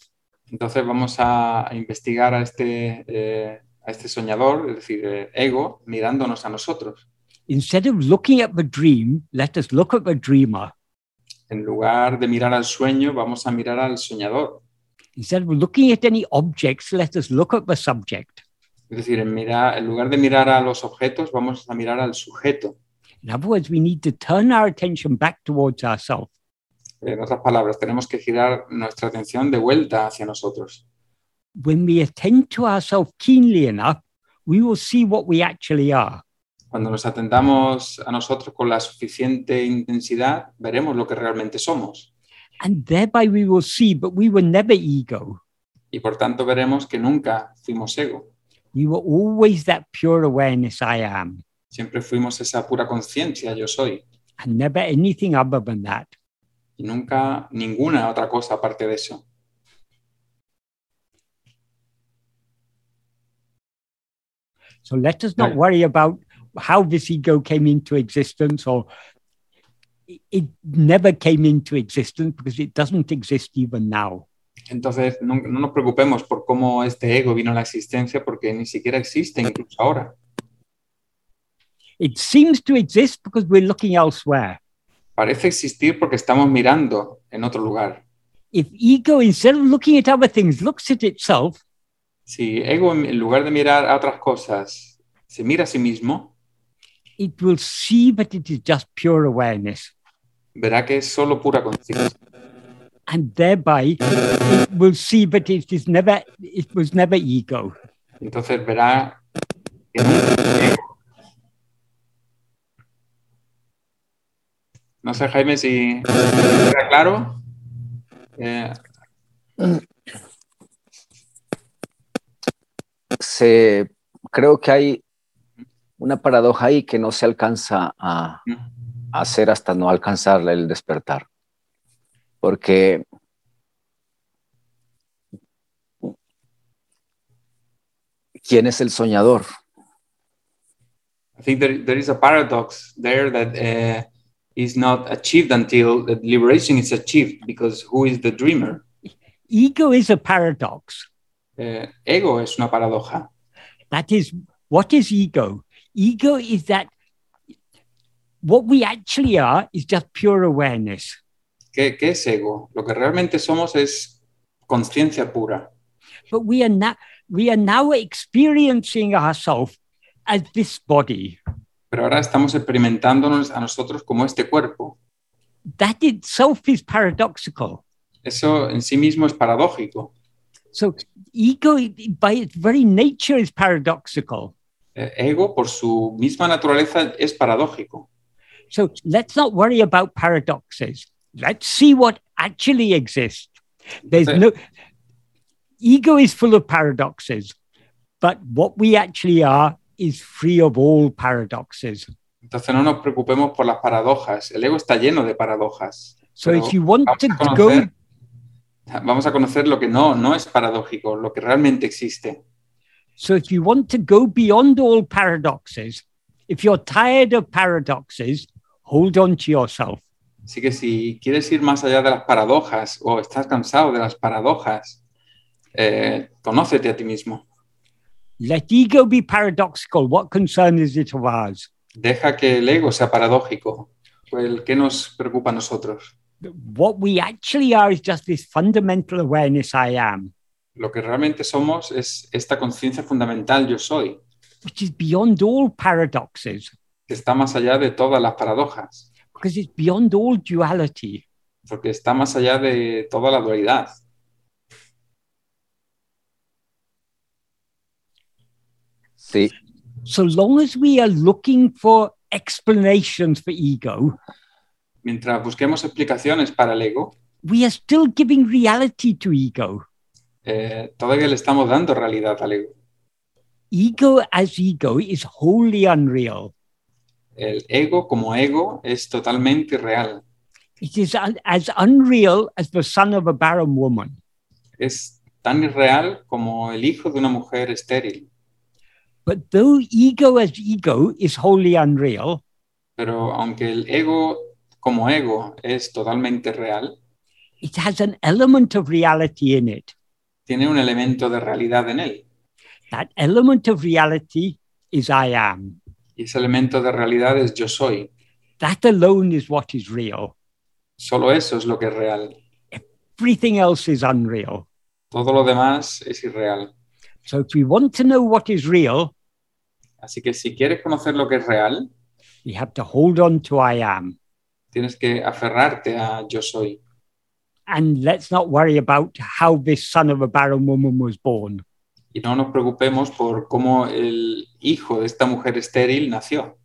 Entonces vamos a a investigar a este, eh, a este soñador, es decir, eh, ego, mirándonos a nosotros. Instead of looking at the dream, let us look at the dreamer. En lugar de mirar al sueño, vamos a mirar al soñador. Instead of looking at any objects, let us look at the subject. Es decir, en, mira- en lugar de mirar a los objetos, vamos a mirar al sujeto. In other words, we need to turn our attention back towards ourselves. En otras palabras, tenemos que girar nuestra atención de vuelta hacia nosotros. When we attend to ourselves keenly enough, we will see what we actually are. Cuando nos atendamos a nosotros con la suficiente intensidad, veremos lo que realmente somos. And thereby we will see that we were never ego. Y por tanto veremos que nunca fuimos ego. We were always that pure awareness I am, Siempre fuimos esa pura conciencia, yo soy. and never anything other than that. y nunca ninguna otra cosa aparte de eso. So let us not Right. worry about how this ego came into existence or it- it never came into existence because it doesn't exist even now. Entonces, no, no nos preocupemos por cómo este ego vino a la existencia, porque ni siquiera existe incluso ahora. It seems to exist because we're looking elsewhere. Parece existir porque estamos mirando en otro lugar. if ego, instead of looking at other things, looks at itself, Si ego, en lugar de mirar a otras cosas, se mira a sí mismo, it will see that it is just pure awareness. verá que es solo pura conciencia. And thereby, it will see that it is never, it was never ego. Entonces verá que nunca fue ego. No sé, Jaime, si queda claro. Eh, Se, creo que hay una paradoja ahí que no se alcanza a, a hacer hasta no alcanzar el despertar. Porque ¿quién es el soñador? I think there, there is a paradox there that uh, is not achieved until the liberation is achieved, because who is the dreamer? Ego is a paradox. Eh, ego es una paradoja. That is, what is ego? Ego is that what we actually are is just pure awareness. ¿Qué, qué es ego? Lo que realmente somos es conciencia pura. But we are now we are now experiencing ourselves as this body. Pero ahora estamos experimentándonos a nosotros como este cuerpo. That itself is paradoxical. Eso en sí mismo es paradójico. So ego by its very nature is paradoxical. Eh, ego, por su misma naturaleza, es paradójico. So let's not worry about paradoxes. Let's see what actually exists. There's Okay. no ego is full of paradoxes, but what we actually are is free of all paradoxes. Entonces no nos preocupemos por las paradojas. El ego está lleno de paradojas. So Pero if you want vamos to a go conocer, vamos a conocer lo que no, no es paradójico, lo que realmente existe. so if you want to go beyond all paradoxes, if you're tired of paradoxes, hold on to yourself. Así que si quieres ir más allá de las paradojas o estás cansado de las paradojas, eh, conócete a ti mismo. Let ego be paradoxical. What concern is it of ours? Deja que el ego sea paradójico. Pues, ¿Qué nos preocupa a nosotros? What we actually are is just this fundamental awareness I am. Lo que realmente somos es esta conciencia fundamental yo soy, which is beyond all paradoxes que está más allá de todas las paradojas, because it's beyond all duality. porque está más allá de toda la dualidad. Sí, So long as we are looking for explanations for ego, Mientras busquemos explicaciones para el ego, we are still giving reality to ego. eh, todavía le estamos dando realidad al ego. Ego as ego is wholly unreal. El ego como ego es totalmente irreal. It is un- as unreal as the son of a barren woman. Es tan irreal como el hijo de una mujer estéril. But though ego as ego is wholly unreal, Pero aunque el ego como ego es totalmente real, it has an element of reality in it. tiene un elemento de realidad en él. That element of reality is I am. Y ese elemento de realidad es yo soy. That alone is what is real. Solo eso es lo que es real. everything else is unreal. Todo lo demás es irreal. So if we want to know what is real, Así que si quieres conocer lo que es real, we have to hold on to I am. tienes que aferrarte a yo soy. And let's not worry about how this son of a barren woman was born. Y no nos preocupemos por cómo el hijo de esta mujer estéril nació.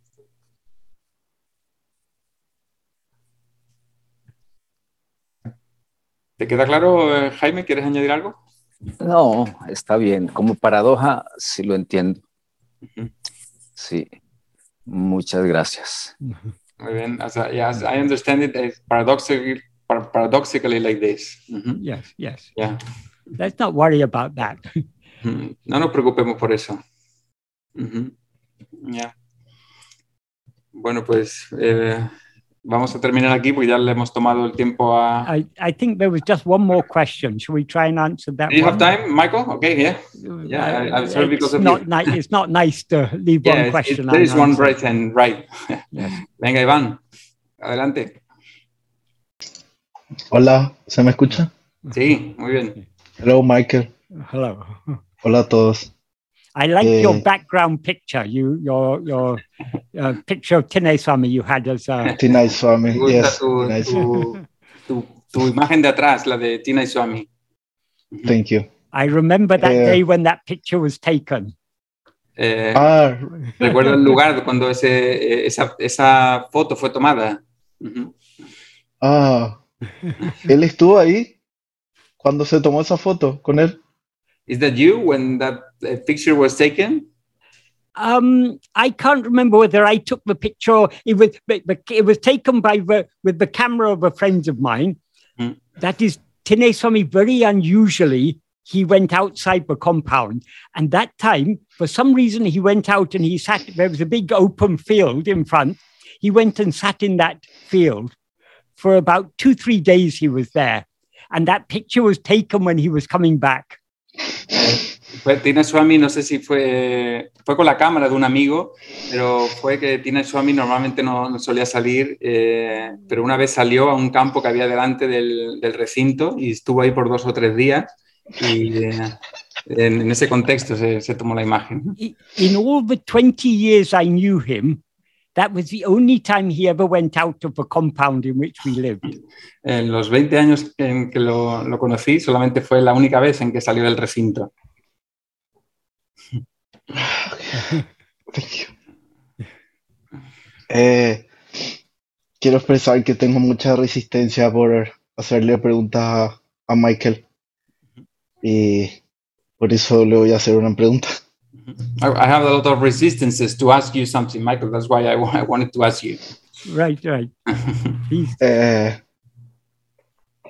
¿Te queda claro, eh, Jaime? ¿Quieres añadir algo? no, está bien. Como paradoja, sí lo entiendo. Ujú. Sí, muchas gracias. Muy bien. As I, yes, I understand it as paradoxically, par- paradoxically like this. Ujú. Yes, yes. Yeah. Let's not worry about that. Mm, No nos preocupemos por eso. Ujú. Ya. Bueno, pues eh, vamos a terminar aquí porque ya le hemos tomado el tiempo a. I, I think there was just one more question. Shall we try and answer that? Do you have Ah, one? time, Michael? Okay, yeah. Yeah, I- I'm sorry because it's of not you. ni- It's not nice to leave Yeah, one it's- question. there is one unanswered. right and right. Yes. Venga, Iván, adelante. Hola, ¿se me escucha? Sí, muy bien. Hello, Michael. Hello. Hola a todos. I like Eh. your background picture. You your your uh, picture of Tinay Swami you had as uh, Tinay Swami. Me gusta Yes, tu, Tinay Swami. tu- tu- tu imagen de atrás, la de Tina y Swami. Thank you. I remember that Yeah. day when that picture was taken. Eh, Ah, Recuerdo el lugar cuando ese, eh, esa, esa foto fue tomada. Ujú. ah. ¿Él estuvo ahí cuando se tomó esa foto con él? Is that you when that eh, picture was taken? Um, I can't remember whether I took the picture. or It was but- but it was taken by the, with the camera of a friend of mine. Mm. That is Tinay Swami. Very unusually, he went outside the compound, and that time, for some reason, he went out and he sat. There was a big open field in front. He went and sat in that field for about two three days. He was there, and that picture was taken when he was coming back. Fue Tina Swami, no sé si fue, fue con la cámara de un amigo, pero fue que Tina Swami normalmente no, no solía salir, eh, pero una vez salió a un campo que había delante del, del recinto y estuvo ahí por dos o tres días y eh, en, en ese contexto se, se tomó la imagen. I- in all the 20 years I knew him, that was the only time he ever went out of the compound in which we lived. En los 20 años en que lo, lo conocí, solamente fue la única vez en que salió del recinto. Thank you. Eh, quiero expresar que tengo mucha resistencia por hacerle preguntas a, a Michael. Y por eso le voy a hacer una pregunta. I, I have a lot of resistances to ask you something, Michael. That's why I, wa- I wanted to ask you. Right, right. He's, Eh,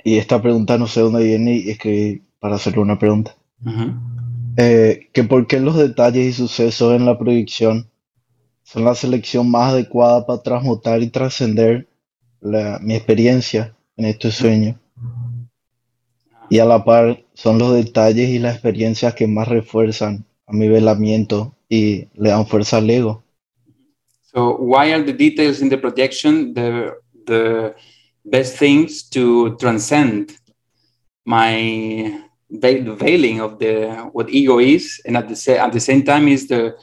y esta pregunta no sé dónde viene y escribí para hacerle una pregunta. Ujú. Eh, que por qué los detalles y sucesos en la proyección son la selección más adecuada para transmutar y trascender la- mi experiencia en este sueño. Y a la par son los detalles y las experiencias que más refuerzan a mi velamiento y le dan fuerza al ego. So why are the details in the projection the the best things to transcend my veil, the veiling of the what ego is, and at the sa- at the same time is the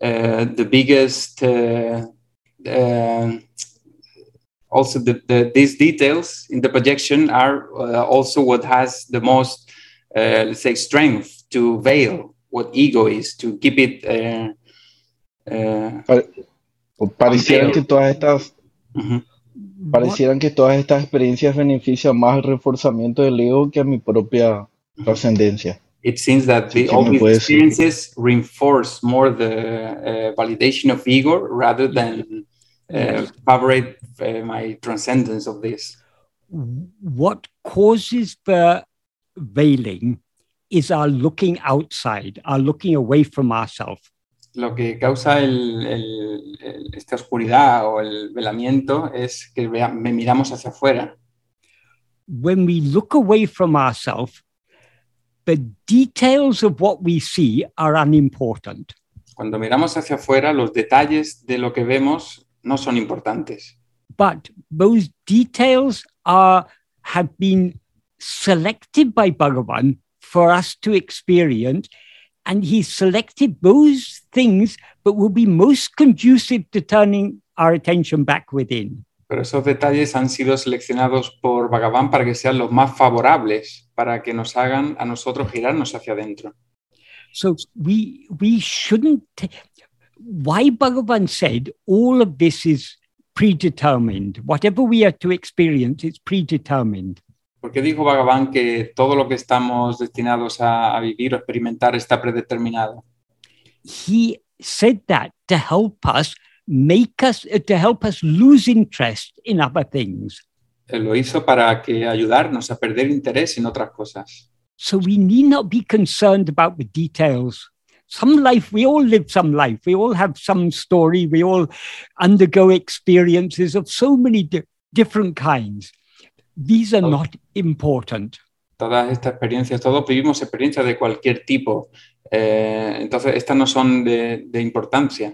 uh, the biggest uh, uh, also the, the these details in the projection are uh, also what has the most uh, let's say strength to veil what ego is to keep it. Uh, uh, O Parecieran que todas estas, mhm. parecieran que todas estas experiencias benefician más al reforzamiento del ego que a mi propia trascendencia. it seems that Sí, the, que all me these puedes- experiences reinforce more the uh, validation of ego rather than uh, favorite uh, my transcendence of this. what causes the veiling is our looking outside, our looking away from ourselves. Lo que causa el- el- el- esta oscuridad o el velamiento es que vea- me miramos hacia afuera. When we look away from ourselves, the details of what we see are unimportant. Cuando miramos hacia afuera, los detalles de lo que vemos no son importantes, but those details are have been selected by Bhagavan for us to experience. And he selected those things that will be most conducive to turning our attention back within. pero esos detalles han sido seleccionados por Bhagavan para que sean los más favorables, para que nos hagan a nosotros girarnos hacia adentro. So we we shouldn't. ta- why Bhagavan said all of this is predetermined. Whatever we are to experience, it's predetermined. Porque dijo Bhagavan que todo lo que estamos destinados a, a vivir o experimentar está predeterminado. he said that to help us make us uh, to help us lose interest in other things Él lo hizo para que ayudarnos a perder interés en otras cosas. so we need not be concerned about the details some life we all live some life we all have some story we all undergo experiences of so many di- different kinds these are not important Todas estas experiencias, todos vivimos experiencias de cualquier tipo. Eh, entonces, estas no son de, de importancia.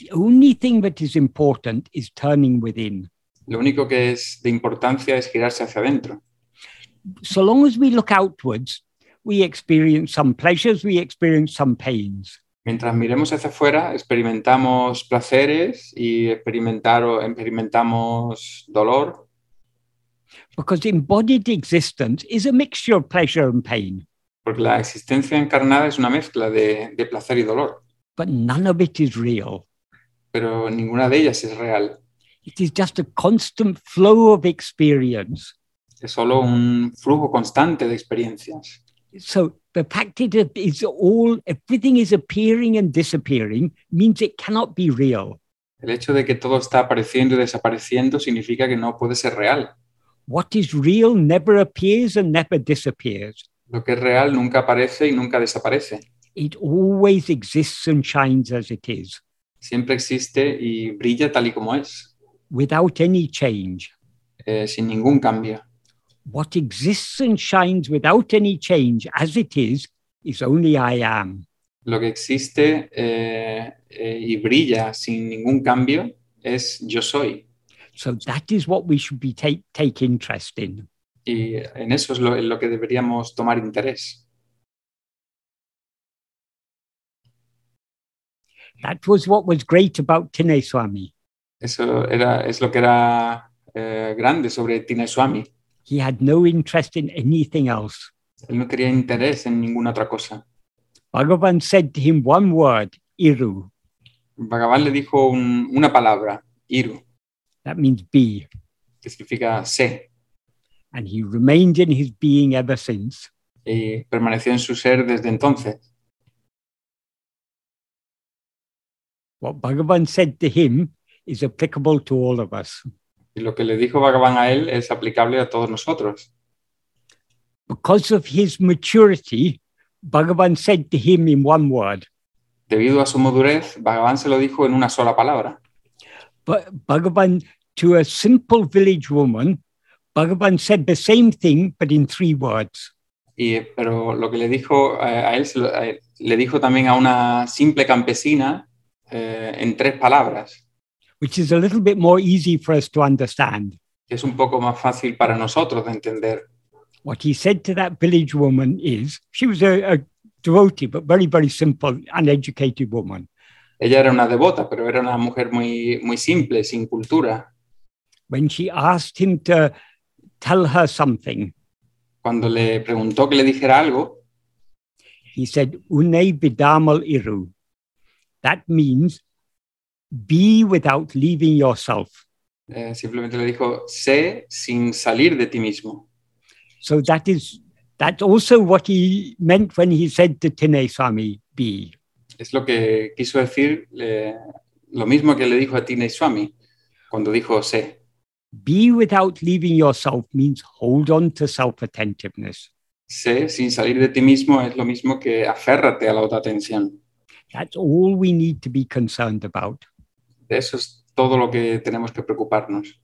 the only thing that is important is turning within Lo único que es de importancia es girarse hacia adentro. so long as we look outwards, we experience some pleasures, we experience some pains. Mientras miremos hacia afuera, experimentamos placeres y experimentar, experimentamos dolor, Because embodied existence is a mixture of pleasure and pain, porque la existencia encarnada es una mezcla de, de placer y dolor, but none of it is real. pero ninguna de ellas es real. It is just a constant flow of experience. Es solo un flujo constante de experiencias. So the fact that it is all, everything is appearing and disappearing means it cannot be real. El hecho de que todo está apareciendo y desapareciendo significa que no puede ser real. What is real never appears and never disappears. Lo que es real nunca aparece y nunca desaparece. It always exists and shines as it is Siempre existe y brilla tal y como es, without any change. eh, sin ningún cambio. What exists and shines without any change as it is, is only I am. Lo que existe eh, eh, y brilla sin ningún cambio es yo soy. So that is what we should be take, take interest in. Y en eso es lo, en lo que deberíamos tomar interés. That was what was great about Tine Swami. Eso era, es lo que era eh, grande sobre Tineswami. He had no interest in anything else. Él no tenía interés en ninguna otra cosa. Bhagavan said to him one word, Iru. Bhagavan le dijo un- una palabra, Iru, That means be. que significa sé, And he remained in his being ever since. y permaneció en su ser desde entonces. What Bhagavan said to him is applicable to all of us. Y lo que le dijo Bhagavan a él es aplicable a todos nosotros. Because of his maturity, Bhagavan said to him in one word, Debido a su madurez, Bhagavan se lo dijo en una sola palabra. but Bhagavan to a simple village woman, Bhagavan said the same thing but in three words. Y, eh, pero lo que le dijo eh, a él, se lo- a él- le dijo también a una simple campesina eh, en tres palabras, which is a little bit more easy for us to understand. que es un poco más fácil para nosotros de entender. What he said to that village woman is she was a, a devotee, but very, very simple, uneducated woman. Ella era una devota, pero era una mujer muy, muy simple, sin cultura. When she asked him to tell her something, Cuando le preguntó que le dijera algo, he said, Une vidamal iru. That means be without leaving yourself. Eh, simplemente le dijo, sé sin salir de ti mismo. So that is that's also what he meant when he said to Tine Swami, be. Es lo que quiso decir eh, lo mismo que le dijo a Tina Swami cuando dijo sé. Be without leaving yourself means hold on to self attentiveness. Sé sin salir de ti mismo es lo mismo que aférrate a la autoatención. That's all we need to be concerned about. De eso es todo lo que tenemos que preocuparnos.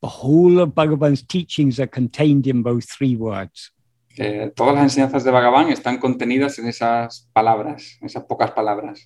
The whole of Bhagavan's teachings are contained in those three words. Eh, todas las enseñanzas de Bhagavan están contenidas en esas palabras, en esas pocas palabras.